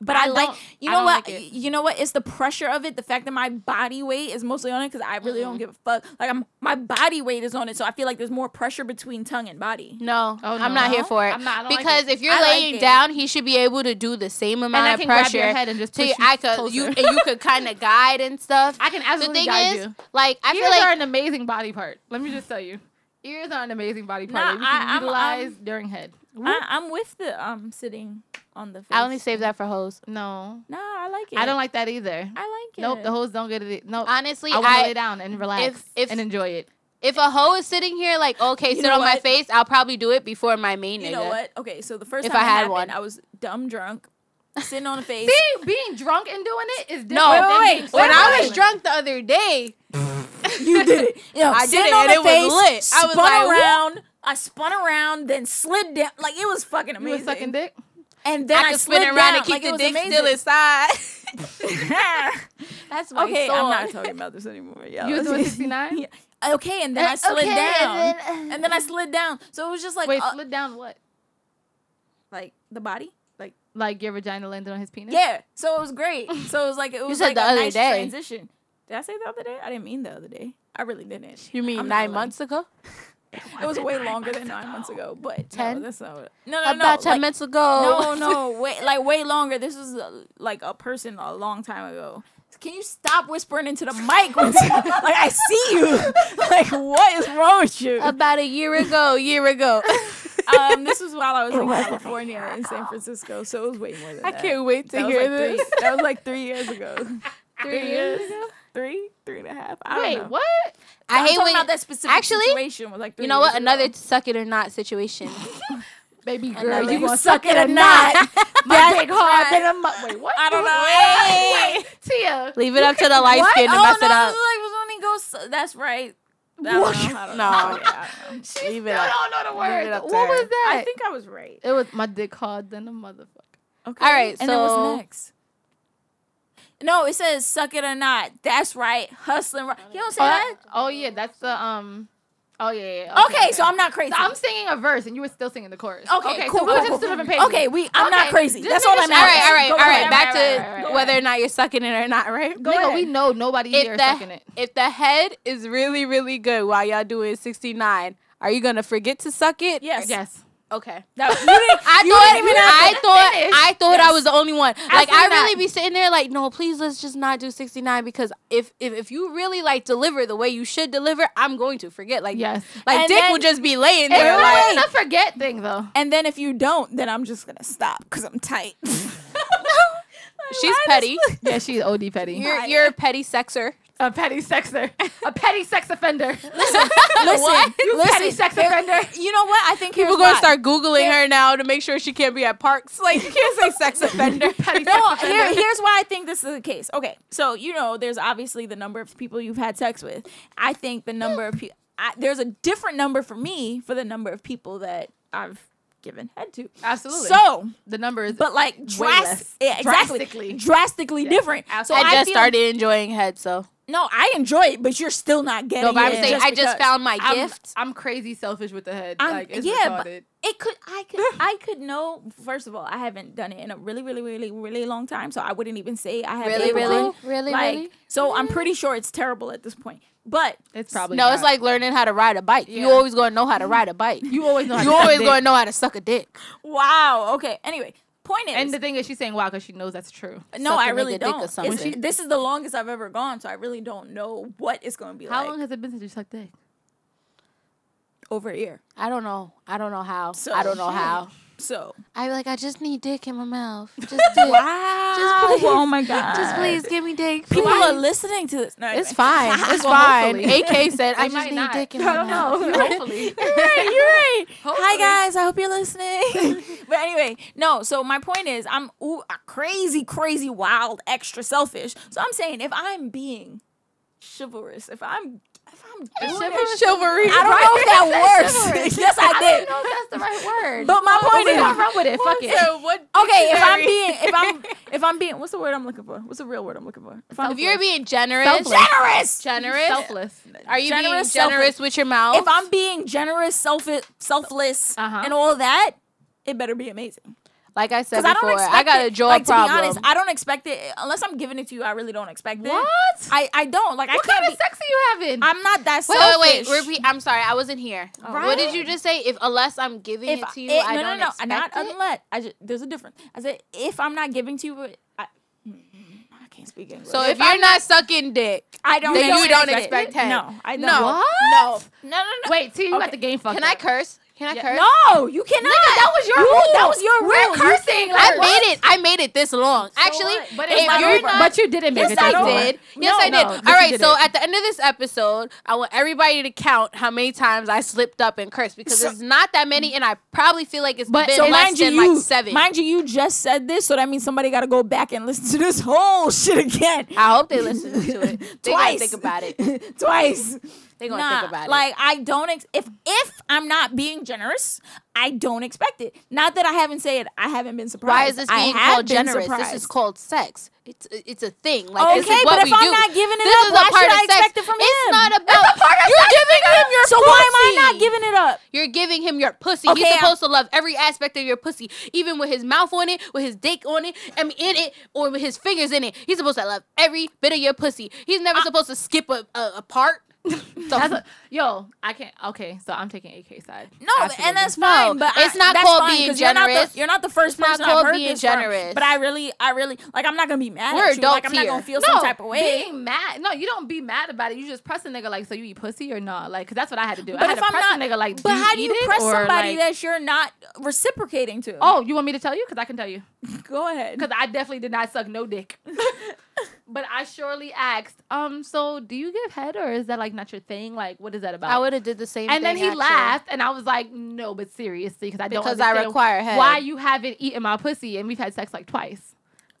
[SPEAKER 2] But
[SPEAKER 4] I
[SPEAKER 2] I, like
[SPEAKER 4] don't-
[SPEAKER 2] you
[SPEAKER 4] I
[SPEAKER 2] know
[SPEAKER 4] don't
[SPEAKER 2] what
[SPEAKER 4] like it.
[SPEAKER 2] you know what it's the pressure of it the fact that my body weight is mostly on it because I really don't give a fuck like I'm my body weight is on it so I feel like there's more pressure between tongue and body
[SPEAKER 4] No,
[SPEAKER 5] Oh,
[SPEAKER 4] I'm
[SPEAKER 5] no.
[SPEAKER 4] not here for it.
[SPEAKER 5] I'm not- I don't like
[SPEAKER 4] because
[SPEAKER 5] it.
[SPEAKER 4] if you're
[SPEAKER 2] I like
[SPEAKER 4] laying
[SPEAKER 2] it.
[SPEAKER 4] down, he should be able to do the same amount
[SPEAKER 5] I
[SPEAKER 4] of
[SPEAKER 5] can grab
[SPEAKER 4] pressure.
[SPEAKER 5] your head and just
[SPEAKER 4] to
[SPEAKER 5] push
[SPEAKER 4] you-
[SPEAKER 5] you
[SPEAKER 4] I could you and
[SPEAKER 5] closer.
[SPEAKER 4] you could kind of guide and stuff.
[SPEAKER 5] I can
[SPEAKER 4] the
[SPEAKER 5] absolutely
[SPEAKER 4] thing
[SPEAKER 5] guide
[SPEAKER 4] is,
[SPEAKER 5] you.
[SPEAKER 4] like I
[SPEAKER 5] Ears
[SPEAKER 4] feel
[SPEAKER 5] are
[SPEAKER 4] like
[SPEAKER 5] an amazing body part. Let me just tell you, ears are an amazing body part.
[SPEAKER 2] Nah,
[SPEAKER 5] that we can
[SPEAKER 2] I- I'm-
[SPEAKER 5] utilize
[SPEAKER 2] I'm-
[SPEAKER 5] during head.
[SPEAKER 2] I, I'm with the um sitting on the face
[SPEAKER 4] I only save that for hoes.
[SPEAKER 5] No,
[SPEAKER 2] no I like it
[SPEAKER 5] I don't like that either.
[SPEAKER 2] I like it
[SPEAKER 5] Nope, the hoes don't get it. No,
[SPEAKER 4] Honestly,
[SPEAKER 5] I want to lay
[SPEAKER 4] I,
[SPEAKER 5] down and relax
[SPEAKER 4] if-
[SPEAKER 5] and enjoy it.
[SPEAKER 4] if a hoe is sitting here like, okay,
[SPEAKER 2] You
[SPEAKER 4] sit
[SPEAKER 2] know
[SPEAKER 4] on my
[SPEAKER 2] what?
[SPEAKER 4] face, I'll probably do it before my main
[SPEAKER 2] you
[SPEAKER 4] nigga.
[SPEAKER 2] know what okay so the first
[SPEAKER 4] If
[SPEAKER 2] time
[SPEAKER 4] I
[SPEAKER 2] it
[SPEAKER 4] had
[SPEAKER 2] happened,
[SPEAKER 4] one.
[SPEAKER 2] I was dumb drunk sitting on a face
[SPEAKER 5] See, being drunk and doing it is different.
[SPEAKER 4] No,
[SPEAKER 2] Wait,
[SPEAKER 5] than
[SPEAKER 2] wait,
[SPEAKER 5] being
[SPEAKER 2] wait.
[SPEAKER 5] sober.
[SPEAKER 4] when I was drunk the other day,
[SPEAKER 2] You did it. Yo,
[SPEAKER 4] I did
[SPEAKER 2] sitting
[SPEAKER 4] it,
[SPEAKER 2] on
[SPEAKER 4] and
[SPEAKER 2] the
[SPEAKER 4] it was
[SPEAKER 2] face,
[SPEAKER 4] lit. I was
[SPEAKER 2] spun
[SPEAKER 4] like, "Whoop."
[SPEAKER 2] around. I spun around, then slid down. Like it was fucking
[SPEAKER 5] you
[SPEAKER 2] amazing.
[SPEAKER 5] was sucking dick.
[SPEAKER 2] And then I,
[SPEAKER 4] I could
[SPEAKER 2] slid
[SPEAKER 4] spin around and keep
[SPEAKER 2] down,
[SPEAKER 4] the
[SPEAKER 2] like,
[SPEAKER 4] dick
[SPEAKER 2] it was
[SPEAKER 4] still
[SPEAKER 2] amazing.
[SPEAKER 4] inside. That's my
[SPEAKER 2] okay,
[SPEAKER 4] song.
[SPEAKER 2] I'm not talking about this anymore. Yeah,
[SPEAKER 5] You was doing
[SPEAKER 2] let's-
[SPEAKER 5] 69?
[SPEAKER 2] Yeah. Okay, and then I slid
[SPEAKER 4] Okay,
[SPEAKER 2] down, and
[SPEAKER 4] and
[SPEAKER 2] then,
[SPEAKER 4] then-
[SPEAKER 2] I slid down. So it was just like,
[SPEAKER 5] Wait,
[SPEAKER 2] uh,
[SPEAKER 5] slid down what?
[SPEAKER 2] like the body, like
[SPEAKER 5] Like your vagina landed on his penis?
[SPEAKER 2] yeah. So it was great. So it was like it was
[SPEAKER 4] said
[SPEAKER 2] like
[SPEAKER 4] the
[SPEAKER 2] a
[SPEAKER 4] other
[SPEAKER 2] nice
[SPEAKER 4] day.
[SPEAKER 2] transition. Did I say the other day? I didn't mean the other day. I really didn't.
[SPEAKER 4] You mean
[SPEAKER 2] I'm not
[SPEAKER 4] nine
[SPEAKER 2] lying.
[SPEAKER 4] months ago?
[SPEAKER 2] It was way longer than nine months ago, but
[SPEAKER 4] Ten?
[SPEAKER 2] no, that's not. What, no, no,
[SPEAKER 4] About
[SPEAKER 2] no.
[SPEAKER 4] ten
[SPEAKER 2] like,
[SPEAKER 4] months ago.
[SPEAKER 2] No, no, wait, like way longer. This was uh, like a person a long time ago. Can you stop whispering into the mic? when- like I see you. Like what is wrong with you?
[SPEAKER 4] about a year ago, year ago.
[SPEAKER 2] Um, this was while I was in California and San Francisco, so it was way more than
[SPEAKER 4] I
[SPEAKER 2] that.
[SPEAKER 4] can't wait to
[SPEAKER 2] that
[SPEAKER 4] hear
[SPEAKER 2] was like
[SPEAKER 4] this.
[SPEAKER 2] Three, that was like three years ago.
[SPEAKER 4] Three
[SPEAKER 5] ago?
[SPEAKER 2] Three, three and a half. I
[SPEAKER 5] Wait,
[SPEAKER 2] don't know.
[SPEAKER 5] what?
[SPEAKER 4] I
[SPEAKER 2] I'm
[SPEAKER 4] hate
[SPEAKER 2] talking
[SPEAKER 4] when
[SPEAKER 2] about that specific
[SPEAKER 4] actually,
[SPEAKER 2] situation was like three
[SPEAKER 4] you know what
[SPEAKER 2] years
[SPEAKER 4] another
[SPEAKER 2] ago.
[SPEAKER 4] suck it or not situation.
[SPEAKER 5] Baby
[SPEAKER 4] Another-
[SPEAKER 5] girl,
[SPEAKER 4] you
[SPEAKER 5] you gonna
[SPEAKER 2] suck
[SPEAKER 5] suck
[SPEAKER 2] it
[SPEAKER 5] it
[SPEAKER 2] or
[SPEAKER 5] or
[SPEAKER 2] not.
[SPEAKER 5] not? My
[SPEAKER 2] That's
[SPEAKER 5] dick hard
[SPEAKER 2] right.
[SPEAKER 5] than a mu- Wait, what?
[SPEAKER 2] I don't know.
[SPEAKER 5] Wait, wait, Tia.
[SPEAKER 4] Leave it up to the light
[SPEAKER 2] What?
[SPEAKER 4] skin to
[SPEAKER 2] oh,
[SPEAKER 4] mess
[SPEAKER 2] no,
[SPEAKER 4] it
[SPEAKER 2] was
[SPEAKER 4] up.
[SPEAKER 2] like it was only goes. That's right. I don't know, I don't know. Yeah,
[SPEAKER 4] No.
[SPEAKER 2] I don't know.
[SPEAKER 5] She
[SPEAKER 4] Leave it
[SPEAKER 5] still
[SPEAKER 4] up.
[SPEAKER 5] don't know the
[SPEAKER 4] Leave it up
[SPEAKER 5] words.
[SPEAKER 4] to
[SPEAKER 5] What
[SPEAKER 4] her.
[SPEAKER 5] was that?
[SPEAKER 2] I think I was right.
[SPEAKER 5] it was my dick hard than a motherfucker.
[SPEAKER 2] Okay.
[SPEAKER 4] All right,
[SPEAKER 2] And then
[SPEAKER 4] so-
[SPEAKER 2] what's next? No, it says suck it or not. That's right. Hustling. Ro- you don't say
[SPEAKER 5] Oh,
[SPEAKER 2] that?
[SPEAKER 5] that- oh yeah, that's the um. Oh yeah. yeah,
[SPEAKER 2] Okay, so I'm not crazy.
[SPEAKER 5] So I'm singing a verse and you were still singing the chorus.
[SPEAKER 2] Okay, cool,
[SPEAKER 5] So we're
[SPEAKER 2] cool,
[SPEAKER 5] just
[SPEAKER 2] cool.
[SPEAKER 5] two different pages.
[SPEAKER 2] Okay, we- I'm not
[SPEAKER 5] Okay,
[SPEAKER 2] crazy.
[SPEAKER 5] just
[SPEAKER 2] That's all
[SPEAKER 5] making
[SPEAKER 2] I'm
[SPEAKER 4] All
[SPEAKER 5] sure.
[SPEAKER 4] right, all right,
[SPEAKER 2] Go
[SPEAKER 4] all right.
[SPEAKER 2] ahead,
[SPEAKER 4] Back to
[SPEAKER 5] right, right, right, right, right.
[SPEAKER 4] whether or not you're sucking it or not, right?
[SPEAKER 2] Go
[SPEAKER 5] Nigga,
[SPEAKER 2] ahead.
[SPEAKER 5] we know nobody
[SPEAKER 4] If
[SPEAKER 5] here is
[SPEAKER 4] the-
[SPEAKER 5] sucking it.
[SPEAKER 4] If the head is really, really good while y'all doing 69, are you gonna forget to suck it?
[SPEAKER 2] yes.
[SPEAKER 5] Yes.
[SPEAKER 4] Okay.
[SPEAKER 2] That, you didn't,
[SPEAKER 4] I
[SPEAKER 2] you
[SPEAKER 4] thought
[SPEAKER 2] didn't even
[SPEAKER 4] I
[SPEAKER 2] have to
[SPEAKER 4] thought
[SPEAKER 2] finish.
[SPEAKER 4] I thought I was the only one. Like I
[SPEAKER 2] Absolutely
[SPEAKER 4] really
[SPEAKER 2] not.
[SPEAKER 4] be sitting there like, no, please let's just not do sixty nine because if, if if you really like deliver the way you should deliver, I'm going to forget. Like
[SPEAKER 5] Yes.
[SPEAKER 4] like
[SPEAKER 2] And
[SPEAKER 4] Dick
[SPEAKER 2] then-
[SPEAKER 4] will just be laying
[SPEAKER 5] It's
[SPEAKER 4] there like
[SPEAKER 5] always a forget thing though.
[SPEAKER 2] And then if you don't, then I'm just gonna stop because I'm tight.
[SPEAKER 4] she's petty.
[SPEAKER 5] Yeah, she's OD petty.
[SPEAKER 4] You're you're a petty sexer.
[SPEAKER 5] a petty sexer. A petty sex offender.
[SPEAKER 2] Listen,
[SPEAKER 5] You
[SPEAKER 2] listen,
[SPEAKER 5] petty sex
[SPEAKER 2] here-
[SPEAKER 5] offender.
[SPEAKER 2] You know what? I think
[SPEAKER 4] People
[SPEAKER 2] here's
[SPEAKER 4] gonna
[SPEAKER 2] why.
[SPEAKER 4] start googling her now to make sure she can't be at parks. Like you can't say sex offender.
[SPEAKER 5] petty sex
[SPEAKER 2] No,
[SPEAKER 5] offender.
[SPEAKER 2] here, here's why I think this is the case. Okay, so you know, there's obviously the number of people you've had sex with. I think the number of people, there's a different number for me for the number of people that I've given head to.
[SPEAKER 5] Absolutely.
[SPEAKER 2] So,
[SPEAKER 5] the number is
[SPEAKER 2] but like
[SPEAKER 5] less.
[SPEAKER 2] drastic, yeah, exactly, drastically,
[SPEAKER 5] Drastically.
[SPEAKER 2] different. So
[SPEAKER 5] absolutely.
[SPEAKER 4] I
[SPEAKER 2] I,
[SPEAKER 4] just
[SPEAKER 2] feel-
[SPEAKER 4] started enjoying head, so
[SPEAKER 2] No, I enjoy it, but you're still not getting.
[SPEAKER 4] no, but I'm
[SPEAKER 2] it
[SPEAKER 4] saying I just
[SPEAKER 2] because
[SPEAKER 4] found my
[SPEAKER 5] I'm,
[SPEAKER 4] gift.
[SPEAKER 5] I'm crazy selfish with the head.
[SPEAKER 2] I'm-
[SPEAKER 5] like it's
[SPEAKER 2] yeah, but-
[SPEAKER 5] retarded.
[SPEAKER 2] It could I could I could know first of all I haven't done it in a really really really really long time so I wouldn't even say I have
[SPEAKER 4] Really,
[SPEAKER 2] able to.
[SPEAKER 4] really, really,
[SPEAKER 2] like
[SPEAKER 4] really.
[SPEAKER 2] so I'm pretty sure it's terrible at this point but
[SPEAKER 5] It's probably
[SPEAKER 4] No, it's
[SPEAKER 5] not.
[SPEAKER 4] like learning how to ride a bike. You
[SPEAKER 5] Yeah.
[SPEAKER 4] always gonna know how to ride a bike.
[SPEAKER 5] you always know. how
[SPEAKER 4] You
[SPEAKER 5] to suck
[SPEAKER 4] always
[SPEAKER 5] dick.
[SPEAKER 4] gonna know how to suck a dick.
[SPEAKER 2] wow okay anyway point is
[SPEAKER 5] And the thing is, she's saying wow because she knows that's true.
[SPEAKER 2] no
[SPEAKER 4] suck
[SPEAKER 2] I
[SPEAKER 4] a
[SPEAKER 2] really
[SPEAKER 4] nigga dick or
[SPEAKER 2] don't It's-
[SPEAKER 4] something.
[SPEAKER 2] this is the longest I've ever gone so I really don't know what it's gonna be
[SPEAKER 5] How
[SPEAKER 2] like
[SPEAKER 5] long has it been since you sucked dick?
[SPEAKER 2] over a year
[SPEAKER 4] I don't know. I don't know how.
[SPEAKER 2] So-
[SPEAKER 4] I don't know how.
[SPEAKER 2] So
[SPEAKER 4] I like I just need dick in my mouth. Just dick.
[SPEAKER 2] wow.
[SPEAKER 4] please.
[SPEAKER 2] Oh my god.
[SPEAKER 4] Just please give me dick.
[SPEAKER 2] People
[SPEAKER 4] please.
[SPEAKER 2] are listening to this. No,
[SPEAKER 4] It's
[SPEAKER 2] anyway.
[SPEAKER 4] fine. It's
[SPEAKER 5] Well,
[SPEAKER 4] fine.
[SPEAKER 5] hopefully.
[SPEAKER 4] AK said I
[SPEAKER 5] They
[SPEAKER 4] just
[SPEAKER 5] might
[SPEAKER 4] need
[SPEAKER 5] not.
[SPEAKER 4] dick in
[SPEAKER 5] I
[SPEAKER 4] my
[SPEAKER 5] don't
[SPEAKER 4] mouth.
[SPEAKER 5] know. Hopefully.
[SPEAKER 2] You're right. You're right. Hi
[SPEAKER 5] Hopefully.
[SPEAKER 2] guys. I hope you're listening. but anyway, no. So my point is, I'm ooh, a crazy, crazy, wild, extra selfish. So I'm saying, if I'm being chivalrous, if I'm, if I'm doing it-
[SPEAKER 4] Chivalry.
[SPEAKER 2] I don't know if that works. yes, I
[SPEAKER 5] I
[SPEAKER 2] did.
[SPEAKER 5] don't know if that's the right word.
[SPEAKER 2] But my point
[SPEAKER 5] we
[SPEAKER 2] is,
[SPEAKER 5] gonna run with it. Fuck it.
[SPEAKER 2] okay, if I'm being, if I'm, if I'm being, what's the word I'm looking for? What's the real word I'm looking for? If I'm
[SPEAKER 4] If you're being generous,
[SPEAKER 2] generous,
[SPEAKER 4] generous,
[SPEAKER 5] Selfless.
[SPEAKER 4] are you
[SPEAKER 2] Generous,
[SPEAKER 4] being generous
[SPEAKER 2] selfless.
[SPEAKER 4] with your mouth?
[SPEAKER 2] if I'm being generous, selfish, selfless,
[SPEAKER 5] Uh-huh.
[SPEAKER 2] and all that, it better be amazing.
[SPEAKER 4] like I said
[SPEAKER 2] Because I
[SPEAKER 4] before,
[SPEAKER 2] don't
[SPEAKER 4] I,
[SPEAKER 2] expect
[SPEAKER 4] got
[SPEAKER 2] it.
[SPEAKER 4] a jaw
[SPEAKER 2] like,
[SPEAKER 4] problem.
[SPEAKER 2] To be honest, I don't expect it unless I'm giving it to you. I really don't expect it.
[SPEAKER 5] What?
[SPEAKER 2] I, I don't like.
[SPEAKER 5] What
[SPEAKER 2] I can't.
[SPEAKER 5] kind of
[SPEAKER 2] Be,
[SPEAKER 5] sex are you having?
[SPEAKER 2] I'm not that
[SPEAKER 4] Wait,
[SPEAKER 2] selfish.
[SPEAKER 4] wait, wait. Repeat. I'm sorry. I wasn't here. What did
[SPEAKER 5] Right.
[SPEAKER 4] you just say? If unless I'm giving
[SPEAKER 2] If
[SPEAKER 4] it to you,
[SPEAKER 2] it-
[SPEAKER 4] I
[SPEAKER 2] no,
[SPEAKER 4] don't
[SPEAKER 2] no, no,
[SPEAKER 4] expect
[SPEAKER 2] not
[SPEAKER 4] it.
[SPEAKER 2] unless. I just, there's a difference. I said if I'm not giving to you, but I, mm, I can't speak English.
[SPEAKER 4] So if, you're not, sucking dick,
[SPEAKER 2] I don't,
[SPEAKER 4] then you don't
[SPEAKER 2] it.
[SPEAKER 4] expect head.
[SPEAKER 2] No, I don't.
[SPEAKER 4] No.
[SPEAKER 5] what?
[SPEAKER 4] No. No, no, no.
[SPEAKER 5] Wait, T, you
[SPEAKER 2] Okay.
[SPEAKER 5] got the game fucked.
[SPEAKER 4] Can I
[SPEAKER 5] up.
[SPEAKER 4] curse? Can I
[SPEAKER 5] Yeah.
[SPEAKER 4] curse?
[SPEAKER 2] No, you cannot.
[SPEAKER 5] That was your
[SPEAKER 2] You-
[SPEAKER 5] rule.
[SPEAKER 2] That was your
[SPEAKER 5] We're
[SPEAKER 2] rule. You
[SPEAKER 5] cursing.
[SPEAKER 2] can't
[SPEAKER 5] like,
[SPEAKER 4] I made it. I made it this long. Actually,
[SPEAKER 5] what? But
[SPEAKER 4] if
[SPEAKER 5] it's not
[SPEAKER 4] you're
[SPEAKER 5] over.
[SPEAKER 4] not,
[SPEAKER 5] But you didn't make
[SPEAKER 4] yes,
[SPEAKER 5] it.
[SPEAKER 4] I
[SPEAKER 5] that long.
[SPEAKER 4] did. Yes,
[SPEAKER 5] No,
[SPEAKER 4] I did.
[SPEAKER 5] no, but
[SPEAKER 4] All
[SPEAKER 5] you
[SPEAKER 4] right.
[SPEAKER 5] did
[SPEAKER 4] So
[SPEAKER 5] it.
[SPEAKER 4] at the end of this episode, I want everybody to count how many times I slipped up and cursed because
[SPEAKER 2] So-
[SPEAKER 4] it's not that many, and I probably feel like it's
[SPEAKER 5] But-
[SPEAKER 4] been
[SPEAKER 5] so
[SPEAKER 4] less than like seven.
[SPEAKER 2] Mind you, you just said this, so that means somebody got to go back and listen to this whole shit again.
[SPEAKER 4] I hope they listen to it. They
[SPEAKER 2] Twice.
[SPEAKER 4] gonna think about it.
[SPEAKER 2] Twice.
[SPEAKER 4] They gonna
[SPEAKER 2] Nah,
[SPEAKER 4] think about it.
[SPEAKER 2] like I don't. Ex- if if I'm not being generous, I don't expect it. Not that I haven't said I haven't been surprised.
[SPEAKER 4] Why is this
[SPEAKER 2] I
[SPEAKER 4] being
[SPEAKER 2] have
[SPEAKER 4] called
[SPEAKER 2] been
[SPEAKER 4] generous?
[SPEAKER 2] Surprised.
[SPEAKER 4] This is called sex. It's it's a thing. Like this
[SPEAKER 2] okay,
[SPEAKER 4] is what
[SPEAKER 2] but
[SPEAKER 4] we
[SPEAKER 2] if I'm
[SPEAKER 4] do.
[SPEAKER 2] not giving it
[SPEAKER 4] this
[SPEAKER 2] up,
[SPEAKER 4] is a
[SPEAKER 2] why
[SPEAKER 4] part
[SPEAKER 2] should
[SPEAKER 4] of
[SPEAKER 2] I
[SPEAKER 4] sex.
[SPEAKER 2] expect it from
[SPEAKER 4] it's
[SPEAKER 2] him?
[SPEAKER 4] not about you're giving him your
[SPEAKER 2] so
[SPEAKER 4] pussy.
[SPEAKER 2] why am I not giving it up?
[SPEAKER 4] You're giving him your pussy.
[SPEAKER 2] Okay,
[SPEAKER 4] He's
[SPEAKER 2] I'm-
[SPEAKER 4] supposed to love every aspect of your pussy, even with his mouth on it, with his dick on it, I mean in it, or with his fingers in it. He's supposed to love every bit of your pussy. He's never supposed to skip a, a, a part. So
[SPEAKER 5] That's a- yo, I can't. Okay, so I'm taking AK side.
[SPEAKER 2] No,
[SPEAKER 5] Absolutely.
[SPEAKER 2] and that's fine. But
[SPEAKER 4] it's
[SPEAKER 2] I-
[SPEAKER 4] not
[SPEAKER 2] that's
[SPEAKER 4] called
[SPEAKER 2] fine,
[SPEAKER 4] being
[SPEAKER 2] 'cause you're not the-
[SPEAKER 4] generous.
[SPEAKER 2] You're not the, first
[SPEAKER 4] It's not
[SPEAKER 2] person
[SPEAKER 4] called
[SPEAKER 2] I've heard
[SPEAKER 4] being
[SPEAKER 2] this from,
[SPEAKER 4] generous.
[SPEAKER 2] But I really, I really like. I'm not gonna be mad.
[SPEAKER 4] We're
[SPEAKER 2] at you. Like I'm
[SPEAKER 4] adults
[SPEAKER 2] not
[SPEAKER 4] here.
[SPEAKER 2] gonna feel some type of way.
[SPEAKER 5] being mad. No, you don't be mad about it. You just press a nigga like, so you eat pussy or not? Like, cause that's what I had to do. I
[SPEAKER 2] But
[SPEAKER 5] had
[SPEAKER 2] if
[SPEAKER 5] to
[SPEAKER 2] I'm
[SPEAKER 5] press
[SPEAKER 2] not,
[SPEAKER 5] a nigga like,
[SPEAKER 2] but how do
[SPEAKER 5] eat
[SPEAKER 2] you
[SPEAKER 5] it?
[SPEAKER 2] press
[SPEAKER 5] Or,
[SPEAKER 2] somebody
[SPEAKER 5] like-
[SPEAKER 2] that you're not reciprocating to?
[SPEAKER 5] Oh, you want me to tell you? Cause I can tell you.
[SPEAKER 2] go ahead.
[SPEAKER 5] Cause I definitely did not suck no dick. but I surely asked. Um, so do you give head or is that like not your thing? Like, what is that about?
[SPEAKER 4] I would have did the same.
[SPEAKER 5] and then
[SPEAKER 4] thing,
[SPEAKER 5] he
[SPEAKER 4] actually.
[SPEAKER 5] laughed, and I was like, "No, but seriously, because I
[SPEAKER 2] Oh,
[SPEAKER 5] don't
[SPEAKER 4] Because I
[SPEAKER 5] understand
[SPEAKER 4] require head.
[SPEAKER 5] why you haven't eaten my pussy, and we've had sex like twice.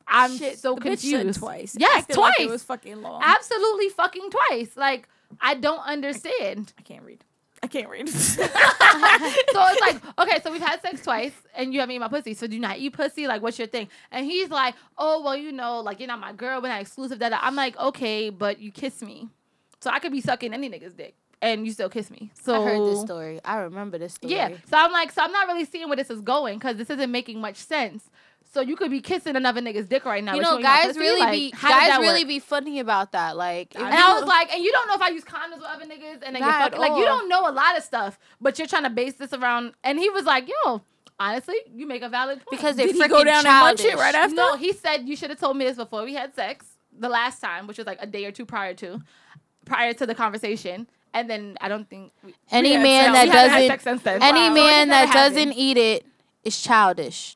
[SPEAKER 5] I'm
[SPEAKER 2] Shit,
[SPEAKER 5] so
[SPEAKER 2] the bitch said
[SPEAKER 5] confused.
[SPEAKER 2] twice.
[SPEAKER 5] Yes,
[SPEAKER 2] Acted
[SPEAKER 5] twice.
[SPEAKER 2] Like it was fucking long. I,
[SPEAKER 5] Absolutely fucking twice. Like I don't understand.
[SPEAKER 2] can't read. I can't read.
[SPEAKER 5] so it's like, okay, so we've had sex twice, and you haven't eaten my pussy. So do you not eat pussy? Like, what's your thing? And he's like, oh well, you know, like you're not my girl, we're not exclusive. That I'm like, okay, but you kiss me, so I could be sucking any nigga's dick, and you still kiss me. So
[SPEAKER 4] I heard this story. I remember this story.
[SPEAKER 5] Yeah. So I'm like, so I'm not really seeing where this is going because this isn't making much sense. So you could be kissing another nigga's dick right now.
[SPEAKER 4] You
[SPEAKER 5] but
[SPEAKER 4] know,
[SPEAKER 5] ain't got
[SPEAKER 4] guys
[SPEAKER 5] pussy?
[SPEAKER 4] really
[SPEAKER 5] Like,
[SPEAKER 4] be
[SPEAKER 5] how does
[SPEAKER 4] guys
[SPEAKER 5] that
[SPEAKER 4] really
[SPEAKER 5] work?
[SPEAKER 4] be funny about that. Like, if
[SPEAKER 5] And I
[SPEAKER 4] you-
[SPEAKER 5] was like, and you don't know if I use condoms with other niggas, and then you
[SPEAKER 4] Not at
[SPEAKER 5] fuck, like you
[SPEAKER 4] all.
[SPEAKER 5] don't know a lot of stuff, but you're trying to base this around. And he was like, yo, honestly, you make a valid point.
[SPEAKER 4] because they
[SPEAKER 2] Did he
[SPEAKER 4] freaking
[SPEAKER 2] go down and munch
[SPEAKER 4] childish.
[SPEAKER 2] it right after?
[SPEAKER 5] No, he said you should have told me this before we had sex the last time, which was like a day or two prior to, prior to the conversation. And then I don't think we,
[SPEAKER 4] Any
[SPEAKER 2] Yeah,
[SPEAKER 4] man
[SPEAKER 5] no,
[SPEAKER 4] that
[SPEAKER 5] we haven't had
[SPEAKER 4] doesn't
[SPEAKER 5] sex since then.
[SPEAKER 4] Any
[SPEAKER 5] Wow. So it
[SPEAKER 4] man
[SPEAKER 5] never
[SPEAKER 4] that
[SPEAKER 5] happened.
[SPEAKER 4] doesn't eat it is childish.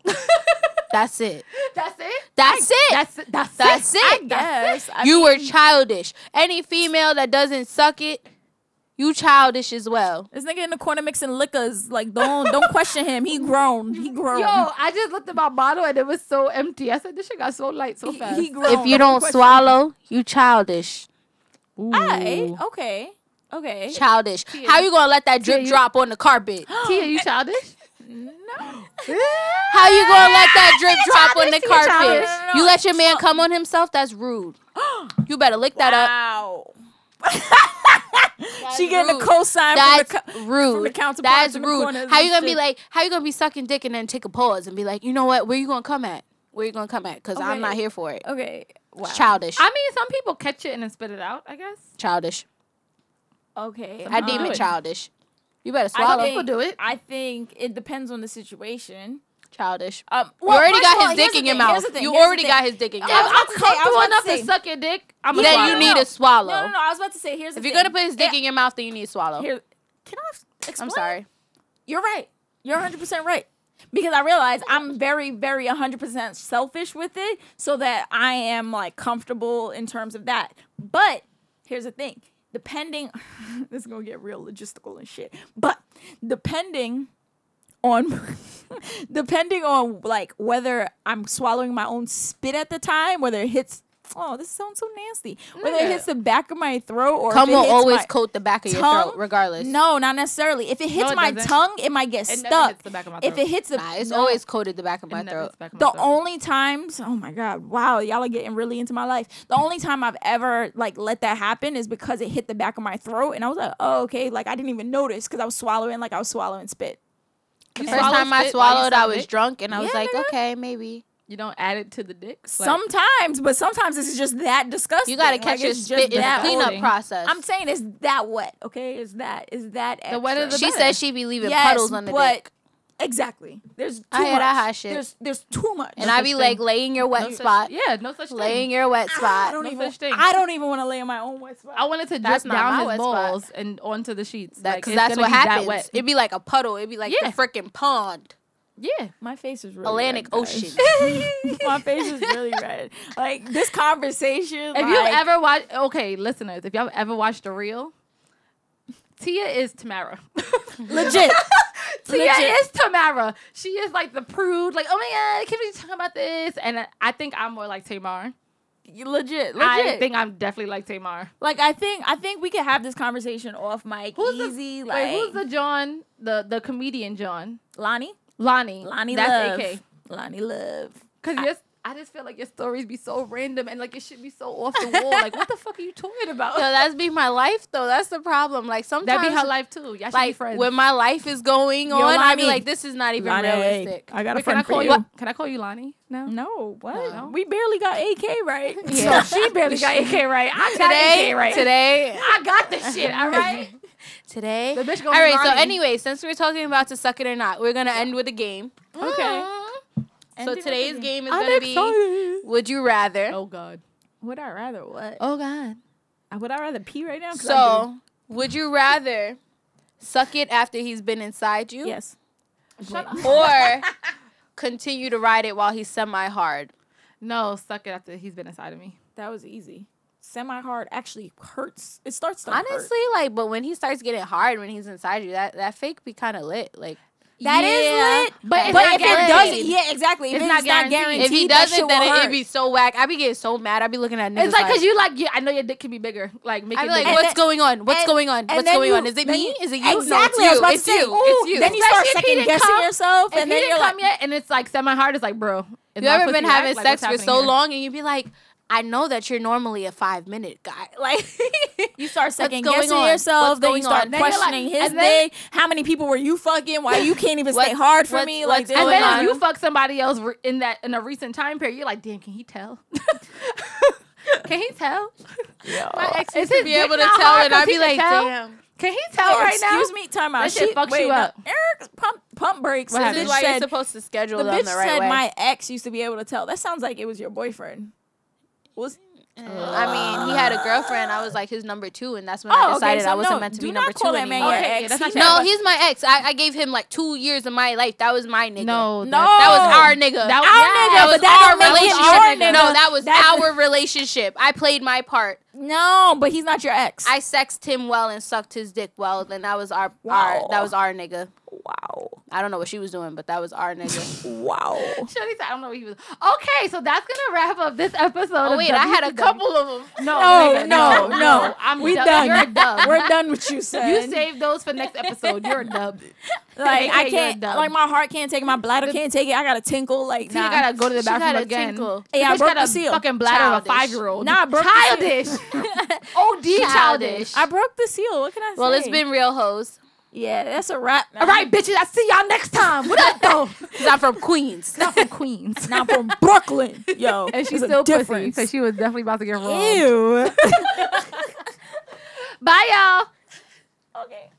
[SPEAKER 4] That's it.
[SPEAKER 5] that's it.
[SPEAKER 4] That's it.
[SPEAKER 5] That's that's
[SPEAKER 4] That's
[SPEAKER 5] it.
[SPEAKER 4] it.
[SPEAKER 2] yes. I
[SPEAKER 4] you
[SPEAKER 2] mean,
[SPEAKER 4] were childish. Any female that doesn't suck it, you childish as well.
[SPEAKER 2] This nigga in the corner mixing liquors. Like don't don't question him. He grown. He grown.
[SPEAKER 5] Yo, I just looked at my bottle and it was so empty. I said, this shit got so light so
[SPEAKER 2] He-
[SPEAKER 5] fast.
[SPEAKER 2] he grown.
[SPEAKER 4] if you don't
[SPEAKER 2] question
[SPEAKER 4] swallow, you childish.
[SPEAKER 2] Aight, okay. Okay.
[SPEAKER 4] Childish. How you gonna let that drip
[SPEAKER 5] you-
[SPEAKER 4] drop on the carpet?
[SPEAKER 5] Tia, you childish?
[SPEAKER 4] How you gonna let that drip drop on the
[SPEAKER 2] You're childish.
[SPEAKER 4] carpet?
[SPEAKER 2] No, no, no.
[SPEAKER 4] You let your man come on himself? That's rude. You better lick that up.
[SPEAKER 2] Wow. she getting a
[SPEAKER 4] rude.
[SPEAKER 2] cosign
[SPEAKER 4] That's
[SPEAKER 2] from the co-
[SPEAKER 4] rude.
[SPEAKER 2] from the counterparts
[SPEAKER 4] That's
[SPEAKER 2] in the
[SPEAKER 4] rude.
[SPEAKER 2] corners
[SPEAKER 4] how
[SPEAKER 2] and
[SPEAKER 4] you gonna be
[SPEAKER 2] shit.
[SPEAKER 4] like? How you gonna be sucking dick and then take a pause and be like, you know what? Where you gonna come at? Where you gonna come at? Because I'm
[SPEAKER 2] Okay.
[SPEAKER 4] not here for it.
[SPEAKER 2] okay. Wow.
[SPEAKER 4] It's childish.
[SPEAKER 5] I mean, some people catch it and then spit it out, I guess.
[SPEAKER 4] childish.
[SPEAKER 2] Okay.
[SPEAKER 4] I
[SPEAKER 2] um,
[SPEAKER 4] deem it childish. You better
[SPEAKER 2] I
[SPEAKER 4] swallow.
[SPEAKER 2] think-
[SPEAKER 5] People do it.
[SPEAKER 2] I think it depends on the situation.
[SPEAKER 4] childish.
[SPEAKER 2] Um,
[SPEAKER 4] you already
[SPEAKER 2] first of
[SPEAKER 4] got
[SPEAKER 2] all,
[SPEAKER 4] his
[SPEAKER 2] here's
[SPEAKER 4] dick in
[SPEAKER 2] the
[SPEAKER 4] your
[SPEAKER 2] thing, here's
[SPEAKER 4] mouth.
[SPEAKER 2] the thing,
[SPEAKER 4] You
[SPEAKER 2] here's the
[SPEAKER 4] already
[SPEAKER 2] thing.
[SPEAKER 4] got his dick in your
[SPEAKER 2] I
[SPEAKER 5] If
[SPEAKER 2] was
[SPEAKER 4] mouth.
[SPEAKER 5] I'm
[SPEAKER 2] about to say- I was
[SPEAKER 5] comfortable
[SPEAKER 2] about to
[SPEAKER 5] enough
[SPEAKER 2] say-
[SPEAKER 5] to suck your dick, I'm
[SPEAKER 2] Yeah,
[SPEAKER 5] going
[SPEAKER 4] Then
[SPEAKER 2] no,
[SPEAKER 4] you
[SPEAKER 2] no,
[SPEAKER 4] need
[SPEAKER 2] no.
[SPEAKER 4] to swallow.
[SPEAKER 2] No, no, no. I was about to say, here's the
[SPEAKER 4] If you're
[SPEAKER 2] thing.
[SPEAKER 4] gonna put his dick in your mouth, then you need to swallow.
[SPEAKER 2] Here, can I s- explain?
[SPEAKER 4] I'm sorry.
[SPEAKER 2] You're right. You're 100 percent right. because I realize I'm very, very 100% selfish with it so that I am like comfortable in terms of that. But here's the thing depending, this is gonna get real logistical and shit, but depending on depending on like whether I'm swallowing my own spit at the time, whether it hits oh this sounds so nasty, whether it hits the back of my throat or if
[SPEAKER 4] Cum
[SPEAKER 2] it
[SPEAKER 4] will
[SPEAKER 2] hits
[SPEAKER 4] always
[SPEAKER 2] my
[SPEAKER 4] coat the back of your
[SPEAKER 2] tongue,
[SPEAKER 4] throat, regardless.
[SPEAKER 2] No, not necessarily. If it hits
[SPEAKER 5] it
[SPEAKER 2] my
[SPEAKER 5] doesn't.
[SPEAKER 2] tongue, it might get
[SPEAKER 5] It never
[SPEAKER 2] stuck.
[SPEAKER 5] hits the back of my
[SPEAKER 2] If
[SPEAKER 5] throat.
[SPEAKER 2] it hits the
[SPEAKER 4] Nah, it's
[SPEAKER 2] no.
[SPEAKER 4] always coated the back of my
[SPEAKER 5] It never
[SPEAKER 4] throat.
[SPEAKER 5] hits back on
[SPEAKER 2] The
[SPEAKER 5] my throat.
[SPEAKER 2] only times, oh my god, wow, y'all are getting really into my life. The only time I've ever like let that happen is because it hit the back of my throat, and I was like, oh okay, like I didn't even notice because I was swallowing like I was swallowing spit.
[SPEAKER 5] You
[SPEAKER 4] First
[SPEAKER 5] swallow
[SPEAKER 4] time I
[SPEAKER 5] spit while you
[SPEAKER 4] swallowed,
[SPEAKER 5] suck
[SPEAKER 4] I was
[SPEAKER 5] dick?
[SPEAKER 4] drunk, and I was
[SPEAKER 2] Yeah,
[SPEAKER 4] like,
[SPEAKER 2] nigga.
[SPEAKER 4] okay, maybe.
[SPEAKER 5] You don't add it to the dick. Like,
[SPEAKER 2] sometimes, but sometimes this is just that disgusting.
[SPEAKER 4] You gotta
[SPEAKER 2] Like,
[SPEAKER 4] catch your
[SPEAKER 2] it's
[SPEAKER 4] spit in the
[SPEAKER 2] that
[SPEAKER 4] cleanup
[SPEAKER 5] oily.
[SPEAKER 4] process.
[SPEAKER 2] I'm saying it's that wet, okay? It's that is that extra.
[SPEAKER 5] wetter the
[SPEAKER 4] she
[SPEAKER 5] better.
[SPEAKER 4] said she be leaving
[SPEAKER 2] Yes,
[SPEAKER 4] puddles on the
[SPEAKER 2] but
[SPEAKER 4] dick,
[SPEAKER 2] exactly. There's too
[SPEAKER 4] I hear
[SPEAKER 2] much.
[SPEAKER 4] that hot shit.
[SPEAKER 2] There's there's too much.
[SPEAKER 4] and I be
[SPEAKER 5] such
[SPEAKER 4] like
[SPEAKER 5] thing.
[SPEAKER 4] laying your wet
[SPEAKER 5] no such-
[SPEAKER 4] spot,
[SPEAKER 5] yeah, Ah, no such
[SPEAKER 4] laying
[SPEAKER 5] thing.
[SPEAKER 4] your wet
[SPEAKER 2] I
[SPEAKER 4] spot.
[SPEAKER 2] don't
[SPEAKER 5] No
[SPEAKER 2] even.
[SPEAKER 5] such thing.
[SPEAKER 2] I don't even want to lay in my own wet spot.
[SPEAKER 5] I wanted to drip
[SPEAKER 4] That's not my
[SPEAKER 5] down
[SPEAKER 4] wet
[SPEAKER 5] his
[SPEAKER 4] spot.
[SPEAKER 5] balls and onto the sheets.
[SPEAKER 4] That,
[SPEAKER 5] Like,
[SPEAKER 4] cause
[SPEAKER 5] it's
[SPEAKER 4] that's
[SPEAKER 5] gonna
[SPEAKER 4] what
[SPEAKER 5] be that
[SPEAKER 4] happens.
[SPEAKER 5] wet.
[SPEAKER 4] It'd be like a puddle. It'd be like
[SPEAKER 5] Yeah.
[SPEAKER 4] the freaking pond,
[SPEAKER 5] yeah.
[SPEAKER 2] My face is really
[SPEAKER 4] Atlantic
[SPEAKER 2] red, guys.
[SPEAKER 4] Ocean.
[SPEAKER 2] My face is really red. Like this conversation.
[SPEAKER 5] If
[SPEAKER 2] like,
[SPEAKER 5] you've ever watched, okay, listeners, if y'all ever watched the real, Tia is Tamara.
[SPEAKER 2] legit,
[SPEAKER 5] Tia
[SPEAKER 2] Legit.
[SPEAKER 5] is Tamara. She is like the prude, like, oh my god, can we talk about this? And I- I think I'm more like Tamar.
[SPEAKER 2] legit, legit.
[SPEAKER 5] I think I'm definitely like Tamar.
[SPEAKER 2] like I think I think we can have this conversation off mic easy.
[SPEAKER 5] the,
[SPEAKER 2] like
[SPEAKER 5] wait, who's the John, the the comedian John?
[SPEAKER 2] Lonnie,
[SPEAKER 5] Lonnie.
[SPEAKER 2] Lonnie
[SPEAKER 5] That's
[SPEAKER 2] Love,
[SPEAKER 5] AK.
[SPEAKER 2] Lonnie Love.
[SPEAKER 5] Cause I, I just feel like your stories be so random and like it should be so off the wall. Like, what the fuck are you talking about?
[SPEAKER 4] Yo, that's be my life though. That's the problem. Like sometimes,
[SPEAKER 5] That'd be her life too. Y'all should be
[SPEAKER 4] like
[SPEAKER 5] friends.
[SPEAKER 4] when my life is going on, I'd be
[SPEAKER 2] Lonnie.
[SPEAKER 4] like, this is not even
[SPEAKER 2] Lonnie,
[SPEAKER 4] realistic.
[SPEAKER 2] I got a
[SPEAKER 5] Wait, can I
[SPEAKER 2] friend
[SPEAKER 5] call
[SPEAKER 2] for
[SPEAKER 5] you?
[SPEAKER 2] you.
[SPEAKER 5] Can I call you Lonnie? No.
[SPEAKER 2] No, what?
[SPEAKER 5] No.
[SPEAKER 2] We barely got AK right.
[SPEAKER 4] Yeah.
[SPEAKER 2] So she barely got AK right. I got
[SPEAKER 4] Today,
[SPEAKER 2] AK right.
[SPEAKER 4] today,
[SPEAKER 5] I got this shit. All right.
[SPEAKER 4] today.
[SPEAKER 5] The bitch
[SPEAKER 4] All
[SPEAKER 5] gonna be
[SPEAKER 4] right. So
[SPEAKER 5] Lonnie.
[SPEAKER 4] anyway, since we're talking about to suck it or not, we're gonna end with a game.
[SPEAKER 2] Okay.
[SPEAKER 4] So
[SPEAKER 2] Ending up
[SPEAKER 4] today's
[SPEAKER 2] again.
[SPEAKER 4] game is
[SPEAKER 2] I'm
[SPEAKER 4] gonna be
[SPEAKER 2] excited.
[SPEAKER 4] Would you rather?
[SPEAKER 5] Oh God.
[SPEAKER 2] Would I rather what? Uh,
[SPEAKER 5] Oh God.
[SPEAKER 2] Would I rather pee right now? 'Cause I
[SPEAKER 4] So, would you rather suck it after he's been inside
[SPEAKER 2] do.
[SPEAKER 4] you?
[SPEAKER 2] yes.
[SPEAKER 4] Or continue to ride it while he's semi hard?
[SPEAKER 5] No, suck it after he's been inside of me.
[SPEAKER 2] That was easy. Semi hard actually hurts. It starts to hurt.
[SPEAKER 4] Honestly, like, but when he starts getting hard when he's inside you, that, that fake be kind of lit. Like,
[SPEAKER 2] That is
[SPEAKER 5] Yeah,
[SPEAKER 2] lit.
[SPEAKER 5] but it's
[SPEAKER 2] but
[SPEAKER 5] not
[SPEAKER 2] if it
[SPEAKER 5] guaranteed.
[SPEAKER 2] doesn't, yeah, exactly. If
[SPEAKER 5] It's
[SPEAKER 2] it's,
[SPEAKER 5] not
[SPEAKER 2] not guaranteed,
[SPEAKER 5] guaranteed.
[SPEAKER 4] if he
[SPEAKER 2] that
[SPEAKER 4] does
[SPEAKER 2] shit
[SPEAKER 4] it,
[SPEAKER 2] will
[SPEAKER 4] then it,
[SPEAKER 2] hurt.
[SPEAKER 4] would be so whack. I'd be getting so mad. I'd be looking at niggas.
[SPEAKER 5] It's like because you like yeah. I know your dick can be bigger. Like make
[SPEAKER 4] I'd be
[SPEAKER 5] your
[SPEAKER 4] like,
[SPEAKER 5] dick
[SPEAKER 2] And
[SPEAKER 4] what's
[SPEAKER 2] then-
[SPEAKER 4] going on? What's
[SPEAKER 2] and-
[SPEAKER 4] going on?
[SPEAKER 2] and
[SPEAKER 4] What's
[SPEAKER 2] then
[SPEAKER 4] going
[SPEAKER 2] you-
[SPEAKER 4] on? Is
[SPEAKER 2] then
[SPEAKER 4] it me?
[SPEAKER 2] you-
[SPEAKER 4] Is it you?
[SPEAKER 2] Exactly.
[SPEAKER 4] No,
[SPEAKER 2] I was about to
[SPEAKER 4] it's you.
[SPEAKER 2] say,
[SPEAKER 4] It's you.
[SPEAKER 2] ooh,
[SPEAKER 4] It's you.
[SPEAKER 2] Then you
[SPEAKER 5] Especially
[SPEAKER 2] start
[SPEAKER 5] if he
[SPEAKER 2] second
[SPEAKER 5] didn't
[SPEAKER 2] guessing
[SPEAKER 5] come-
[SPEAKER 2] yourself,
[SPEAKER 5] if
[SPEAKER 2] and
[SPEAKER 5] he
[SPEAKER 2] then you're
[SPEAKER 5] didn't
[SPEAKER 2] like,
[SPEAKER 5] come yet, and it's like semi hard. It's like bro. is
[SPEAKER 4] You
[SPEAKER 5] my
[SPEAKER 4] ever been
[SPEAKER 5] pussy whack?
[SPEAKER 4] having
[SPEAKER 5] Like, what's
[SPEAKER 4] sex for
[SPEAKER 5] happening
[SPEAKER 4] so
[SPEAKER 5] here?
[SPEAKER 4] long and you'd be like, I know that you're normally a five minute guy. Like,
[SPEAKER 2] you start second
[SPEAKER 4] going
[SPEAKER 2] guessing
[SPEAKER 4] on?
[SPEAKER 2] yourself.
[SPEAKER 4] What's
[SPEAKER 2] then
[SPEAKER 4] going
[SPEAKER 2] you start
[SPEAKER 4] on?
[SPEAKER 5] Then you're like-
[SPEAKER 2] questioning his
[SPEAKER 5] and then-
[SPEAKER 2] day. How many people were you fucking? Why you can't even stay
[SPEAKER 4] What-
[SPEAKER 2] hard for
[SPEAKER 4] what's-
[SPEAKER 2] me?
[SPEAKER 4] what's
[SPEAKER 2] Like this.
[SPEAKER 5] And
[SPEAKER 4] going
[SPEAKER 5] then
[SPEAKER 4] on?
[SPEAKER 5] if you fuck somebody else re- in that in a recent time period, you're like, damn, can he tell? can he tell?
[SPEAKER 4] my ex
[SPEAKER 5] Is
[SPEAKER 4] used to
[SPEAKER 5] his
[SPEAKER 4] be
[SPEAKER 5] dick
[SPEAKER 4] able to
[SPEAKER 5] not
[SPEAKER 4] tell,
[SPEAKER 5] hard
[SPEAKER 4] and
[SPEAKER 5] 'cause
[SPEAKER 4] I'd
[SPEAKER 5] he
[SPEAKER 4] be
[SPEAKER 5] can
[SPEAKER 4] like,
[SPEAKER 5] tell?
[SPEAKER 4] damn.
[SPEAKER 5] Can he tell Oh,
[SPEAKER 4] Oh,
[SPEAKER 5] right now?
[SPEAKER 2] Excuse me, time out.
[SPEAKER 5] That shit
[SPEAKER 2] She-
[SPEAKER 5] fucks
[SPEAKER 2] wait,
[SPEAKER 5] you
[SPEAKER 2] no.
[SPEAKER 5] up.
[SPEAKER 2] Eric's pump pump brakes.
[SPEAKER 5] What
[SPEAKER 2] The
[SPEAKER 5] happened?
[SPEAKER 2] bitch
[SPEAKER 4] This is why you're
[SPEAKER 2] said,
[SPEAKER 4] supposed to schedule
[SPEAKER 2] the
[SPEAKER 4] them
[SPEAKER 2] bitch
[SPEAKER 4] the right
[SPEAKER 2] said
[SPEAKER 4] way.
[SPEAKER 2] my ex used to be able to tell. That sounds like it was your boyfriend. Was
[SPEAKER 4] I mean, he had a girlfriend. I was like his number two, and that's when
[SPEAKER 2] Oh,
[SPEAKER 4] I
[SPEAKER 2] okay,
[SPEAKER 4] decided I
[SPEAKER 2] so
[SPEAKER 4] wasn't
[SPEAKER 2] no,
[SPEAKER 4] meant to
[SPEAKER 2] do
[SPEAKER 4] be
[SPEAKER 2] not
[SPEAKER 4] number two
[SPEAKER 2] call that man
[SPEAKER 4] anymore.
[SPEAKER 2] your
[SPEAKER 5] Okay, yeah,
[SPEAKER 2] ex.
[SPEAKER 5] that's
[SPEAKER 2] He
[SPEAKER 5] not
[SPEAKER 4] No,
[SPEAKER 2] never-
[SPEAKER 4] he's my ex. I, I gave him like two years of my life. That was my nigga.
[SPEAKER 5] No,
[SPEAKER 2] No.
[SPEAKER 5] that's-
[SPEAKER 4] That was our nigga.
[SPEAKER 5] That was-
[SPEAKER 4] our
[SPEAKER 5] yeah.
[SPEAKER 4] nigga. Oh, That
[SPEAKER 5] But
[SPEAKER 4] was
[SPEAKER 2] that don't
[SPEAKER 4] our
[SPEAKER 2] make him
[SPEAKER 4] relationship.
[SPEAKER 2] our nigga.
[SPEAKER 4] No, that was
[SPEAKER 2] That-
[SPEAKER 4] our relationship. I played my part.
[SPEAKER 2] no, but he's not your ex.
[SPEAKER 4] I sexed him well and sucked his dick well, and that was our,
[SPEAKER 2] Wow.
[SPEAKER 4] our that was our nigga.
[SPEAKER 2] wow,
[SPEAKER 4] I don't know what she was doing, but that was our nigga.
[SPEAKER 2] wow.
[SPEAKER 5] Shorty said, I don't know what he was. Okay, so that's gonna wrap up this episode.
[SPEAKER 4] oh
[SPEAKER 5] of
[SPEAKER 4] wait, I had a
[SPEAKER 5] WCW.
[SPEAKER 4] couple of them.
[SPEAKER 5] Oh, No,
[SPEAKER 2] No,
[SPEAKER 5] nigga,
[SPEAKER 2] no, no.
[SPEAKER 5] I'm
[SPEAKER 2] we
[SPEAKER 5] done.
[SPEAKER 2] done.
[SPEAKER 5] You're a dub.
[SPEAKER 2] We're done with you, son.
[SPEAKER 5] you save those for next episode. You're a dub.
[SPEAKER 2] like
[SPEAKER 5] okay,
[SPEAKER 2] I
[SPEAKER 5] you're
[SPEAKER 2] can't.
[SPEAKER 5] done.
[SPEAKER 2] Like my heart can't take it. My bladder can't take it. I got to tinkle. Like
[SPEAKER 5] You
[SPEAKER 2] nah.
[SPEAKER 5] gotta go to the
[SPEAKER 4] She
[SPEAKER 5] bathroom
[SPEAKER 4] gotta
[SPEAKER 5] again.
[SPEAKER 4] tinkle.
[SPEAKER 5] This
[SPEAKER 2] Yeah, I
[SPEAKER 5] bitch
[SPEAKER 2] broke
[SPEAKER 5] got
[SPEAKER 2] the
[SPEAKER 5] a
[SPEAKER 2] seal.
[SPEAKER 5] Fucking bladder of a
[SPEAKER 4] Childish.
[SPEAKER 5] five year old.
[SPEAKER 2] Nah, I broke the
[SPEAKER 5] childish.
[SPEAKER 2] seal.
[SPEAKER 5] Od childish.
[SPEAKER 4] Childish.
[SPEAKER 2] I broke the seal. What can I say?
[SPEAKER 4] Well, it's been real hoes.
[SPEAKER 2] yeah. That's a wrap.
[SPEAKER 5] All right, bitches. I see y'all next time. What up, though?
[SPEAKER 4] Cause I'm from Queens.
[SPEAKER 5] Not from Queens.
[SPEAKER 2] Now from Brooklyn, yo.
[SPEAKER 5] And she's
[SPEAKER 2] There's a
[SPEAKER 5] still pussy,
[SPEAKER 2] difference.
[SPEAKER 5] so she was definitely about to get robbed.
[SPEAKER 2] Ew.
[SPEAKER 5] Bye, y'all.
[SPEAKER 2] okay.